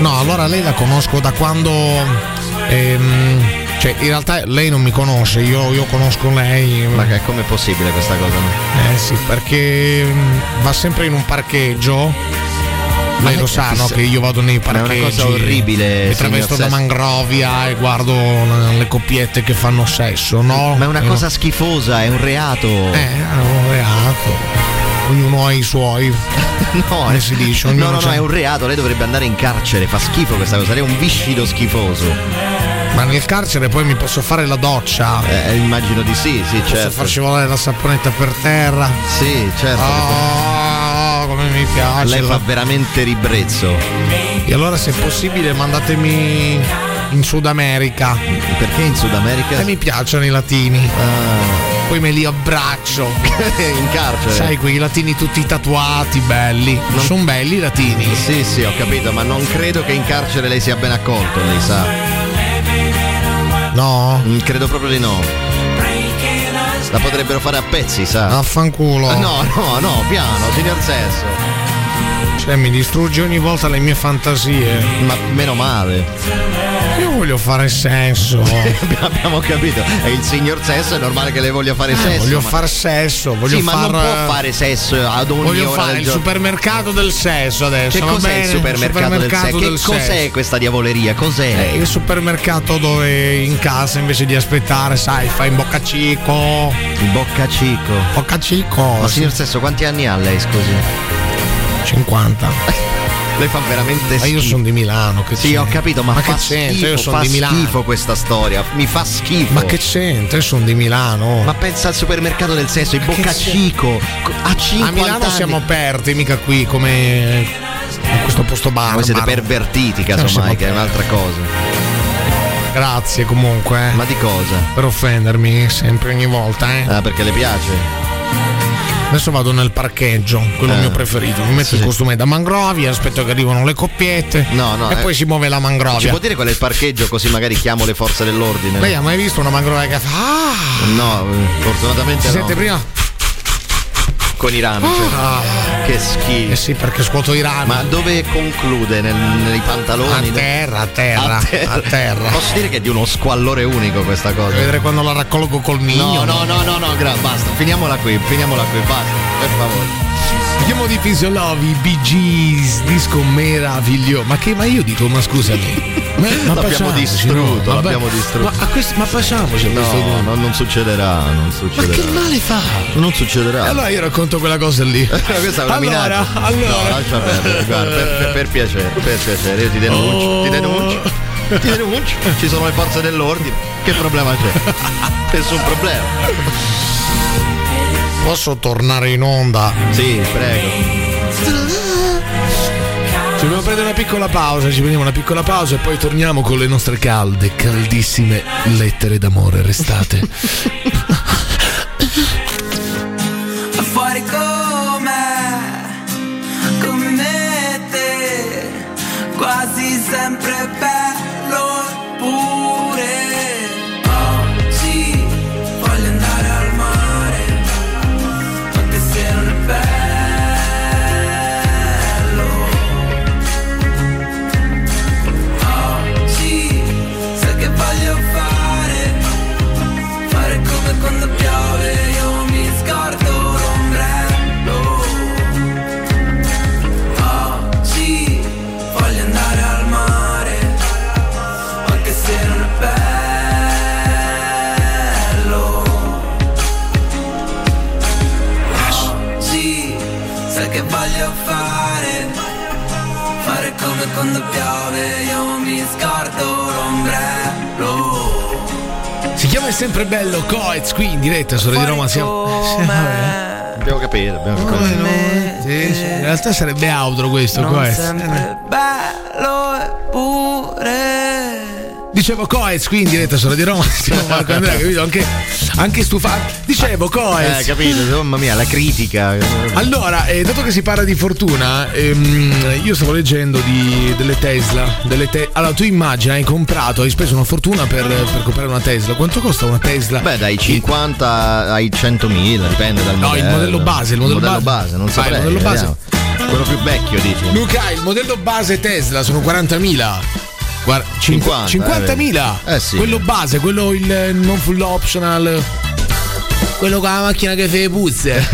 Speaker 6: No, allora lei la conosco da quando. ehm, cioè, in realtà lei non mi conosce, io, io conosco lei.
Speaker 4: Ma che- com'è possibile questa cosa?
Speaker 6: Eh sì, perché mm, va sempre in un parcheggio.
Speaker 4: Ma
Speaker 6: Lei
Speaker 4: che-
Speaker 6: lo sa, no?
Speaker 4: chissà.
Speaker 6: Che io vado nei
Speaker 4: Ma è una
Speaker 6: parcheggi.
Speaker 4: cosa orribile,
Speaker 6: Mi travesto
Speaker 4: signor
Speaker 6: da
Speaker 4: Sesto.
Speaker 6: mangrovia e guardo le- le coppiette che fanno sesso, no?
Speaker 4: Ma è una
Speaker 6: Io-
Speaker 4: cosa schifosa, è un reato.
Speaker 6: Eh, è un reato. Ognuno ha i suoi.
Speaker 4: <laughs> No, eh.
Speaker 6: Come si dice?
Speaker 4: no,
Speaker 6: Ognuno
Speaker 4: no, no,
Speaker 6: c'ha-
Speaker 4: è un reato, lei dovrebbe andare in carcere, fa schifo questa cosa, lei è un viscido schifoso.
Speaker 6: Ma nel carcere poi mi posso fare la doccia.
Speaker 4: Eh, immagino di sì, sì,
Speaker 6: Posso
Speaker 4: certo.
Speaker 6: far scivolare la saponetta per terra.
Speaker 4: Sì, certo.
Speaker 6: Oh, come mi piace.
Speaker 4: lei
Speaker 6: la-
Speaker 4: fa veramente ribrezzo.
Speaker 6: E allora se è possibile mandatemi in Sud America.
Speaker 4: Perché in Sud America? Ah.
Speaker 6: E mi piacciono i latini. Poi me li abbraccio.
Speaker 4: <laughs> in carcere.
Speaker 6: Sai, quei latini tutti tatuati, belli. Non sono belli i latini.
Speaker 4: Sì, sì, ho capito, Certo, ma non credo che in carcere lei sia ben accolto, lei sa.
Speaker 6: No?
Speaker 4: Credo proprio di no. La potrebbero fare a pezzi, sa?
Speaker 6: Affanculo.
Speaker 4: Ah, No, no, no, piano, signor Sesso.
Speaker 6: Cioè, mi distrugge ogni volta le mie fantasie.
Speaker 4: Ma meno male.
Speaker 6: Io voglio fare sesso.
Speaker 4: <laughs> <laughs> Abbiamo capito, è il signor Sesso, è normale che lei voglia fare
Speaker 6: Eh,
Speaker 4: sesso.
Speaker 6: voglio
Speaker 4: ma-
Speaker 6: far sesso, voglio
Speaker 4: sì, ma non
Speaker 6: far,
Speaker 4: può
Speaker 6: eh,
Speaker 4: fare sesso ad ogni
Speaker 6: Voglio
Speaker 4: ora
Speaker 6: fare
Speaker 4: del
Speaker 6: il
Speaker 4: giorno.
Speaker 6: supermercato del sesso adesso.
Speaker 4: Che
Speaker 6: va
Speaker 4: cos'è
Speaker 6: bene?
Speaker 4: il supermercato, del sesso? Che cos'è questa diavoleria? Cos'è?
Speaker 6: Eh, il supermercato dove in casa invece di aspettare, sai, fai in bocca cico.
Speaker 4: In bocca cico.
Speaker 6: Bocca cico.
Speaker 4: Ma signor Sesso, quanti anni ha lei, scusi?
Speaker 6: 50.
Speaker 4: Lei fa veramente
Speaker 6: Ma io
Speaker 4: schifo.
Speaker 6: sono di Milano, che
Speaker 4: Sì,
Speaker 6: c'è?
Speaker 4: ho capito, ma,
Speaker 6: Ma
Speaker 4: fa
Speaker 6: che c'entra?
Speaker 4: schifo,
Speaker 6: Io sono
Speaker 4: fa
Speaker 6: di Milano.
Speaker 4: schifo questa storia, mi fa schifo.
Speaker 6: Ma che c'entra? Io sono di Milano.
Speaker 4: Ma pensa al supermercato del sesso, in
Speaker 6: che
Speaker 4: Bocca
Speaker 6: c'è?
Speaker 4: Cico, a 50
Speaker 6: A Milano
Speaker 4: anni.
Speaker 6: siamo aperti, mica qui come in questo posto bar.
Speaker 4: Voi siete pervertiti,
Speaker 6: Eh,
Speaker 4: casomai, che è un'altra cosa.
Speaker 6: Grazie comunque. eh.
Speaker 4: Ma di cosa?
Speaker 6: Per offendermi sempre ogni volta, eh.
Speaker 4: Ah, perché le piace?
Speaker 6: Adesso vado nel parcheggio, quello
Speaker 4: Eh.
Speaker 6: mio preferito. Mi metto
Speaker 4: Sì.
Speaker 6: il costume da mangrovia, aspetto che arrivano le coppiette.
Speaker 4: No, no, eh.
Speaker 6: e poi si muove la mangrovia.
Speaker 4: Ci può dire qual è il parcheggio così magari chiamo le forze dell'ordine?
Speaker 6: Lei ha mai visto una mangrovia che fa. Ah!
Speaker 4: No, eh, fortunatamente
Speaker 6: Si
Speaker 4: no.
Speaker 6: sente prima?
Speaker 4: Con i rami. cioè.
Speaker 6: Ah.
Speaker 4: Che schifo.
Speaker 6: Eh sì, perché scuoto i rami.
Speaker 4: Ma dove conclude? Nel- nei pantaloni?
Speaker 6: A terra, a terra, a terra.
Speaker 4: Posso dire che è di uno squallore unico questa cosa?
Speaker 6: Voglio vedere quando la raccolgo col mio.
Speaker 4: No, no, no, no, no, gra- basta, finiamola qui, finiamola qui, basta, per favore.
Speaker 6: Chiamo di Fisiolovi, Bee Gees, disco meraviglioso. Ma che ma io dico, ma
Speaker 4: <laughs>
Speaker 6: scusami. Ma, ma
Speaker 4: l'abbiamo
Speaker 6: facciamoci,
Speaker 4: distrutto,
Speaker 6: no? Vabbè.
Speaker 4: l'abbiamo distrutto.
Speaker 6: Ma, a questo, ma facciamoci a questo
Speaker 4: No,
Speaker 6: punto.
Speaker 4: no, non succederà, non succederà.
Speaker 6: Che male fa?
Speaker 4: Non succederà.
Speaker 6: Allora io racconto quella cosa
Speaker 4: <laughs>
Speaker 6: lì.
Speaker 4: Questa è una
Speaker 6: allora,
Speaker 4: minaccia. No,
Speaker 6: allora.
Speaker 4: lascia perdere, guarda, per, per- per piacere, per piacere, io ti denuncio,
Speaker 3: Oh.
Speaker 4: ti denuncio.
Speaker 6: Oh.
Speaker 4: Ti denuncio. Ci sono le forze dell'ordine. Che problema
Speaker 6: <laughs>
Speaker 4: c'è? Nessun problema.
Speaker 6: Posso tornare in onda?
Speaker 4: Sì, prego.
Speaker 3: Ah.
Speaker 6: Ci dobbiamo prendere una piccola pausa, ci prendiamo una piccola pausa e poi torniamo con le nostre calde, caldissime lettere
Speaker 7: <laughs>
Speaker 6: d'amore. Restate.
Speaker 3: Fuori come, come te
Speaker 7: Ah, Ah, voglio fare Fare come quando piove Io mi scordo l'ombrello
Speaker 3: Si chiama È sempre bello Coez qui in diretta su Radio Roma siamo.
Speaker 4: Abbiamo capito, abbiamo capito.
Speaker 3: Sì, sì, in realtà sarebbe outro questo Eh.
Speaker 7: Non
Speaker 3: Coez.
Speaker 7: sempre bello eppure
Speaker 3: Dicevo Coez qui in diretta su Radio Roma siamo Marco e Andrea, capito? Anche, anche stufato. Dicevo Coez.
Speaker 4: Eh, capito, mamma mia, la critica.
Speaker 3: Allora, eh, dato che si parla di fortuna, ehm, io stavo leggendo di- delle Tesla. delle te- allora, tu immagina, hai comprato, hai speso una fortuna per, per comprare una Tesla. Quanto costa una Tesla?
Speaker 4: Beh, dai 50 ai 100.000, dipende dal
Speaker 3: No, il
Speaker 4: modello.
Speaker 3: modello base, il modello base.
Speaker 4: non
Speaker 3: Vai,
Speaker 4: saprei.
Speaker 3: il modello base.
Speaker 4: vediamo. Quello più vecchio, dici.
Speaker 3: Luca, il modello base Tesla sono 40.000. Guarda, cinqu-
Speaker 4: 50, eh,
Speaker 3: 50.000.
Speaker 4: vedi. Eh, sì.
Speaker 3: Quello base, quello il eh, non full optional. Quello con la macchina che fa le puzze. <laughs>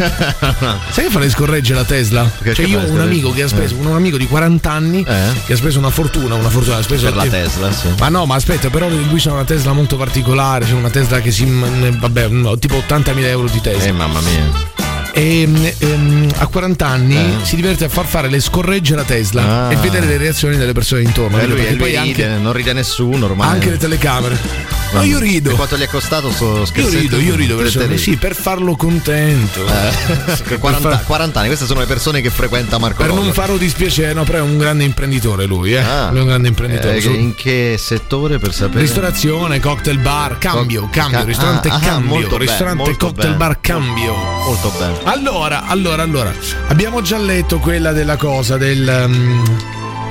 Speaker 3: Sai che fa le scorregge la Tesla?
Speaker 4: Che-
Speaker 3: cioè
Speaker 4: che
Speaker 3: io
Speaker 4: fa
Speaker 3: ho
Speaker 4: le
Speaker 3: un
Speaker 4: scorregge? Eh.
Speaker 3: amico che ha speso, un amico di 40 anni che ha speso una fortuna, una fortuna, ha speso
Speaker 4: Per la
Speaker 3: eh,
Speaker 4: Tesla, sì.
Speaker 3: Ma no, ma aspetta, però lui c'ha una Tesla molto particolare, c'è una Tesla che si vabbè, no, tipo 80.000 euro di Tesla.
Speaker 4: Eh, mamma mia. Eh.
Speaker 3: E mm, ehm, a 40 anni si diverte a far fare le scorregge alla Tesla
Speaker 4: Ah.
Speaker 3: e vedere le reazioni delle persone intorno.
Speaker 4: Eh, lui,
Speaker 3: perché
Speaker 4: eh, lui ride, non ride nessuno ormai.
Speaker 3: anche le
Speaker 4: <laughs>
Speaker 3: telecamere. No, io rido.
Speaker 4: E quanto gli è costato sto
Speaker 3: Io
Speaker 4: scherzetto?
Speaker 3: rido, io rido,
Speaker 4: Te- te
Speaker 3: persone,
Speaker 4: ridi.
Speaker 3: sì, per farlo contento. <laughs>
Speaker 4: Eh, <laughs>
Speaker 3: Per
Speaker 4: 40,
Speaker 3: far-
Speaker 4: 40 anni, queste sono le persone che frequenta Marco
Speaker 3: per non
Speaker 4: Rolla.
Speaker 3: farlo dispiacere, no, però è un grande imprenditore lui, eh. Lui è un grande imprenditore.
Speaker 4: Eh,
Speaker 3: su-
Speaker 4: in che settore per sapere?
Speaker 3: Ristorazione, cocktail bar, cambio,
Speaker 4: Co-
Speaker 3: cambio,
Speaker 4: ca-
Speaker 3: ristorante
Speaker 4: ah, ah,
Speaker 3: cambio,
Speaker 4: molto bene,
Speaker 3: ristorante
Speaker 4: molto
Speaker 3: cocktail
Speaker 4: bene.
Speaker 3: bar cambio.
Speaker 4: Molto bene.
Speaker 3: Allora, allora, allora, abbiamo già letto quella della cosa del mm,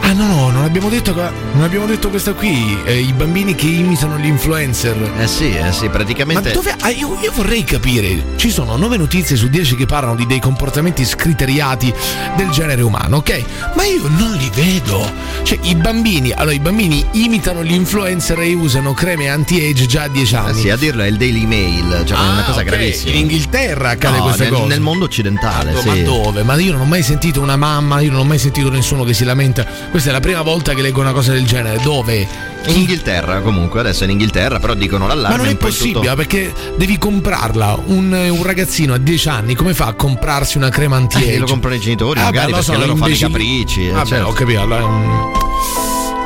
Speaker 3: Ah no, no, non abbiamo detto qua- non abbiamo detto questa qui, eh, i bambini che imitano gli influencer.
Speaker 4: Eh sì, eh sì, praticamente
Speaker 3: Ma dove ah, io, io vorrei capire, ci sono 9 notizie su 10 che parlano di dei comportamenti scriteriati del genere umano, ok? Ma io non li vedo. Cioè, i bambini, allora i bambini imitano gli influencer e usano creme anti-age già a 10
Speaker 4: Eh
Speaker 3: anni.
Speaker 4: sì, a dirlo è il Daily Mail, cioè è una cosa
Speaker 3: Ah, ok,
Speaker 4: gravissima.
Speaker 3: In Inghilterra accade
Speaker 4: No,
Speaker 3: questa
Speaker 4: nel,
Speaker 3: cosa.
Speaker 4: nel mondo occidentale,
Speaker 3: Ma
Speaker 4: sì.
Speaker 3: dove? Ma io non ho mai sentito una mamma, io non ho mai sentito nessuno che si lamenta. Questa è la prima volta che leggo una cosa del genere. Dove?
Speaker 4: In Inghilterra, comunque, adesso è in Inghilterra, però dicono l'allarme.
Speaker 3: Ma non è
Speaker 4: un po' in
Speaker 3: possibile
Speaker 4: tutto-
Speaker 3: perché devi comprarla. Un, un ragazzino a 10 anni come fa a comprarsi una crema anti-age?
Speaker 4: Eh, lo comprano i genitori,
Speaker 3: Ah,
Speaker 4: magari,
Speaker 3: beh,
Speaker 4: perché
Speaker 3: sono
Speaker 4: loro fanno i
Speaker 3: imbecilli.
Speaker 4: capricci, eh,
Speaker 3: Vabbè,
Speaker 4: certo.
Speaker 3: Ah, ho capito. allora, mm.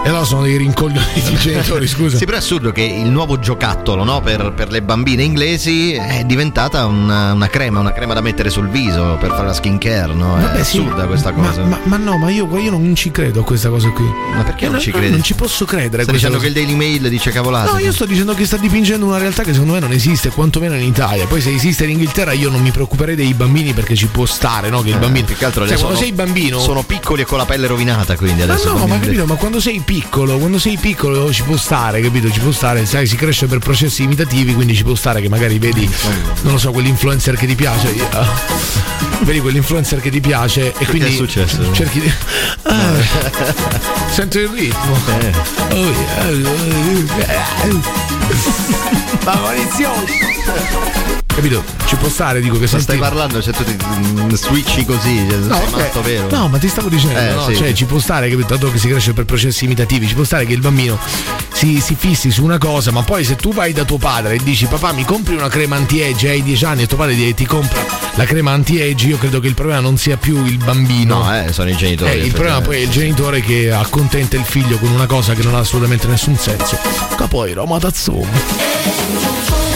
Speaker 3: E allora sono dei rincoglioni
Speaker 4: <laughs>
Speaker 3: di genitori, scusa.
Speaker 4: Sì, però è assurdo che il nuovo giocattolo no, per, per le bambine inglesi è diventata una, una crema, una crema da mettere sul viso per fare la skincare, no? È
Speaker 3: Vabbè, sì,
Speaker 4: assurda questa
Speaker 3: ma-
Speaker 4: cosa.
Speaker 3: Ma, ma no, ma io, io non ci credo a questa cosa qui.
Speaker 4: Ma perché
Speaker 3: Eh,
Speaker 4: non
Speaker 3: no,
Speaker 4: ci
Speaker 3: no,
Speaker 4: credi?
Speaker 3: Non ci posso credere. a
Speaker 4: Sta
Speaker 3: questa
Speaker 4: dicendo che
Speaker 3: cosa.
Speaker 4: il Daily Mail dice cavolate.
Speaker 3: No, io sto dicendo che sta dipingendo una realtà che secondo me non esiste, quantomeno in Italia. Poi se esiste in Inghilterra io non mi preoccuperei dei bambini perché ci può stare, no? Che il
Speaker 4: Eh,
Speaker 3: bambino...
Speaker 4: più che altro
Speaker 3: Cioè,
Speaker 4: adesso
Speaker 3: quando
Speaker 4: sono-
Speaker 3: sei bambino...
Speaker 4: sono piccoli e con la pelle rovinata, quindi
Speaker 3: Ma
Speaker 4: adesso.
Speaker 3: no,
Speaker 4: non
Speaker 3: ma
Speaker 4: mi-
Speaker 3: capito, ma quando sei piccolo, quando sei piccolo ci può stare, capito? Ci può stare, sai, si cresce per processi imitativi, quindi ci può stare che magari vedi, non lo so, quell'influencer che ti piace. eh, <laughs> Vedi quell'influencer che ti piace e quindi
Speaker 4: è successo?
Speaker 3: cerchi di. Ah, <laughs> sento il ritmo. Oh, yeah, oh, yeah. Ma Maurizio! Capito? Ci può stare, dico che
Speaker 4: Ma
Speaker 3: senti-
Speaker 4: stai parlando, cioè tu ti mm, switchi così, cioè, sei
Speaker 3: vabbè.
Speaker 4: matto vero?
Speaker 3: No, ma ti stavo dicendo,
Speaker 4: Eh,
Speaker 3: no?
Speaker 4: sì.
Speaker 3: cioè, ci può stare, capito? Dato che si cresce per processi imitativi, ci può stare che il bambino si, si fissi su una cosa, ma poi se tu vai da tuo padre e dici papà mi compri una crema anti-age hai 10 anni e tuo padre ti, ti compra la crema anti-age, io credo che il problema non sia più il bambino.
Speaker 4: No, eh, sono i genitori.
Speaker 3: Eh, il problema poi è il genitore che accontenta il figlio con una cosa che non ha assolutamente nessun senso. Ma poi Roma Tazzone.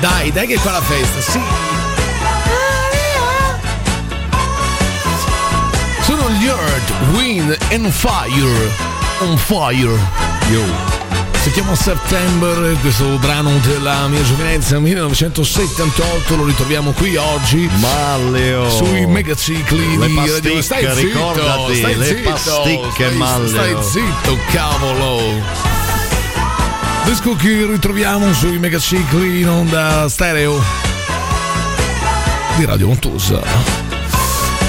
Speaker 3: Dai, dai che qua la festa, sì. Sono gli Earth, Wind and Fire. On fire. Yo. Si chiama September, questo brano della mia giovinezza 1978, lo ritroviamo qui oggi.
Speaker 4: Malleo.
Speaker 3: Sui megacicli
Speaker 4: Le
Speaker 3: di
Speaker 4: pasticche,
Speaker 3: Radio. Stai zitto,
Speaker 4: ricordati,
Speaker 3: stai
Speaker 4: le
Speaker 3: zitto,
Speaker 4: pasticche,
Speaker 3: stai-
Speaker 4: Malleo.
Speaker 3: Stai zitto, cavolo. Oh. Disco che ritroviamo sui megacicli in onda stereo di Radio Montusa.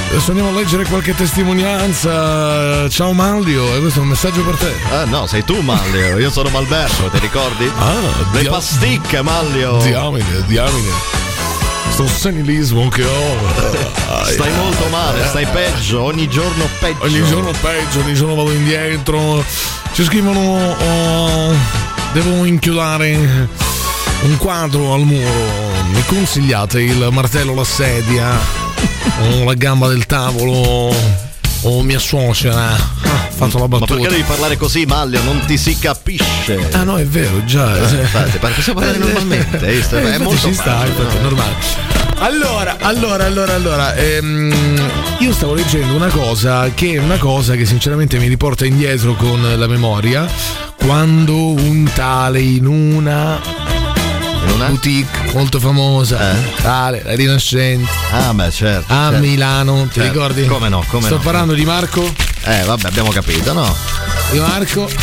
Speaker 3: Adesso andiamo a leggere qualche testimonianza. Ciao Manlio, e questo è un messaggio per te.
Speaker 4: Ah no, sei tu Mallio, io sono Malberto, ti ricordi?
Speaker 3: Ah,
Speaker 4: le
Speaker 3: dia-
Speaker 4: Oh. pasticche Mallio.
Speaker 3: Diamine, diamine. senilismo che ho.
Speaker 4: <laughs> Stai molto male, stai peggio, ogni giorno peggio.
Speaker 3: Ogni giorno peggio, ogni giorno vado indietro. Ci scrivono oh, devo inchiodare un quadro al muro. Mi consigliate il martello, la sedia, o la gamba del tavolo, o mia suocera. Ah, ho fatto la
Speaker 4: Ma
Speaker 3: battuta.
Speaker 4: perché devi parlare così, Maglio? Non ti si capisce.
Speaker 3: Ah no, è vero, già.
Speaker 4: Eh, infatti, perché possiamo
Speaker 3: <laughs>
Speaker 4: parlare normalmente, hai visto?
Speaker 3: Eh,
Speaker 4: È
Speaker 3: infatti
Speaker 4: molto
Speaker 3: ci sta,
Speaker 4: facile,
Speaker 3: infatti,
Speaker 4: no?
Speaker 3: è normale. Allora, allora, allora, allora, ehm, io stavo leggendo una cosa che è una cosa che sinceramente mi riporta indietro con la memoria. Quando un tale in una, boutique molto famosa, tale, la Rinascente.
Speaker 4: Eh? Ah, beh, certo.
Speaker 3: A
Speaker 4: certo.
Speaker 3: Milano, ti
Speaker 4: Certo.
Speaker 3: ricordi?
Speaker 4: Come no, come
Speaker 3: Sto
Speaker 4: no.
Speaker 3: parlando di Marco?
Speaker 4: Eh, vabbè, abbiamo capito, no?
Speaker 3: Di Marco? Vabbè,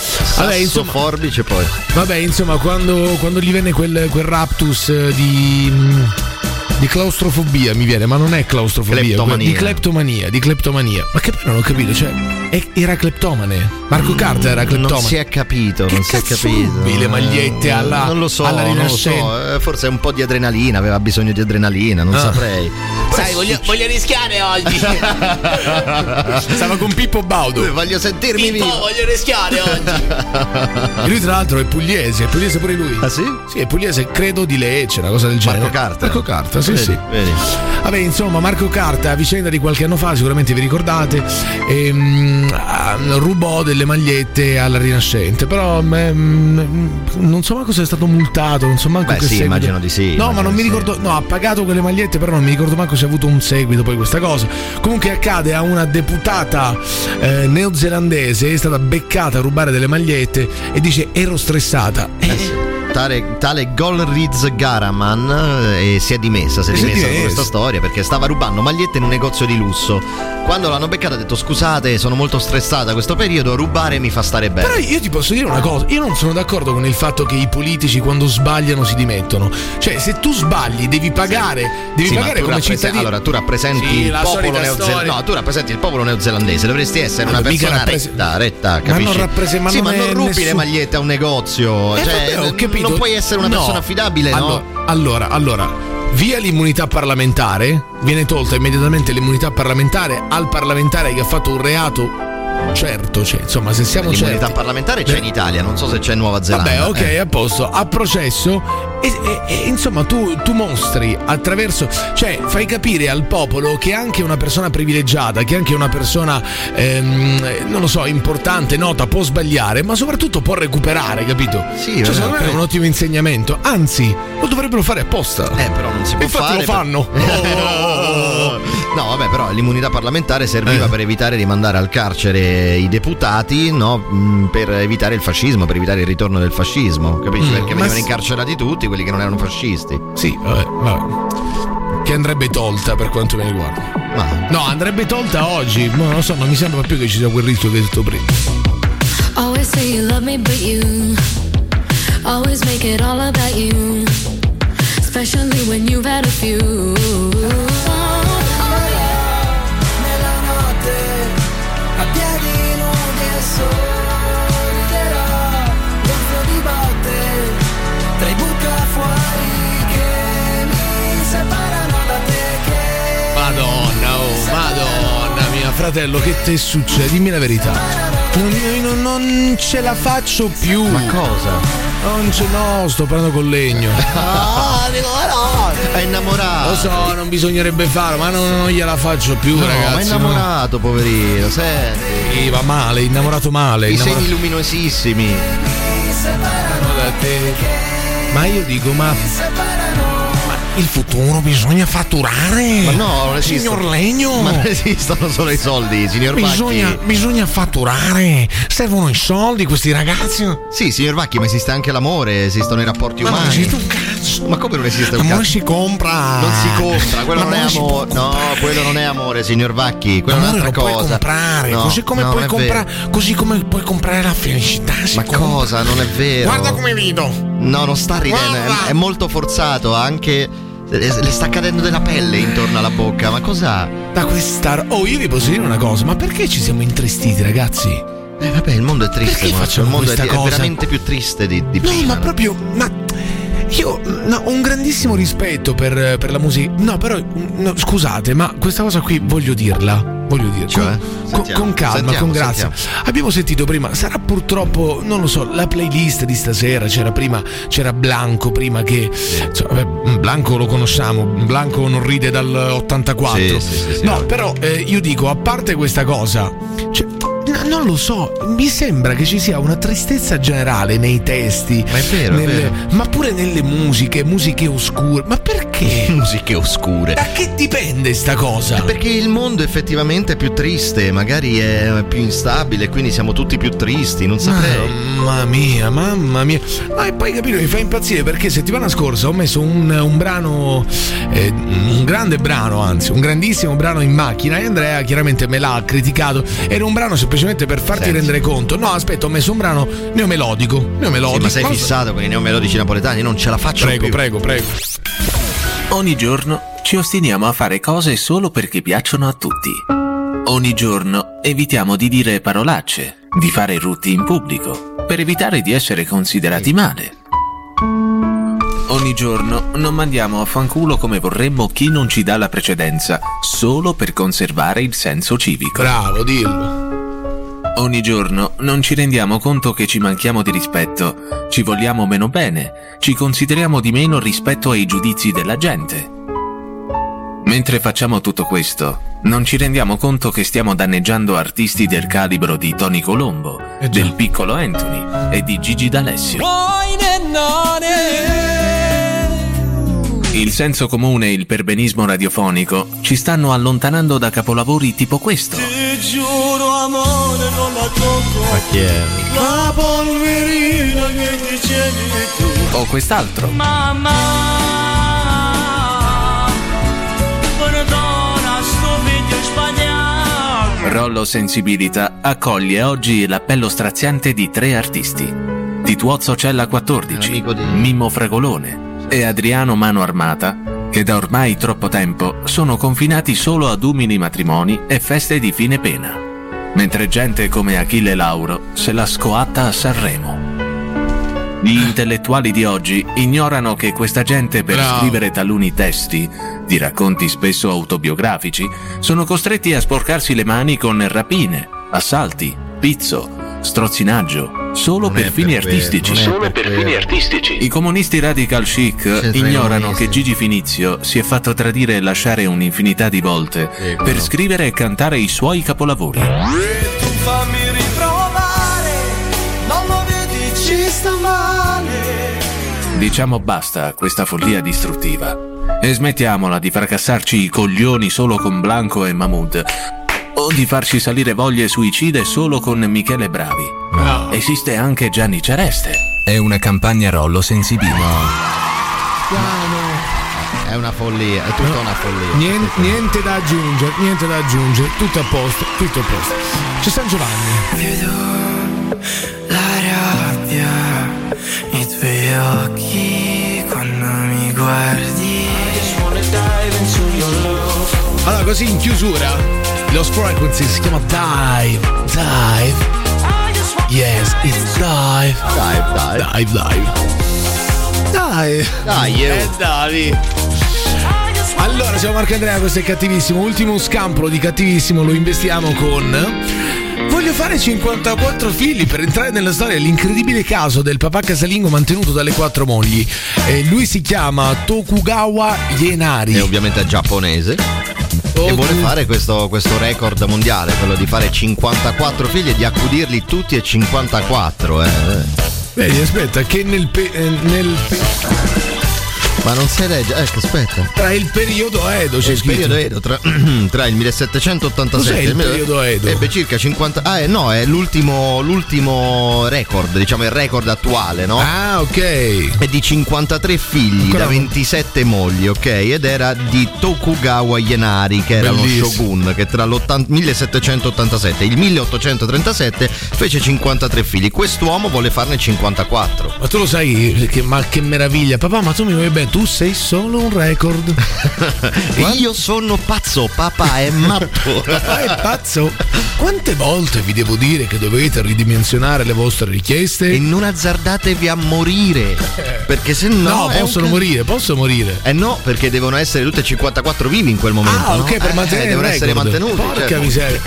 Speaker 4: Sasso,
Speaker 3: insomma-
Speaker 4: forbice poi.
Speaker 3: Vabbè, insomma, quando, quando gli venne quel, quel raptus eh, di. mh, di claustrofobia mi viene, ma non è claustrofobia,
Speaker 4: Cleptomania.
Speaker 3: di cleptomania, di cleptomania. Ma che poi non ho capito, cioè, è- era cleptomane. Marco Carta era cleptomane.
Speaker 4: Mm, Non si è capito, non si è capito. Eh,
Speaker 3: rubi le magliette alla-
Speaker 4: Non lo so,
Speaker 3: alla
Speaker 4: non lo so,
Speaker 3: Rinascente?
Speaker 4: eh, forse un po' di adrenalina, aveva bisogno di adrenalina, non
Speaker 3: Ah.
Speaker 4: saprei.
Speaker 6: Sai, voglio, voglio
Speaker 3: <laughs>
Speaker 6: rischiare oggi.
Speaker 3: Stava con Pippo Baudo.
Speaker 4: eh. Voglio sentirmi
Speaker 6: Pippo,
Speaker 4: vivo.
Speaker 6: voglio rischiare oggi.
Speaker 3: E lui, tra l'altro, è pugliese, è pugliese pure lui. Ah,
Speaker 4: sì?
Speaker 3: Sì, è pugliese, credo di Lecce, una cosa del genere.
Speaker 4: Marco Carta.
Speaker 3: Marco Carta, sì,
Speaker 4: Vedi,
Speaker 3: sì.
Speaker 4: vedi.
Speaker 3: Vabbè, insomma, Marco Carta, a vicenda di qualche anno fa, sicuramente vi ricordate, ehm, ah, rubò delle magliette alla Rinascente, però ehm, non so manco se è stato multato, non so manco
Speaker 4: Beh,
Speaker 3: che
Speaker 4: sì,
Speaker 3: seguito.
Speaker 4: immagino di sì.
Speaker 3: No, ma
Speaker 4: immagino
Speaker 3: non
Speaker 4: di
Speaker 3: mi
Speaker 4: sì.
Speaker 3: ricordo, no, ha pagato quelle magliette, però non mi ricordo manco se ha avuto un seguito poi questa cosa. Comunque accade a una deputata eh, neozelandese, è stata beccata a rubare delle magliette e dice ero stressata.
Speaker 4: Eh
Speaker 3: <laughs>
Speaker 4: sì. Tale, tale Golriz Garaman eh, si è dimessa, si è
Speaker 3: Si è
Speaker 4: dimessa da
Speaker 3: dimessa.
Speaker 4: questa storia perché stava rubando magliette in un negozio di lusso. Quando l'hanno beccata ha detto scusate, sono molto stressata questo periodo, rubare mi fa stare bene.
Speaker 3: Però io ti posso dire una cosa, io non sono d'accordo con il fatto che i politici quando sbagliano si dimettono. Cioè, se tu sbaglì devi pagare, devi
Speaker 4: Sì, ma
Speaker 3: pagare
Speaker 4: tu
Speaker 3: come
Speaker 4: rapprese-
Speaker 3: cittadino.
Speaker 4: Allora, tu rappresenti
Speaker 3: Sì,
Speaker 4: il
Speaker 3: la
Speaker 4: popolo
Speaker 3: solita
Speaker 4: neozelandese.
Speaker 3: storia.
Speaker 4: No, tu rappresenti il popolo neozelandese, dovresti essere
Speaker 3: Allora,
Speaker 4: una
Speaker 3: mica
Speaker 4: persona
Speaker 3: rapprese-
Speaker 4: retta, retta,
Speaker 3: Ma non
Speaker 4: capisci?
Speaker 3: rapprese- ma
Speaker 4: sì,
Speaker 3: non
Speaker 4: ma non
Speaker 3: è
Speaker 4: rubi le
Speaker 3: nessun-
Speaker 4: magliette a un negozio.
Speaker 3: Eh,
Speaker 4: cioè,
Speaker 3: vabbè, ho
Speaker 4: n-
Speaker 3: capito.
Speaker 4: Non puoi essere una
Speaker 3: No.
Speaker 4: persona affidabile,
Speaker 3: allora,
Speaker 4: no?
Speaker 3: Allora, allora, via l'immunità parlamentare, viene tolta immediatamente l'immunità parlamentare al parlamentare che ha fatto un reato certo, cioè, insomma, se siamo
Speaker 4: L'immunità
Speaker 3: certi.
Speaker 4: parlamentare c'è in Italia, non so se c'è in Nuova Zelanda.
Speaker 3: Vabbè, ok,
Speaker 4: eh.
Speaker 3: a posto, a processo e, e- e, insomma tu, tu mostri attraverso, cioè fai capire al popolo che anche una persona privilegiata, che anche una persona, ehm, eh, non lo so, importante, nota, può sbagliare, ma soprattutto può recuperare, capito?
Speaker 4: Sì,
Speaker 3: cioè,
Speaker 4: vabbè,
Speaker 3: secondo me è
Speaker 4: ok.
Speaker 3: un ottimo insegnamento, anzi lo dovrebbero fare apposta.
Speaker 4: Eh, però non si può
Speaker 3: Infatti
Speaker 4: fare.
Speaker 3: lo fanno.
Speaker 4: <laughs> no, vabbè, però l'immunità parlamentare
Speaker 3: Eh.
Speaker 4: serviva per evitare di mandare al carcere i deputati, no? Mm, Per evitare il fascismo, per evitare il ritorno del fascismo, capisci?
Speaker 3: Mm,
Speaker 4: Perché
Speaker 3: ma
Speaker 4: venivano
Speaker 3: s-
Speaker 4: incarcerati tutti quelli che non erano fascisti.
Speaker 3: Sì, vabbè, vabbè. Che andrebbe tolta per quanto mi riguarda.
Speaker 4: Ma
Speaker 3: No, andrebbe tolta oggi, ma non lo so, non mi sembra più che ci sia quel rischio che hai detto prima.
Speaker 8: Always say you love me, but you always make it all about you. Especially when you've had a few.
Speaker 7: A piedi nudi e sorriderà Gonfio di botte Tra i buttafuori che mi separano da te Che
Speaker 3: Madonna, oh, madonna mia, fratello, che te succede? Dimmi la verità. Non, non- non ce la faccio più. Ma
Speaker 4: cosa?
Speaker 3: Non ce no, sto parlando col legno.
Speaker 4: <laughs> Ah, dico, ma no, è innamorato.
Speaker 3: Lo so, non bisognerebbe farlo, ma non, non gliela faccio più,
Speaker 4: No, ma è
Speaker 3: ragazzi.
Speaker 4: innamorato, poverino, senti.
Speaker 3: Sì, va male, innamorato male.
Speaker 4: I
Speaker 3: innamorato-
Speaker 4: segni luminosissimi.
Speaker 7: mi separano
Speaker 3: da te Ma io dico, ma
Speaker 7: Mi separano
Speaker 3: il futuro bisogna fatturare?
Speaker 4: Ma no, non esiste.
Speaker 3: Eh, Signor Legno!
Speaker 4: Ma non esistono solo i soldi, signor
Speaker 3: Bisogna,
Speaker 4: Bacchi.
Speaker 3: bisogna fatturare, servono i soldi questi ragazzi.
Speaker 4: Sì, signor Bacchi, ma esiste anche l'amore, esistono i rapporti
Speaker 3: Ma non
Speaker 4: umani.
Speaker 3: esiste un
Speaker 4: cazzo. Ma come non esiste un
Speaker 3: Amore
Speaker 4: cazzo?
Speaker 3: si compra.
Speaker 4: Non si compra, quello
Speaker 3: Ma
Speaker 4: non è
Speaker 3: si può
Speaker 4: amore. No,
Speaker 3: comprare.
Speaker 4: quello non è amore, signor Vacchi, quello
Speaker 3: L'amore
Speaker 4: è
Speaker 3: lo
Speaker 4: un'altra
Speaker 3: puoi
Speaker 4: cosa.
Speaker 3: comprare,
Speaker 4: No,
Speaker 3: così, come
Speaker 4: no,
Speaker 3: puoi
Speaker 4: non è vero.
Speaker 3: compra- così come puoi comprare la felicità. si
Speaker 4: Ma
Speaker 3: compra.
Speaker 4: cosa? Non è vero.
Speaker 3: Guarda come rido.
Speaker 4: No, non sta ridendo, è,
Speaker 3: Guarda.
Speaker 4: è molto forzato, ha anche. Le le sta cadendo della pelle intorno alla bocca, ma cos'ha?
Speaker 3: Da questa. Oh, io vi posso dire una cosa, ma perché ci siamo intristiti, ragazzi?
Speaker 4: Eh vabbè, il mondo è triste,
Speaker 3: Perché
Speaker 4: Marco,
Speaker 3: facciamo
Speaker 4: il mondo è,
Speaker 3: questa
Speaker 4: è
Speaker 3: cosa?
Speaker 4: veramente più triste di, di
Speaker 3: No,
Speaker 4: prima.
Speaker 3: ma proprio. Ma Io mm, no, ho un grandissimo rispetto per, per la musica. No, però, mm, no, scusate, ma questa cosa qui voglio dirla. Voglio dirla. con,
Speaker 4: Cioè, Sentiamo,
Speaker 3: con calma,
Speaker 4: sentiamo,
Speaker 3: con grazia. Abbiamo sentito prima, sarà purtroppo, non lo so, la playlist di stasera. C'era prima, c'era Blanco prima che. insomma, vabbè, Blanco lo conosciamo, Blanco non ride dal 84.
Speaker 4: Sì, sì, sì, sì,
Speaker 3: no,
Speaker 4: vabbè.
Speaker 3: però eh, io dico, a parte questa cosa, cioè, n- non lo so, mi sembra che ci sia una tristezza generale nei testi,
Speaker 4: Ma è vero, è
Speaker 3: nelle-
Speaker 4: vero.
Speaker 3: ma pure nelle musiche, musiche oscure. Ma perché?
Speaker 4: <laughs> musiche oscure.
Speaker 3: Da che dipende sta cosa?
Speaker 4: Perché il mondo effettivamente è più triste, magari è più instabile, quindi siamo tutti più tristi, non saprei.
Speaker 3: Mamma mia, mamma mia. Ah, e poi capito, mi fa impazzire perché settimana scorsa ho messo un, un brano, eh, un grande brano, anzi, un grandissimo brano in macchina e Andrea chiaramente me l'ha criticato. Era un brano semplicemente per farti rendere conto. No, aspetta, ho messo un brano neomelodico. Neomelodico.
Speaker 4: Sì, ma sei fissato con i neomelodici napoletani, non ce la faccio
Speaker 3: Prego,
Speaker 4: più.
Speaker 3: prego, prego.
Speaker 2: Ogni giorno ci ostiniamo a fare cose solo perché piacciono a tutti. Ogni giorno evitiamo di dire parolacce, di fare rutti in pubblico, per evitare di essere considerati male. Ogni giorno non mandiamo a fanculo come vorremmo chi non ci dà la precedenza, solo per conservare il senso civico.
Speaker 3: Bravo, dillo.
Speaker 2: Ogni giorno non ci rendiamo conto che ci manchiamo di rispetto, ci vogliamo meno bene, ci consideriamo di meno rispetto ai giudizi della gente. Mentre facciamo tutto questo, non ci rendiamo conto che stiamo danneggiando artisti del calibro di Tony Colombo,
Speaker 3: Eh
Speaker 2: del piccolo Anthony e di Gigi D'Alessio. Il senso comune e il perbenismo radiofonico ci stanno allontanando da capolavori tipo questo.
Speaker 7: Ti giuro amore non la tocco
Speaker 2: Ma chi è?
Speaker 7: La polverina che dicevi tu
Speaker 2: O quest'altro.
Speaker 7: Mamma Perdona sto video sbagliato
Speaker 2: Rollo Sensibilità accoglie oggi l'appello straziante di tre artisti: Tituozzo Cella 14, Mimmo Fragolone e Adriano Mano Armata, che da ormai troppo tempo sono confinati solo ad umili matrimoni e feste di fine pena, mentre gente come Achille Lauro se la scoatta a Sanremo. Gli intellettuali di oggi ignorano che questa gente per scrivere taluni testi, di racconti spesso autobiografici, sono costretti a sporcarsi le mani con rapine, assalti, pizzo, strozzinaggio, solo per fini artistici.
Speaker 21: Solo per fini artistici.
Speaker 2: I comunisti radical chic
Speaker 21: C'entra i
Speaker 2: ignorano
Speaker 21: comunisti.
Speaker 2: che Gigi Finizio si è fatto tradire e lasciare un'infinità di volte per scrivere e cantare i suoi capolavori.
Speaker 7: Tu fammi riprovare Non lo vedi ci sta male
Speaker 2: Diciamo basta a questa follia distruttiva e smettiamola di fracassarci i coglioni solo con Blanco e Mahmood o di farci salire voglie suicide solo con Michele Bravi. Esiste anche Gianni Cereste. È una campagna rollo sensibile.
Speaker 4: È una follia, è tutta una follia.
Speaker 3: Nien- niente da aggiungere, niente da aggiungere. Tutto a posto, tutto a posto. C'è San Giovanni.
Speaker 7: La rabbia nei tuoi occhi quando mi guardi
Speaker 3: Allora, così in chiusura, Los Frequency si chiama Dive, Dive. Yes, it's Dive. Dive, dive. Dive, dive. Dai.
Speaker 4: Dai, io.
Speaker 3: Eh, dai. Allora, siamo Marco Andrea, questo è cattivissimo. Ultimo scampolo di cattivissimo lo investiamo con. Voglio fare 54 figli per entrare nella storia l'incredibile caso del papà casalingo mantenuto dalle quattro mogli. Eh, lui si chiama Tokugawa Ienari.
Speaker 4: E ovviamente è giapponese. E vuole fare questo, questo record mondiale, quello di fare 54 figli e di accudirli tutti e 54, eh.
Speaker 3: Vedi, aspetta, che nel, pe- eh, nel pe-
Speaker 4: Ma non si regge, ecco, aspetta.
Speaker 3: tra il periodo Edo c'è
Speaker 4: il
Speaker 3: scritto.
Speaker 4: periodo Edo tra, <clears throat> tra il 1787
Speaker 3: Cos'è il
Speaker 4: e il
Speaker 3: periodo Edo?
Speaker 4: ebbe circa 50 ah eh, no è l'ultimo l'ultimo record diciamo il record attuale no?
Speaker 3: ah ok è
Speaker 4: di 53 figli da 27 mogli ok ed era di Tokugawa Ienari che era
Speaker 3: Bellissimo.
Speaker 4: uno shogun che tra l'80 1787 e il 1837 fece 53 figli quest'uomo vuole farne 54 <laughs>
Speaker 3: Ma tu lo sai che, ma che meraviglia, papà, ma tu mi vuoi bene? Tu sei solo un record.
Speaker 4: Io sono pazzo, papà è matto.
Speaker 3: <laughs> papà è pazzo. Quante volte vi devo dire che dovete ridimensionare le vostre richieste? E
Speaker 4: non azzardatevi a morire. Perché se no.
Speaker 3: No,
Speaker 4: è un
Speaker 3: possono
Speaker 4: ca-
Speaker 3: morire, possono morire.
Speaker 4: Eh no, perché devono essere tutte 54 vivi in quel momento.
Speaker 3: Ah,
Speaker 4: no?
Speaker 3: ok,
Speaker 4: Eh,
Speaker 3: per mantenere. il
Speaker 4: devono essere
Speaker 3: record.
Speaker 4: mantenuti.
Speaker 3: Porca
Speaker 4: certo.
Speaker 3: miseria.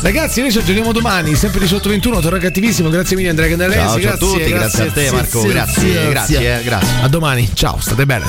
Speaker 3: Ragazzi, noi ci aggiorniamo domani, sempre di sotto 21, torna cattivissimo. Grazie mille Andrea Candelesi.
Speaker 4: Ciao, ciao a
Speaker 3: grazie
Speaker 4: tutti, grazie a te, Marco, grazie, grazie, eh, grazie.
Speaker 3: A domani, ciao, state bene.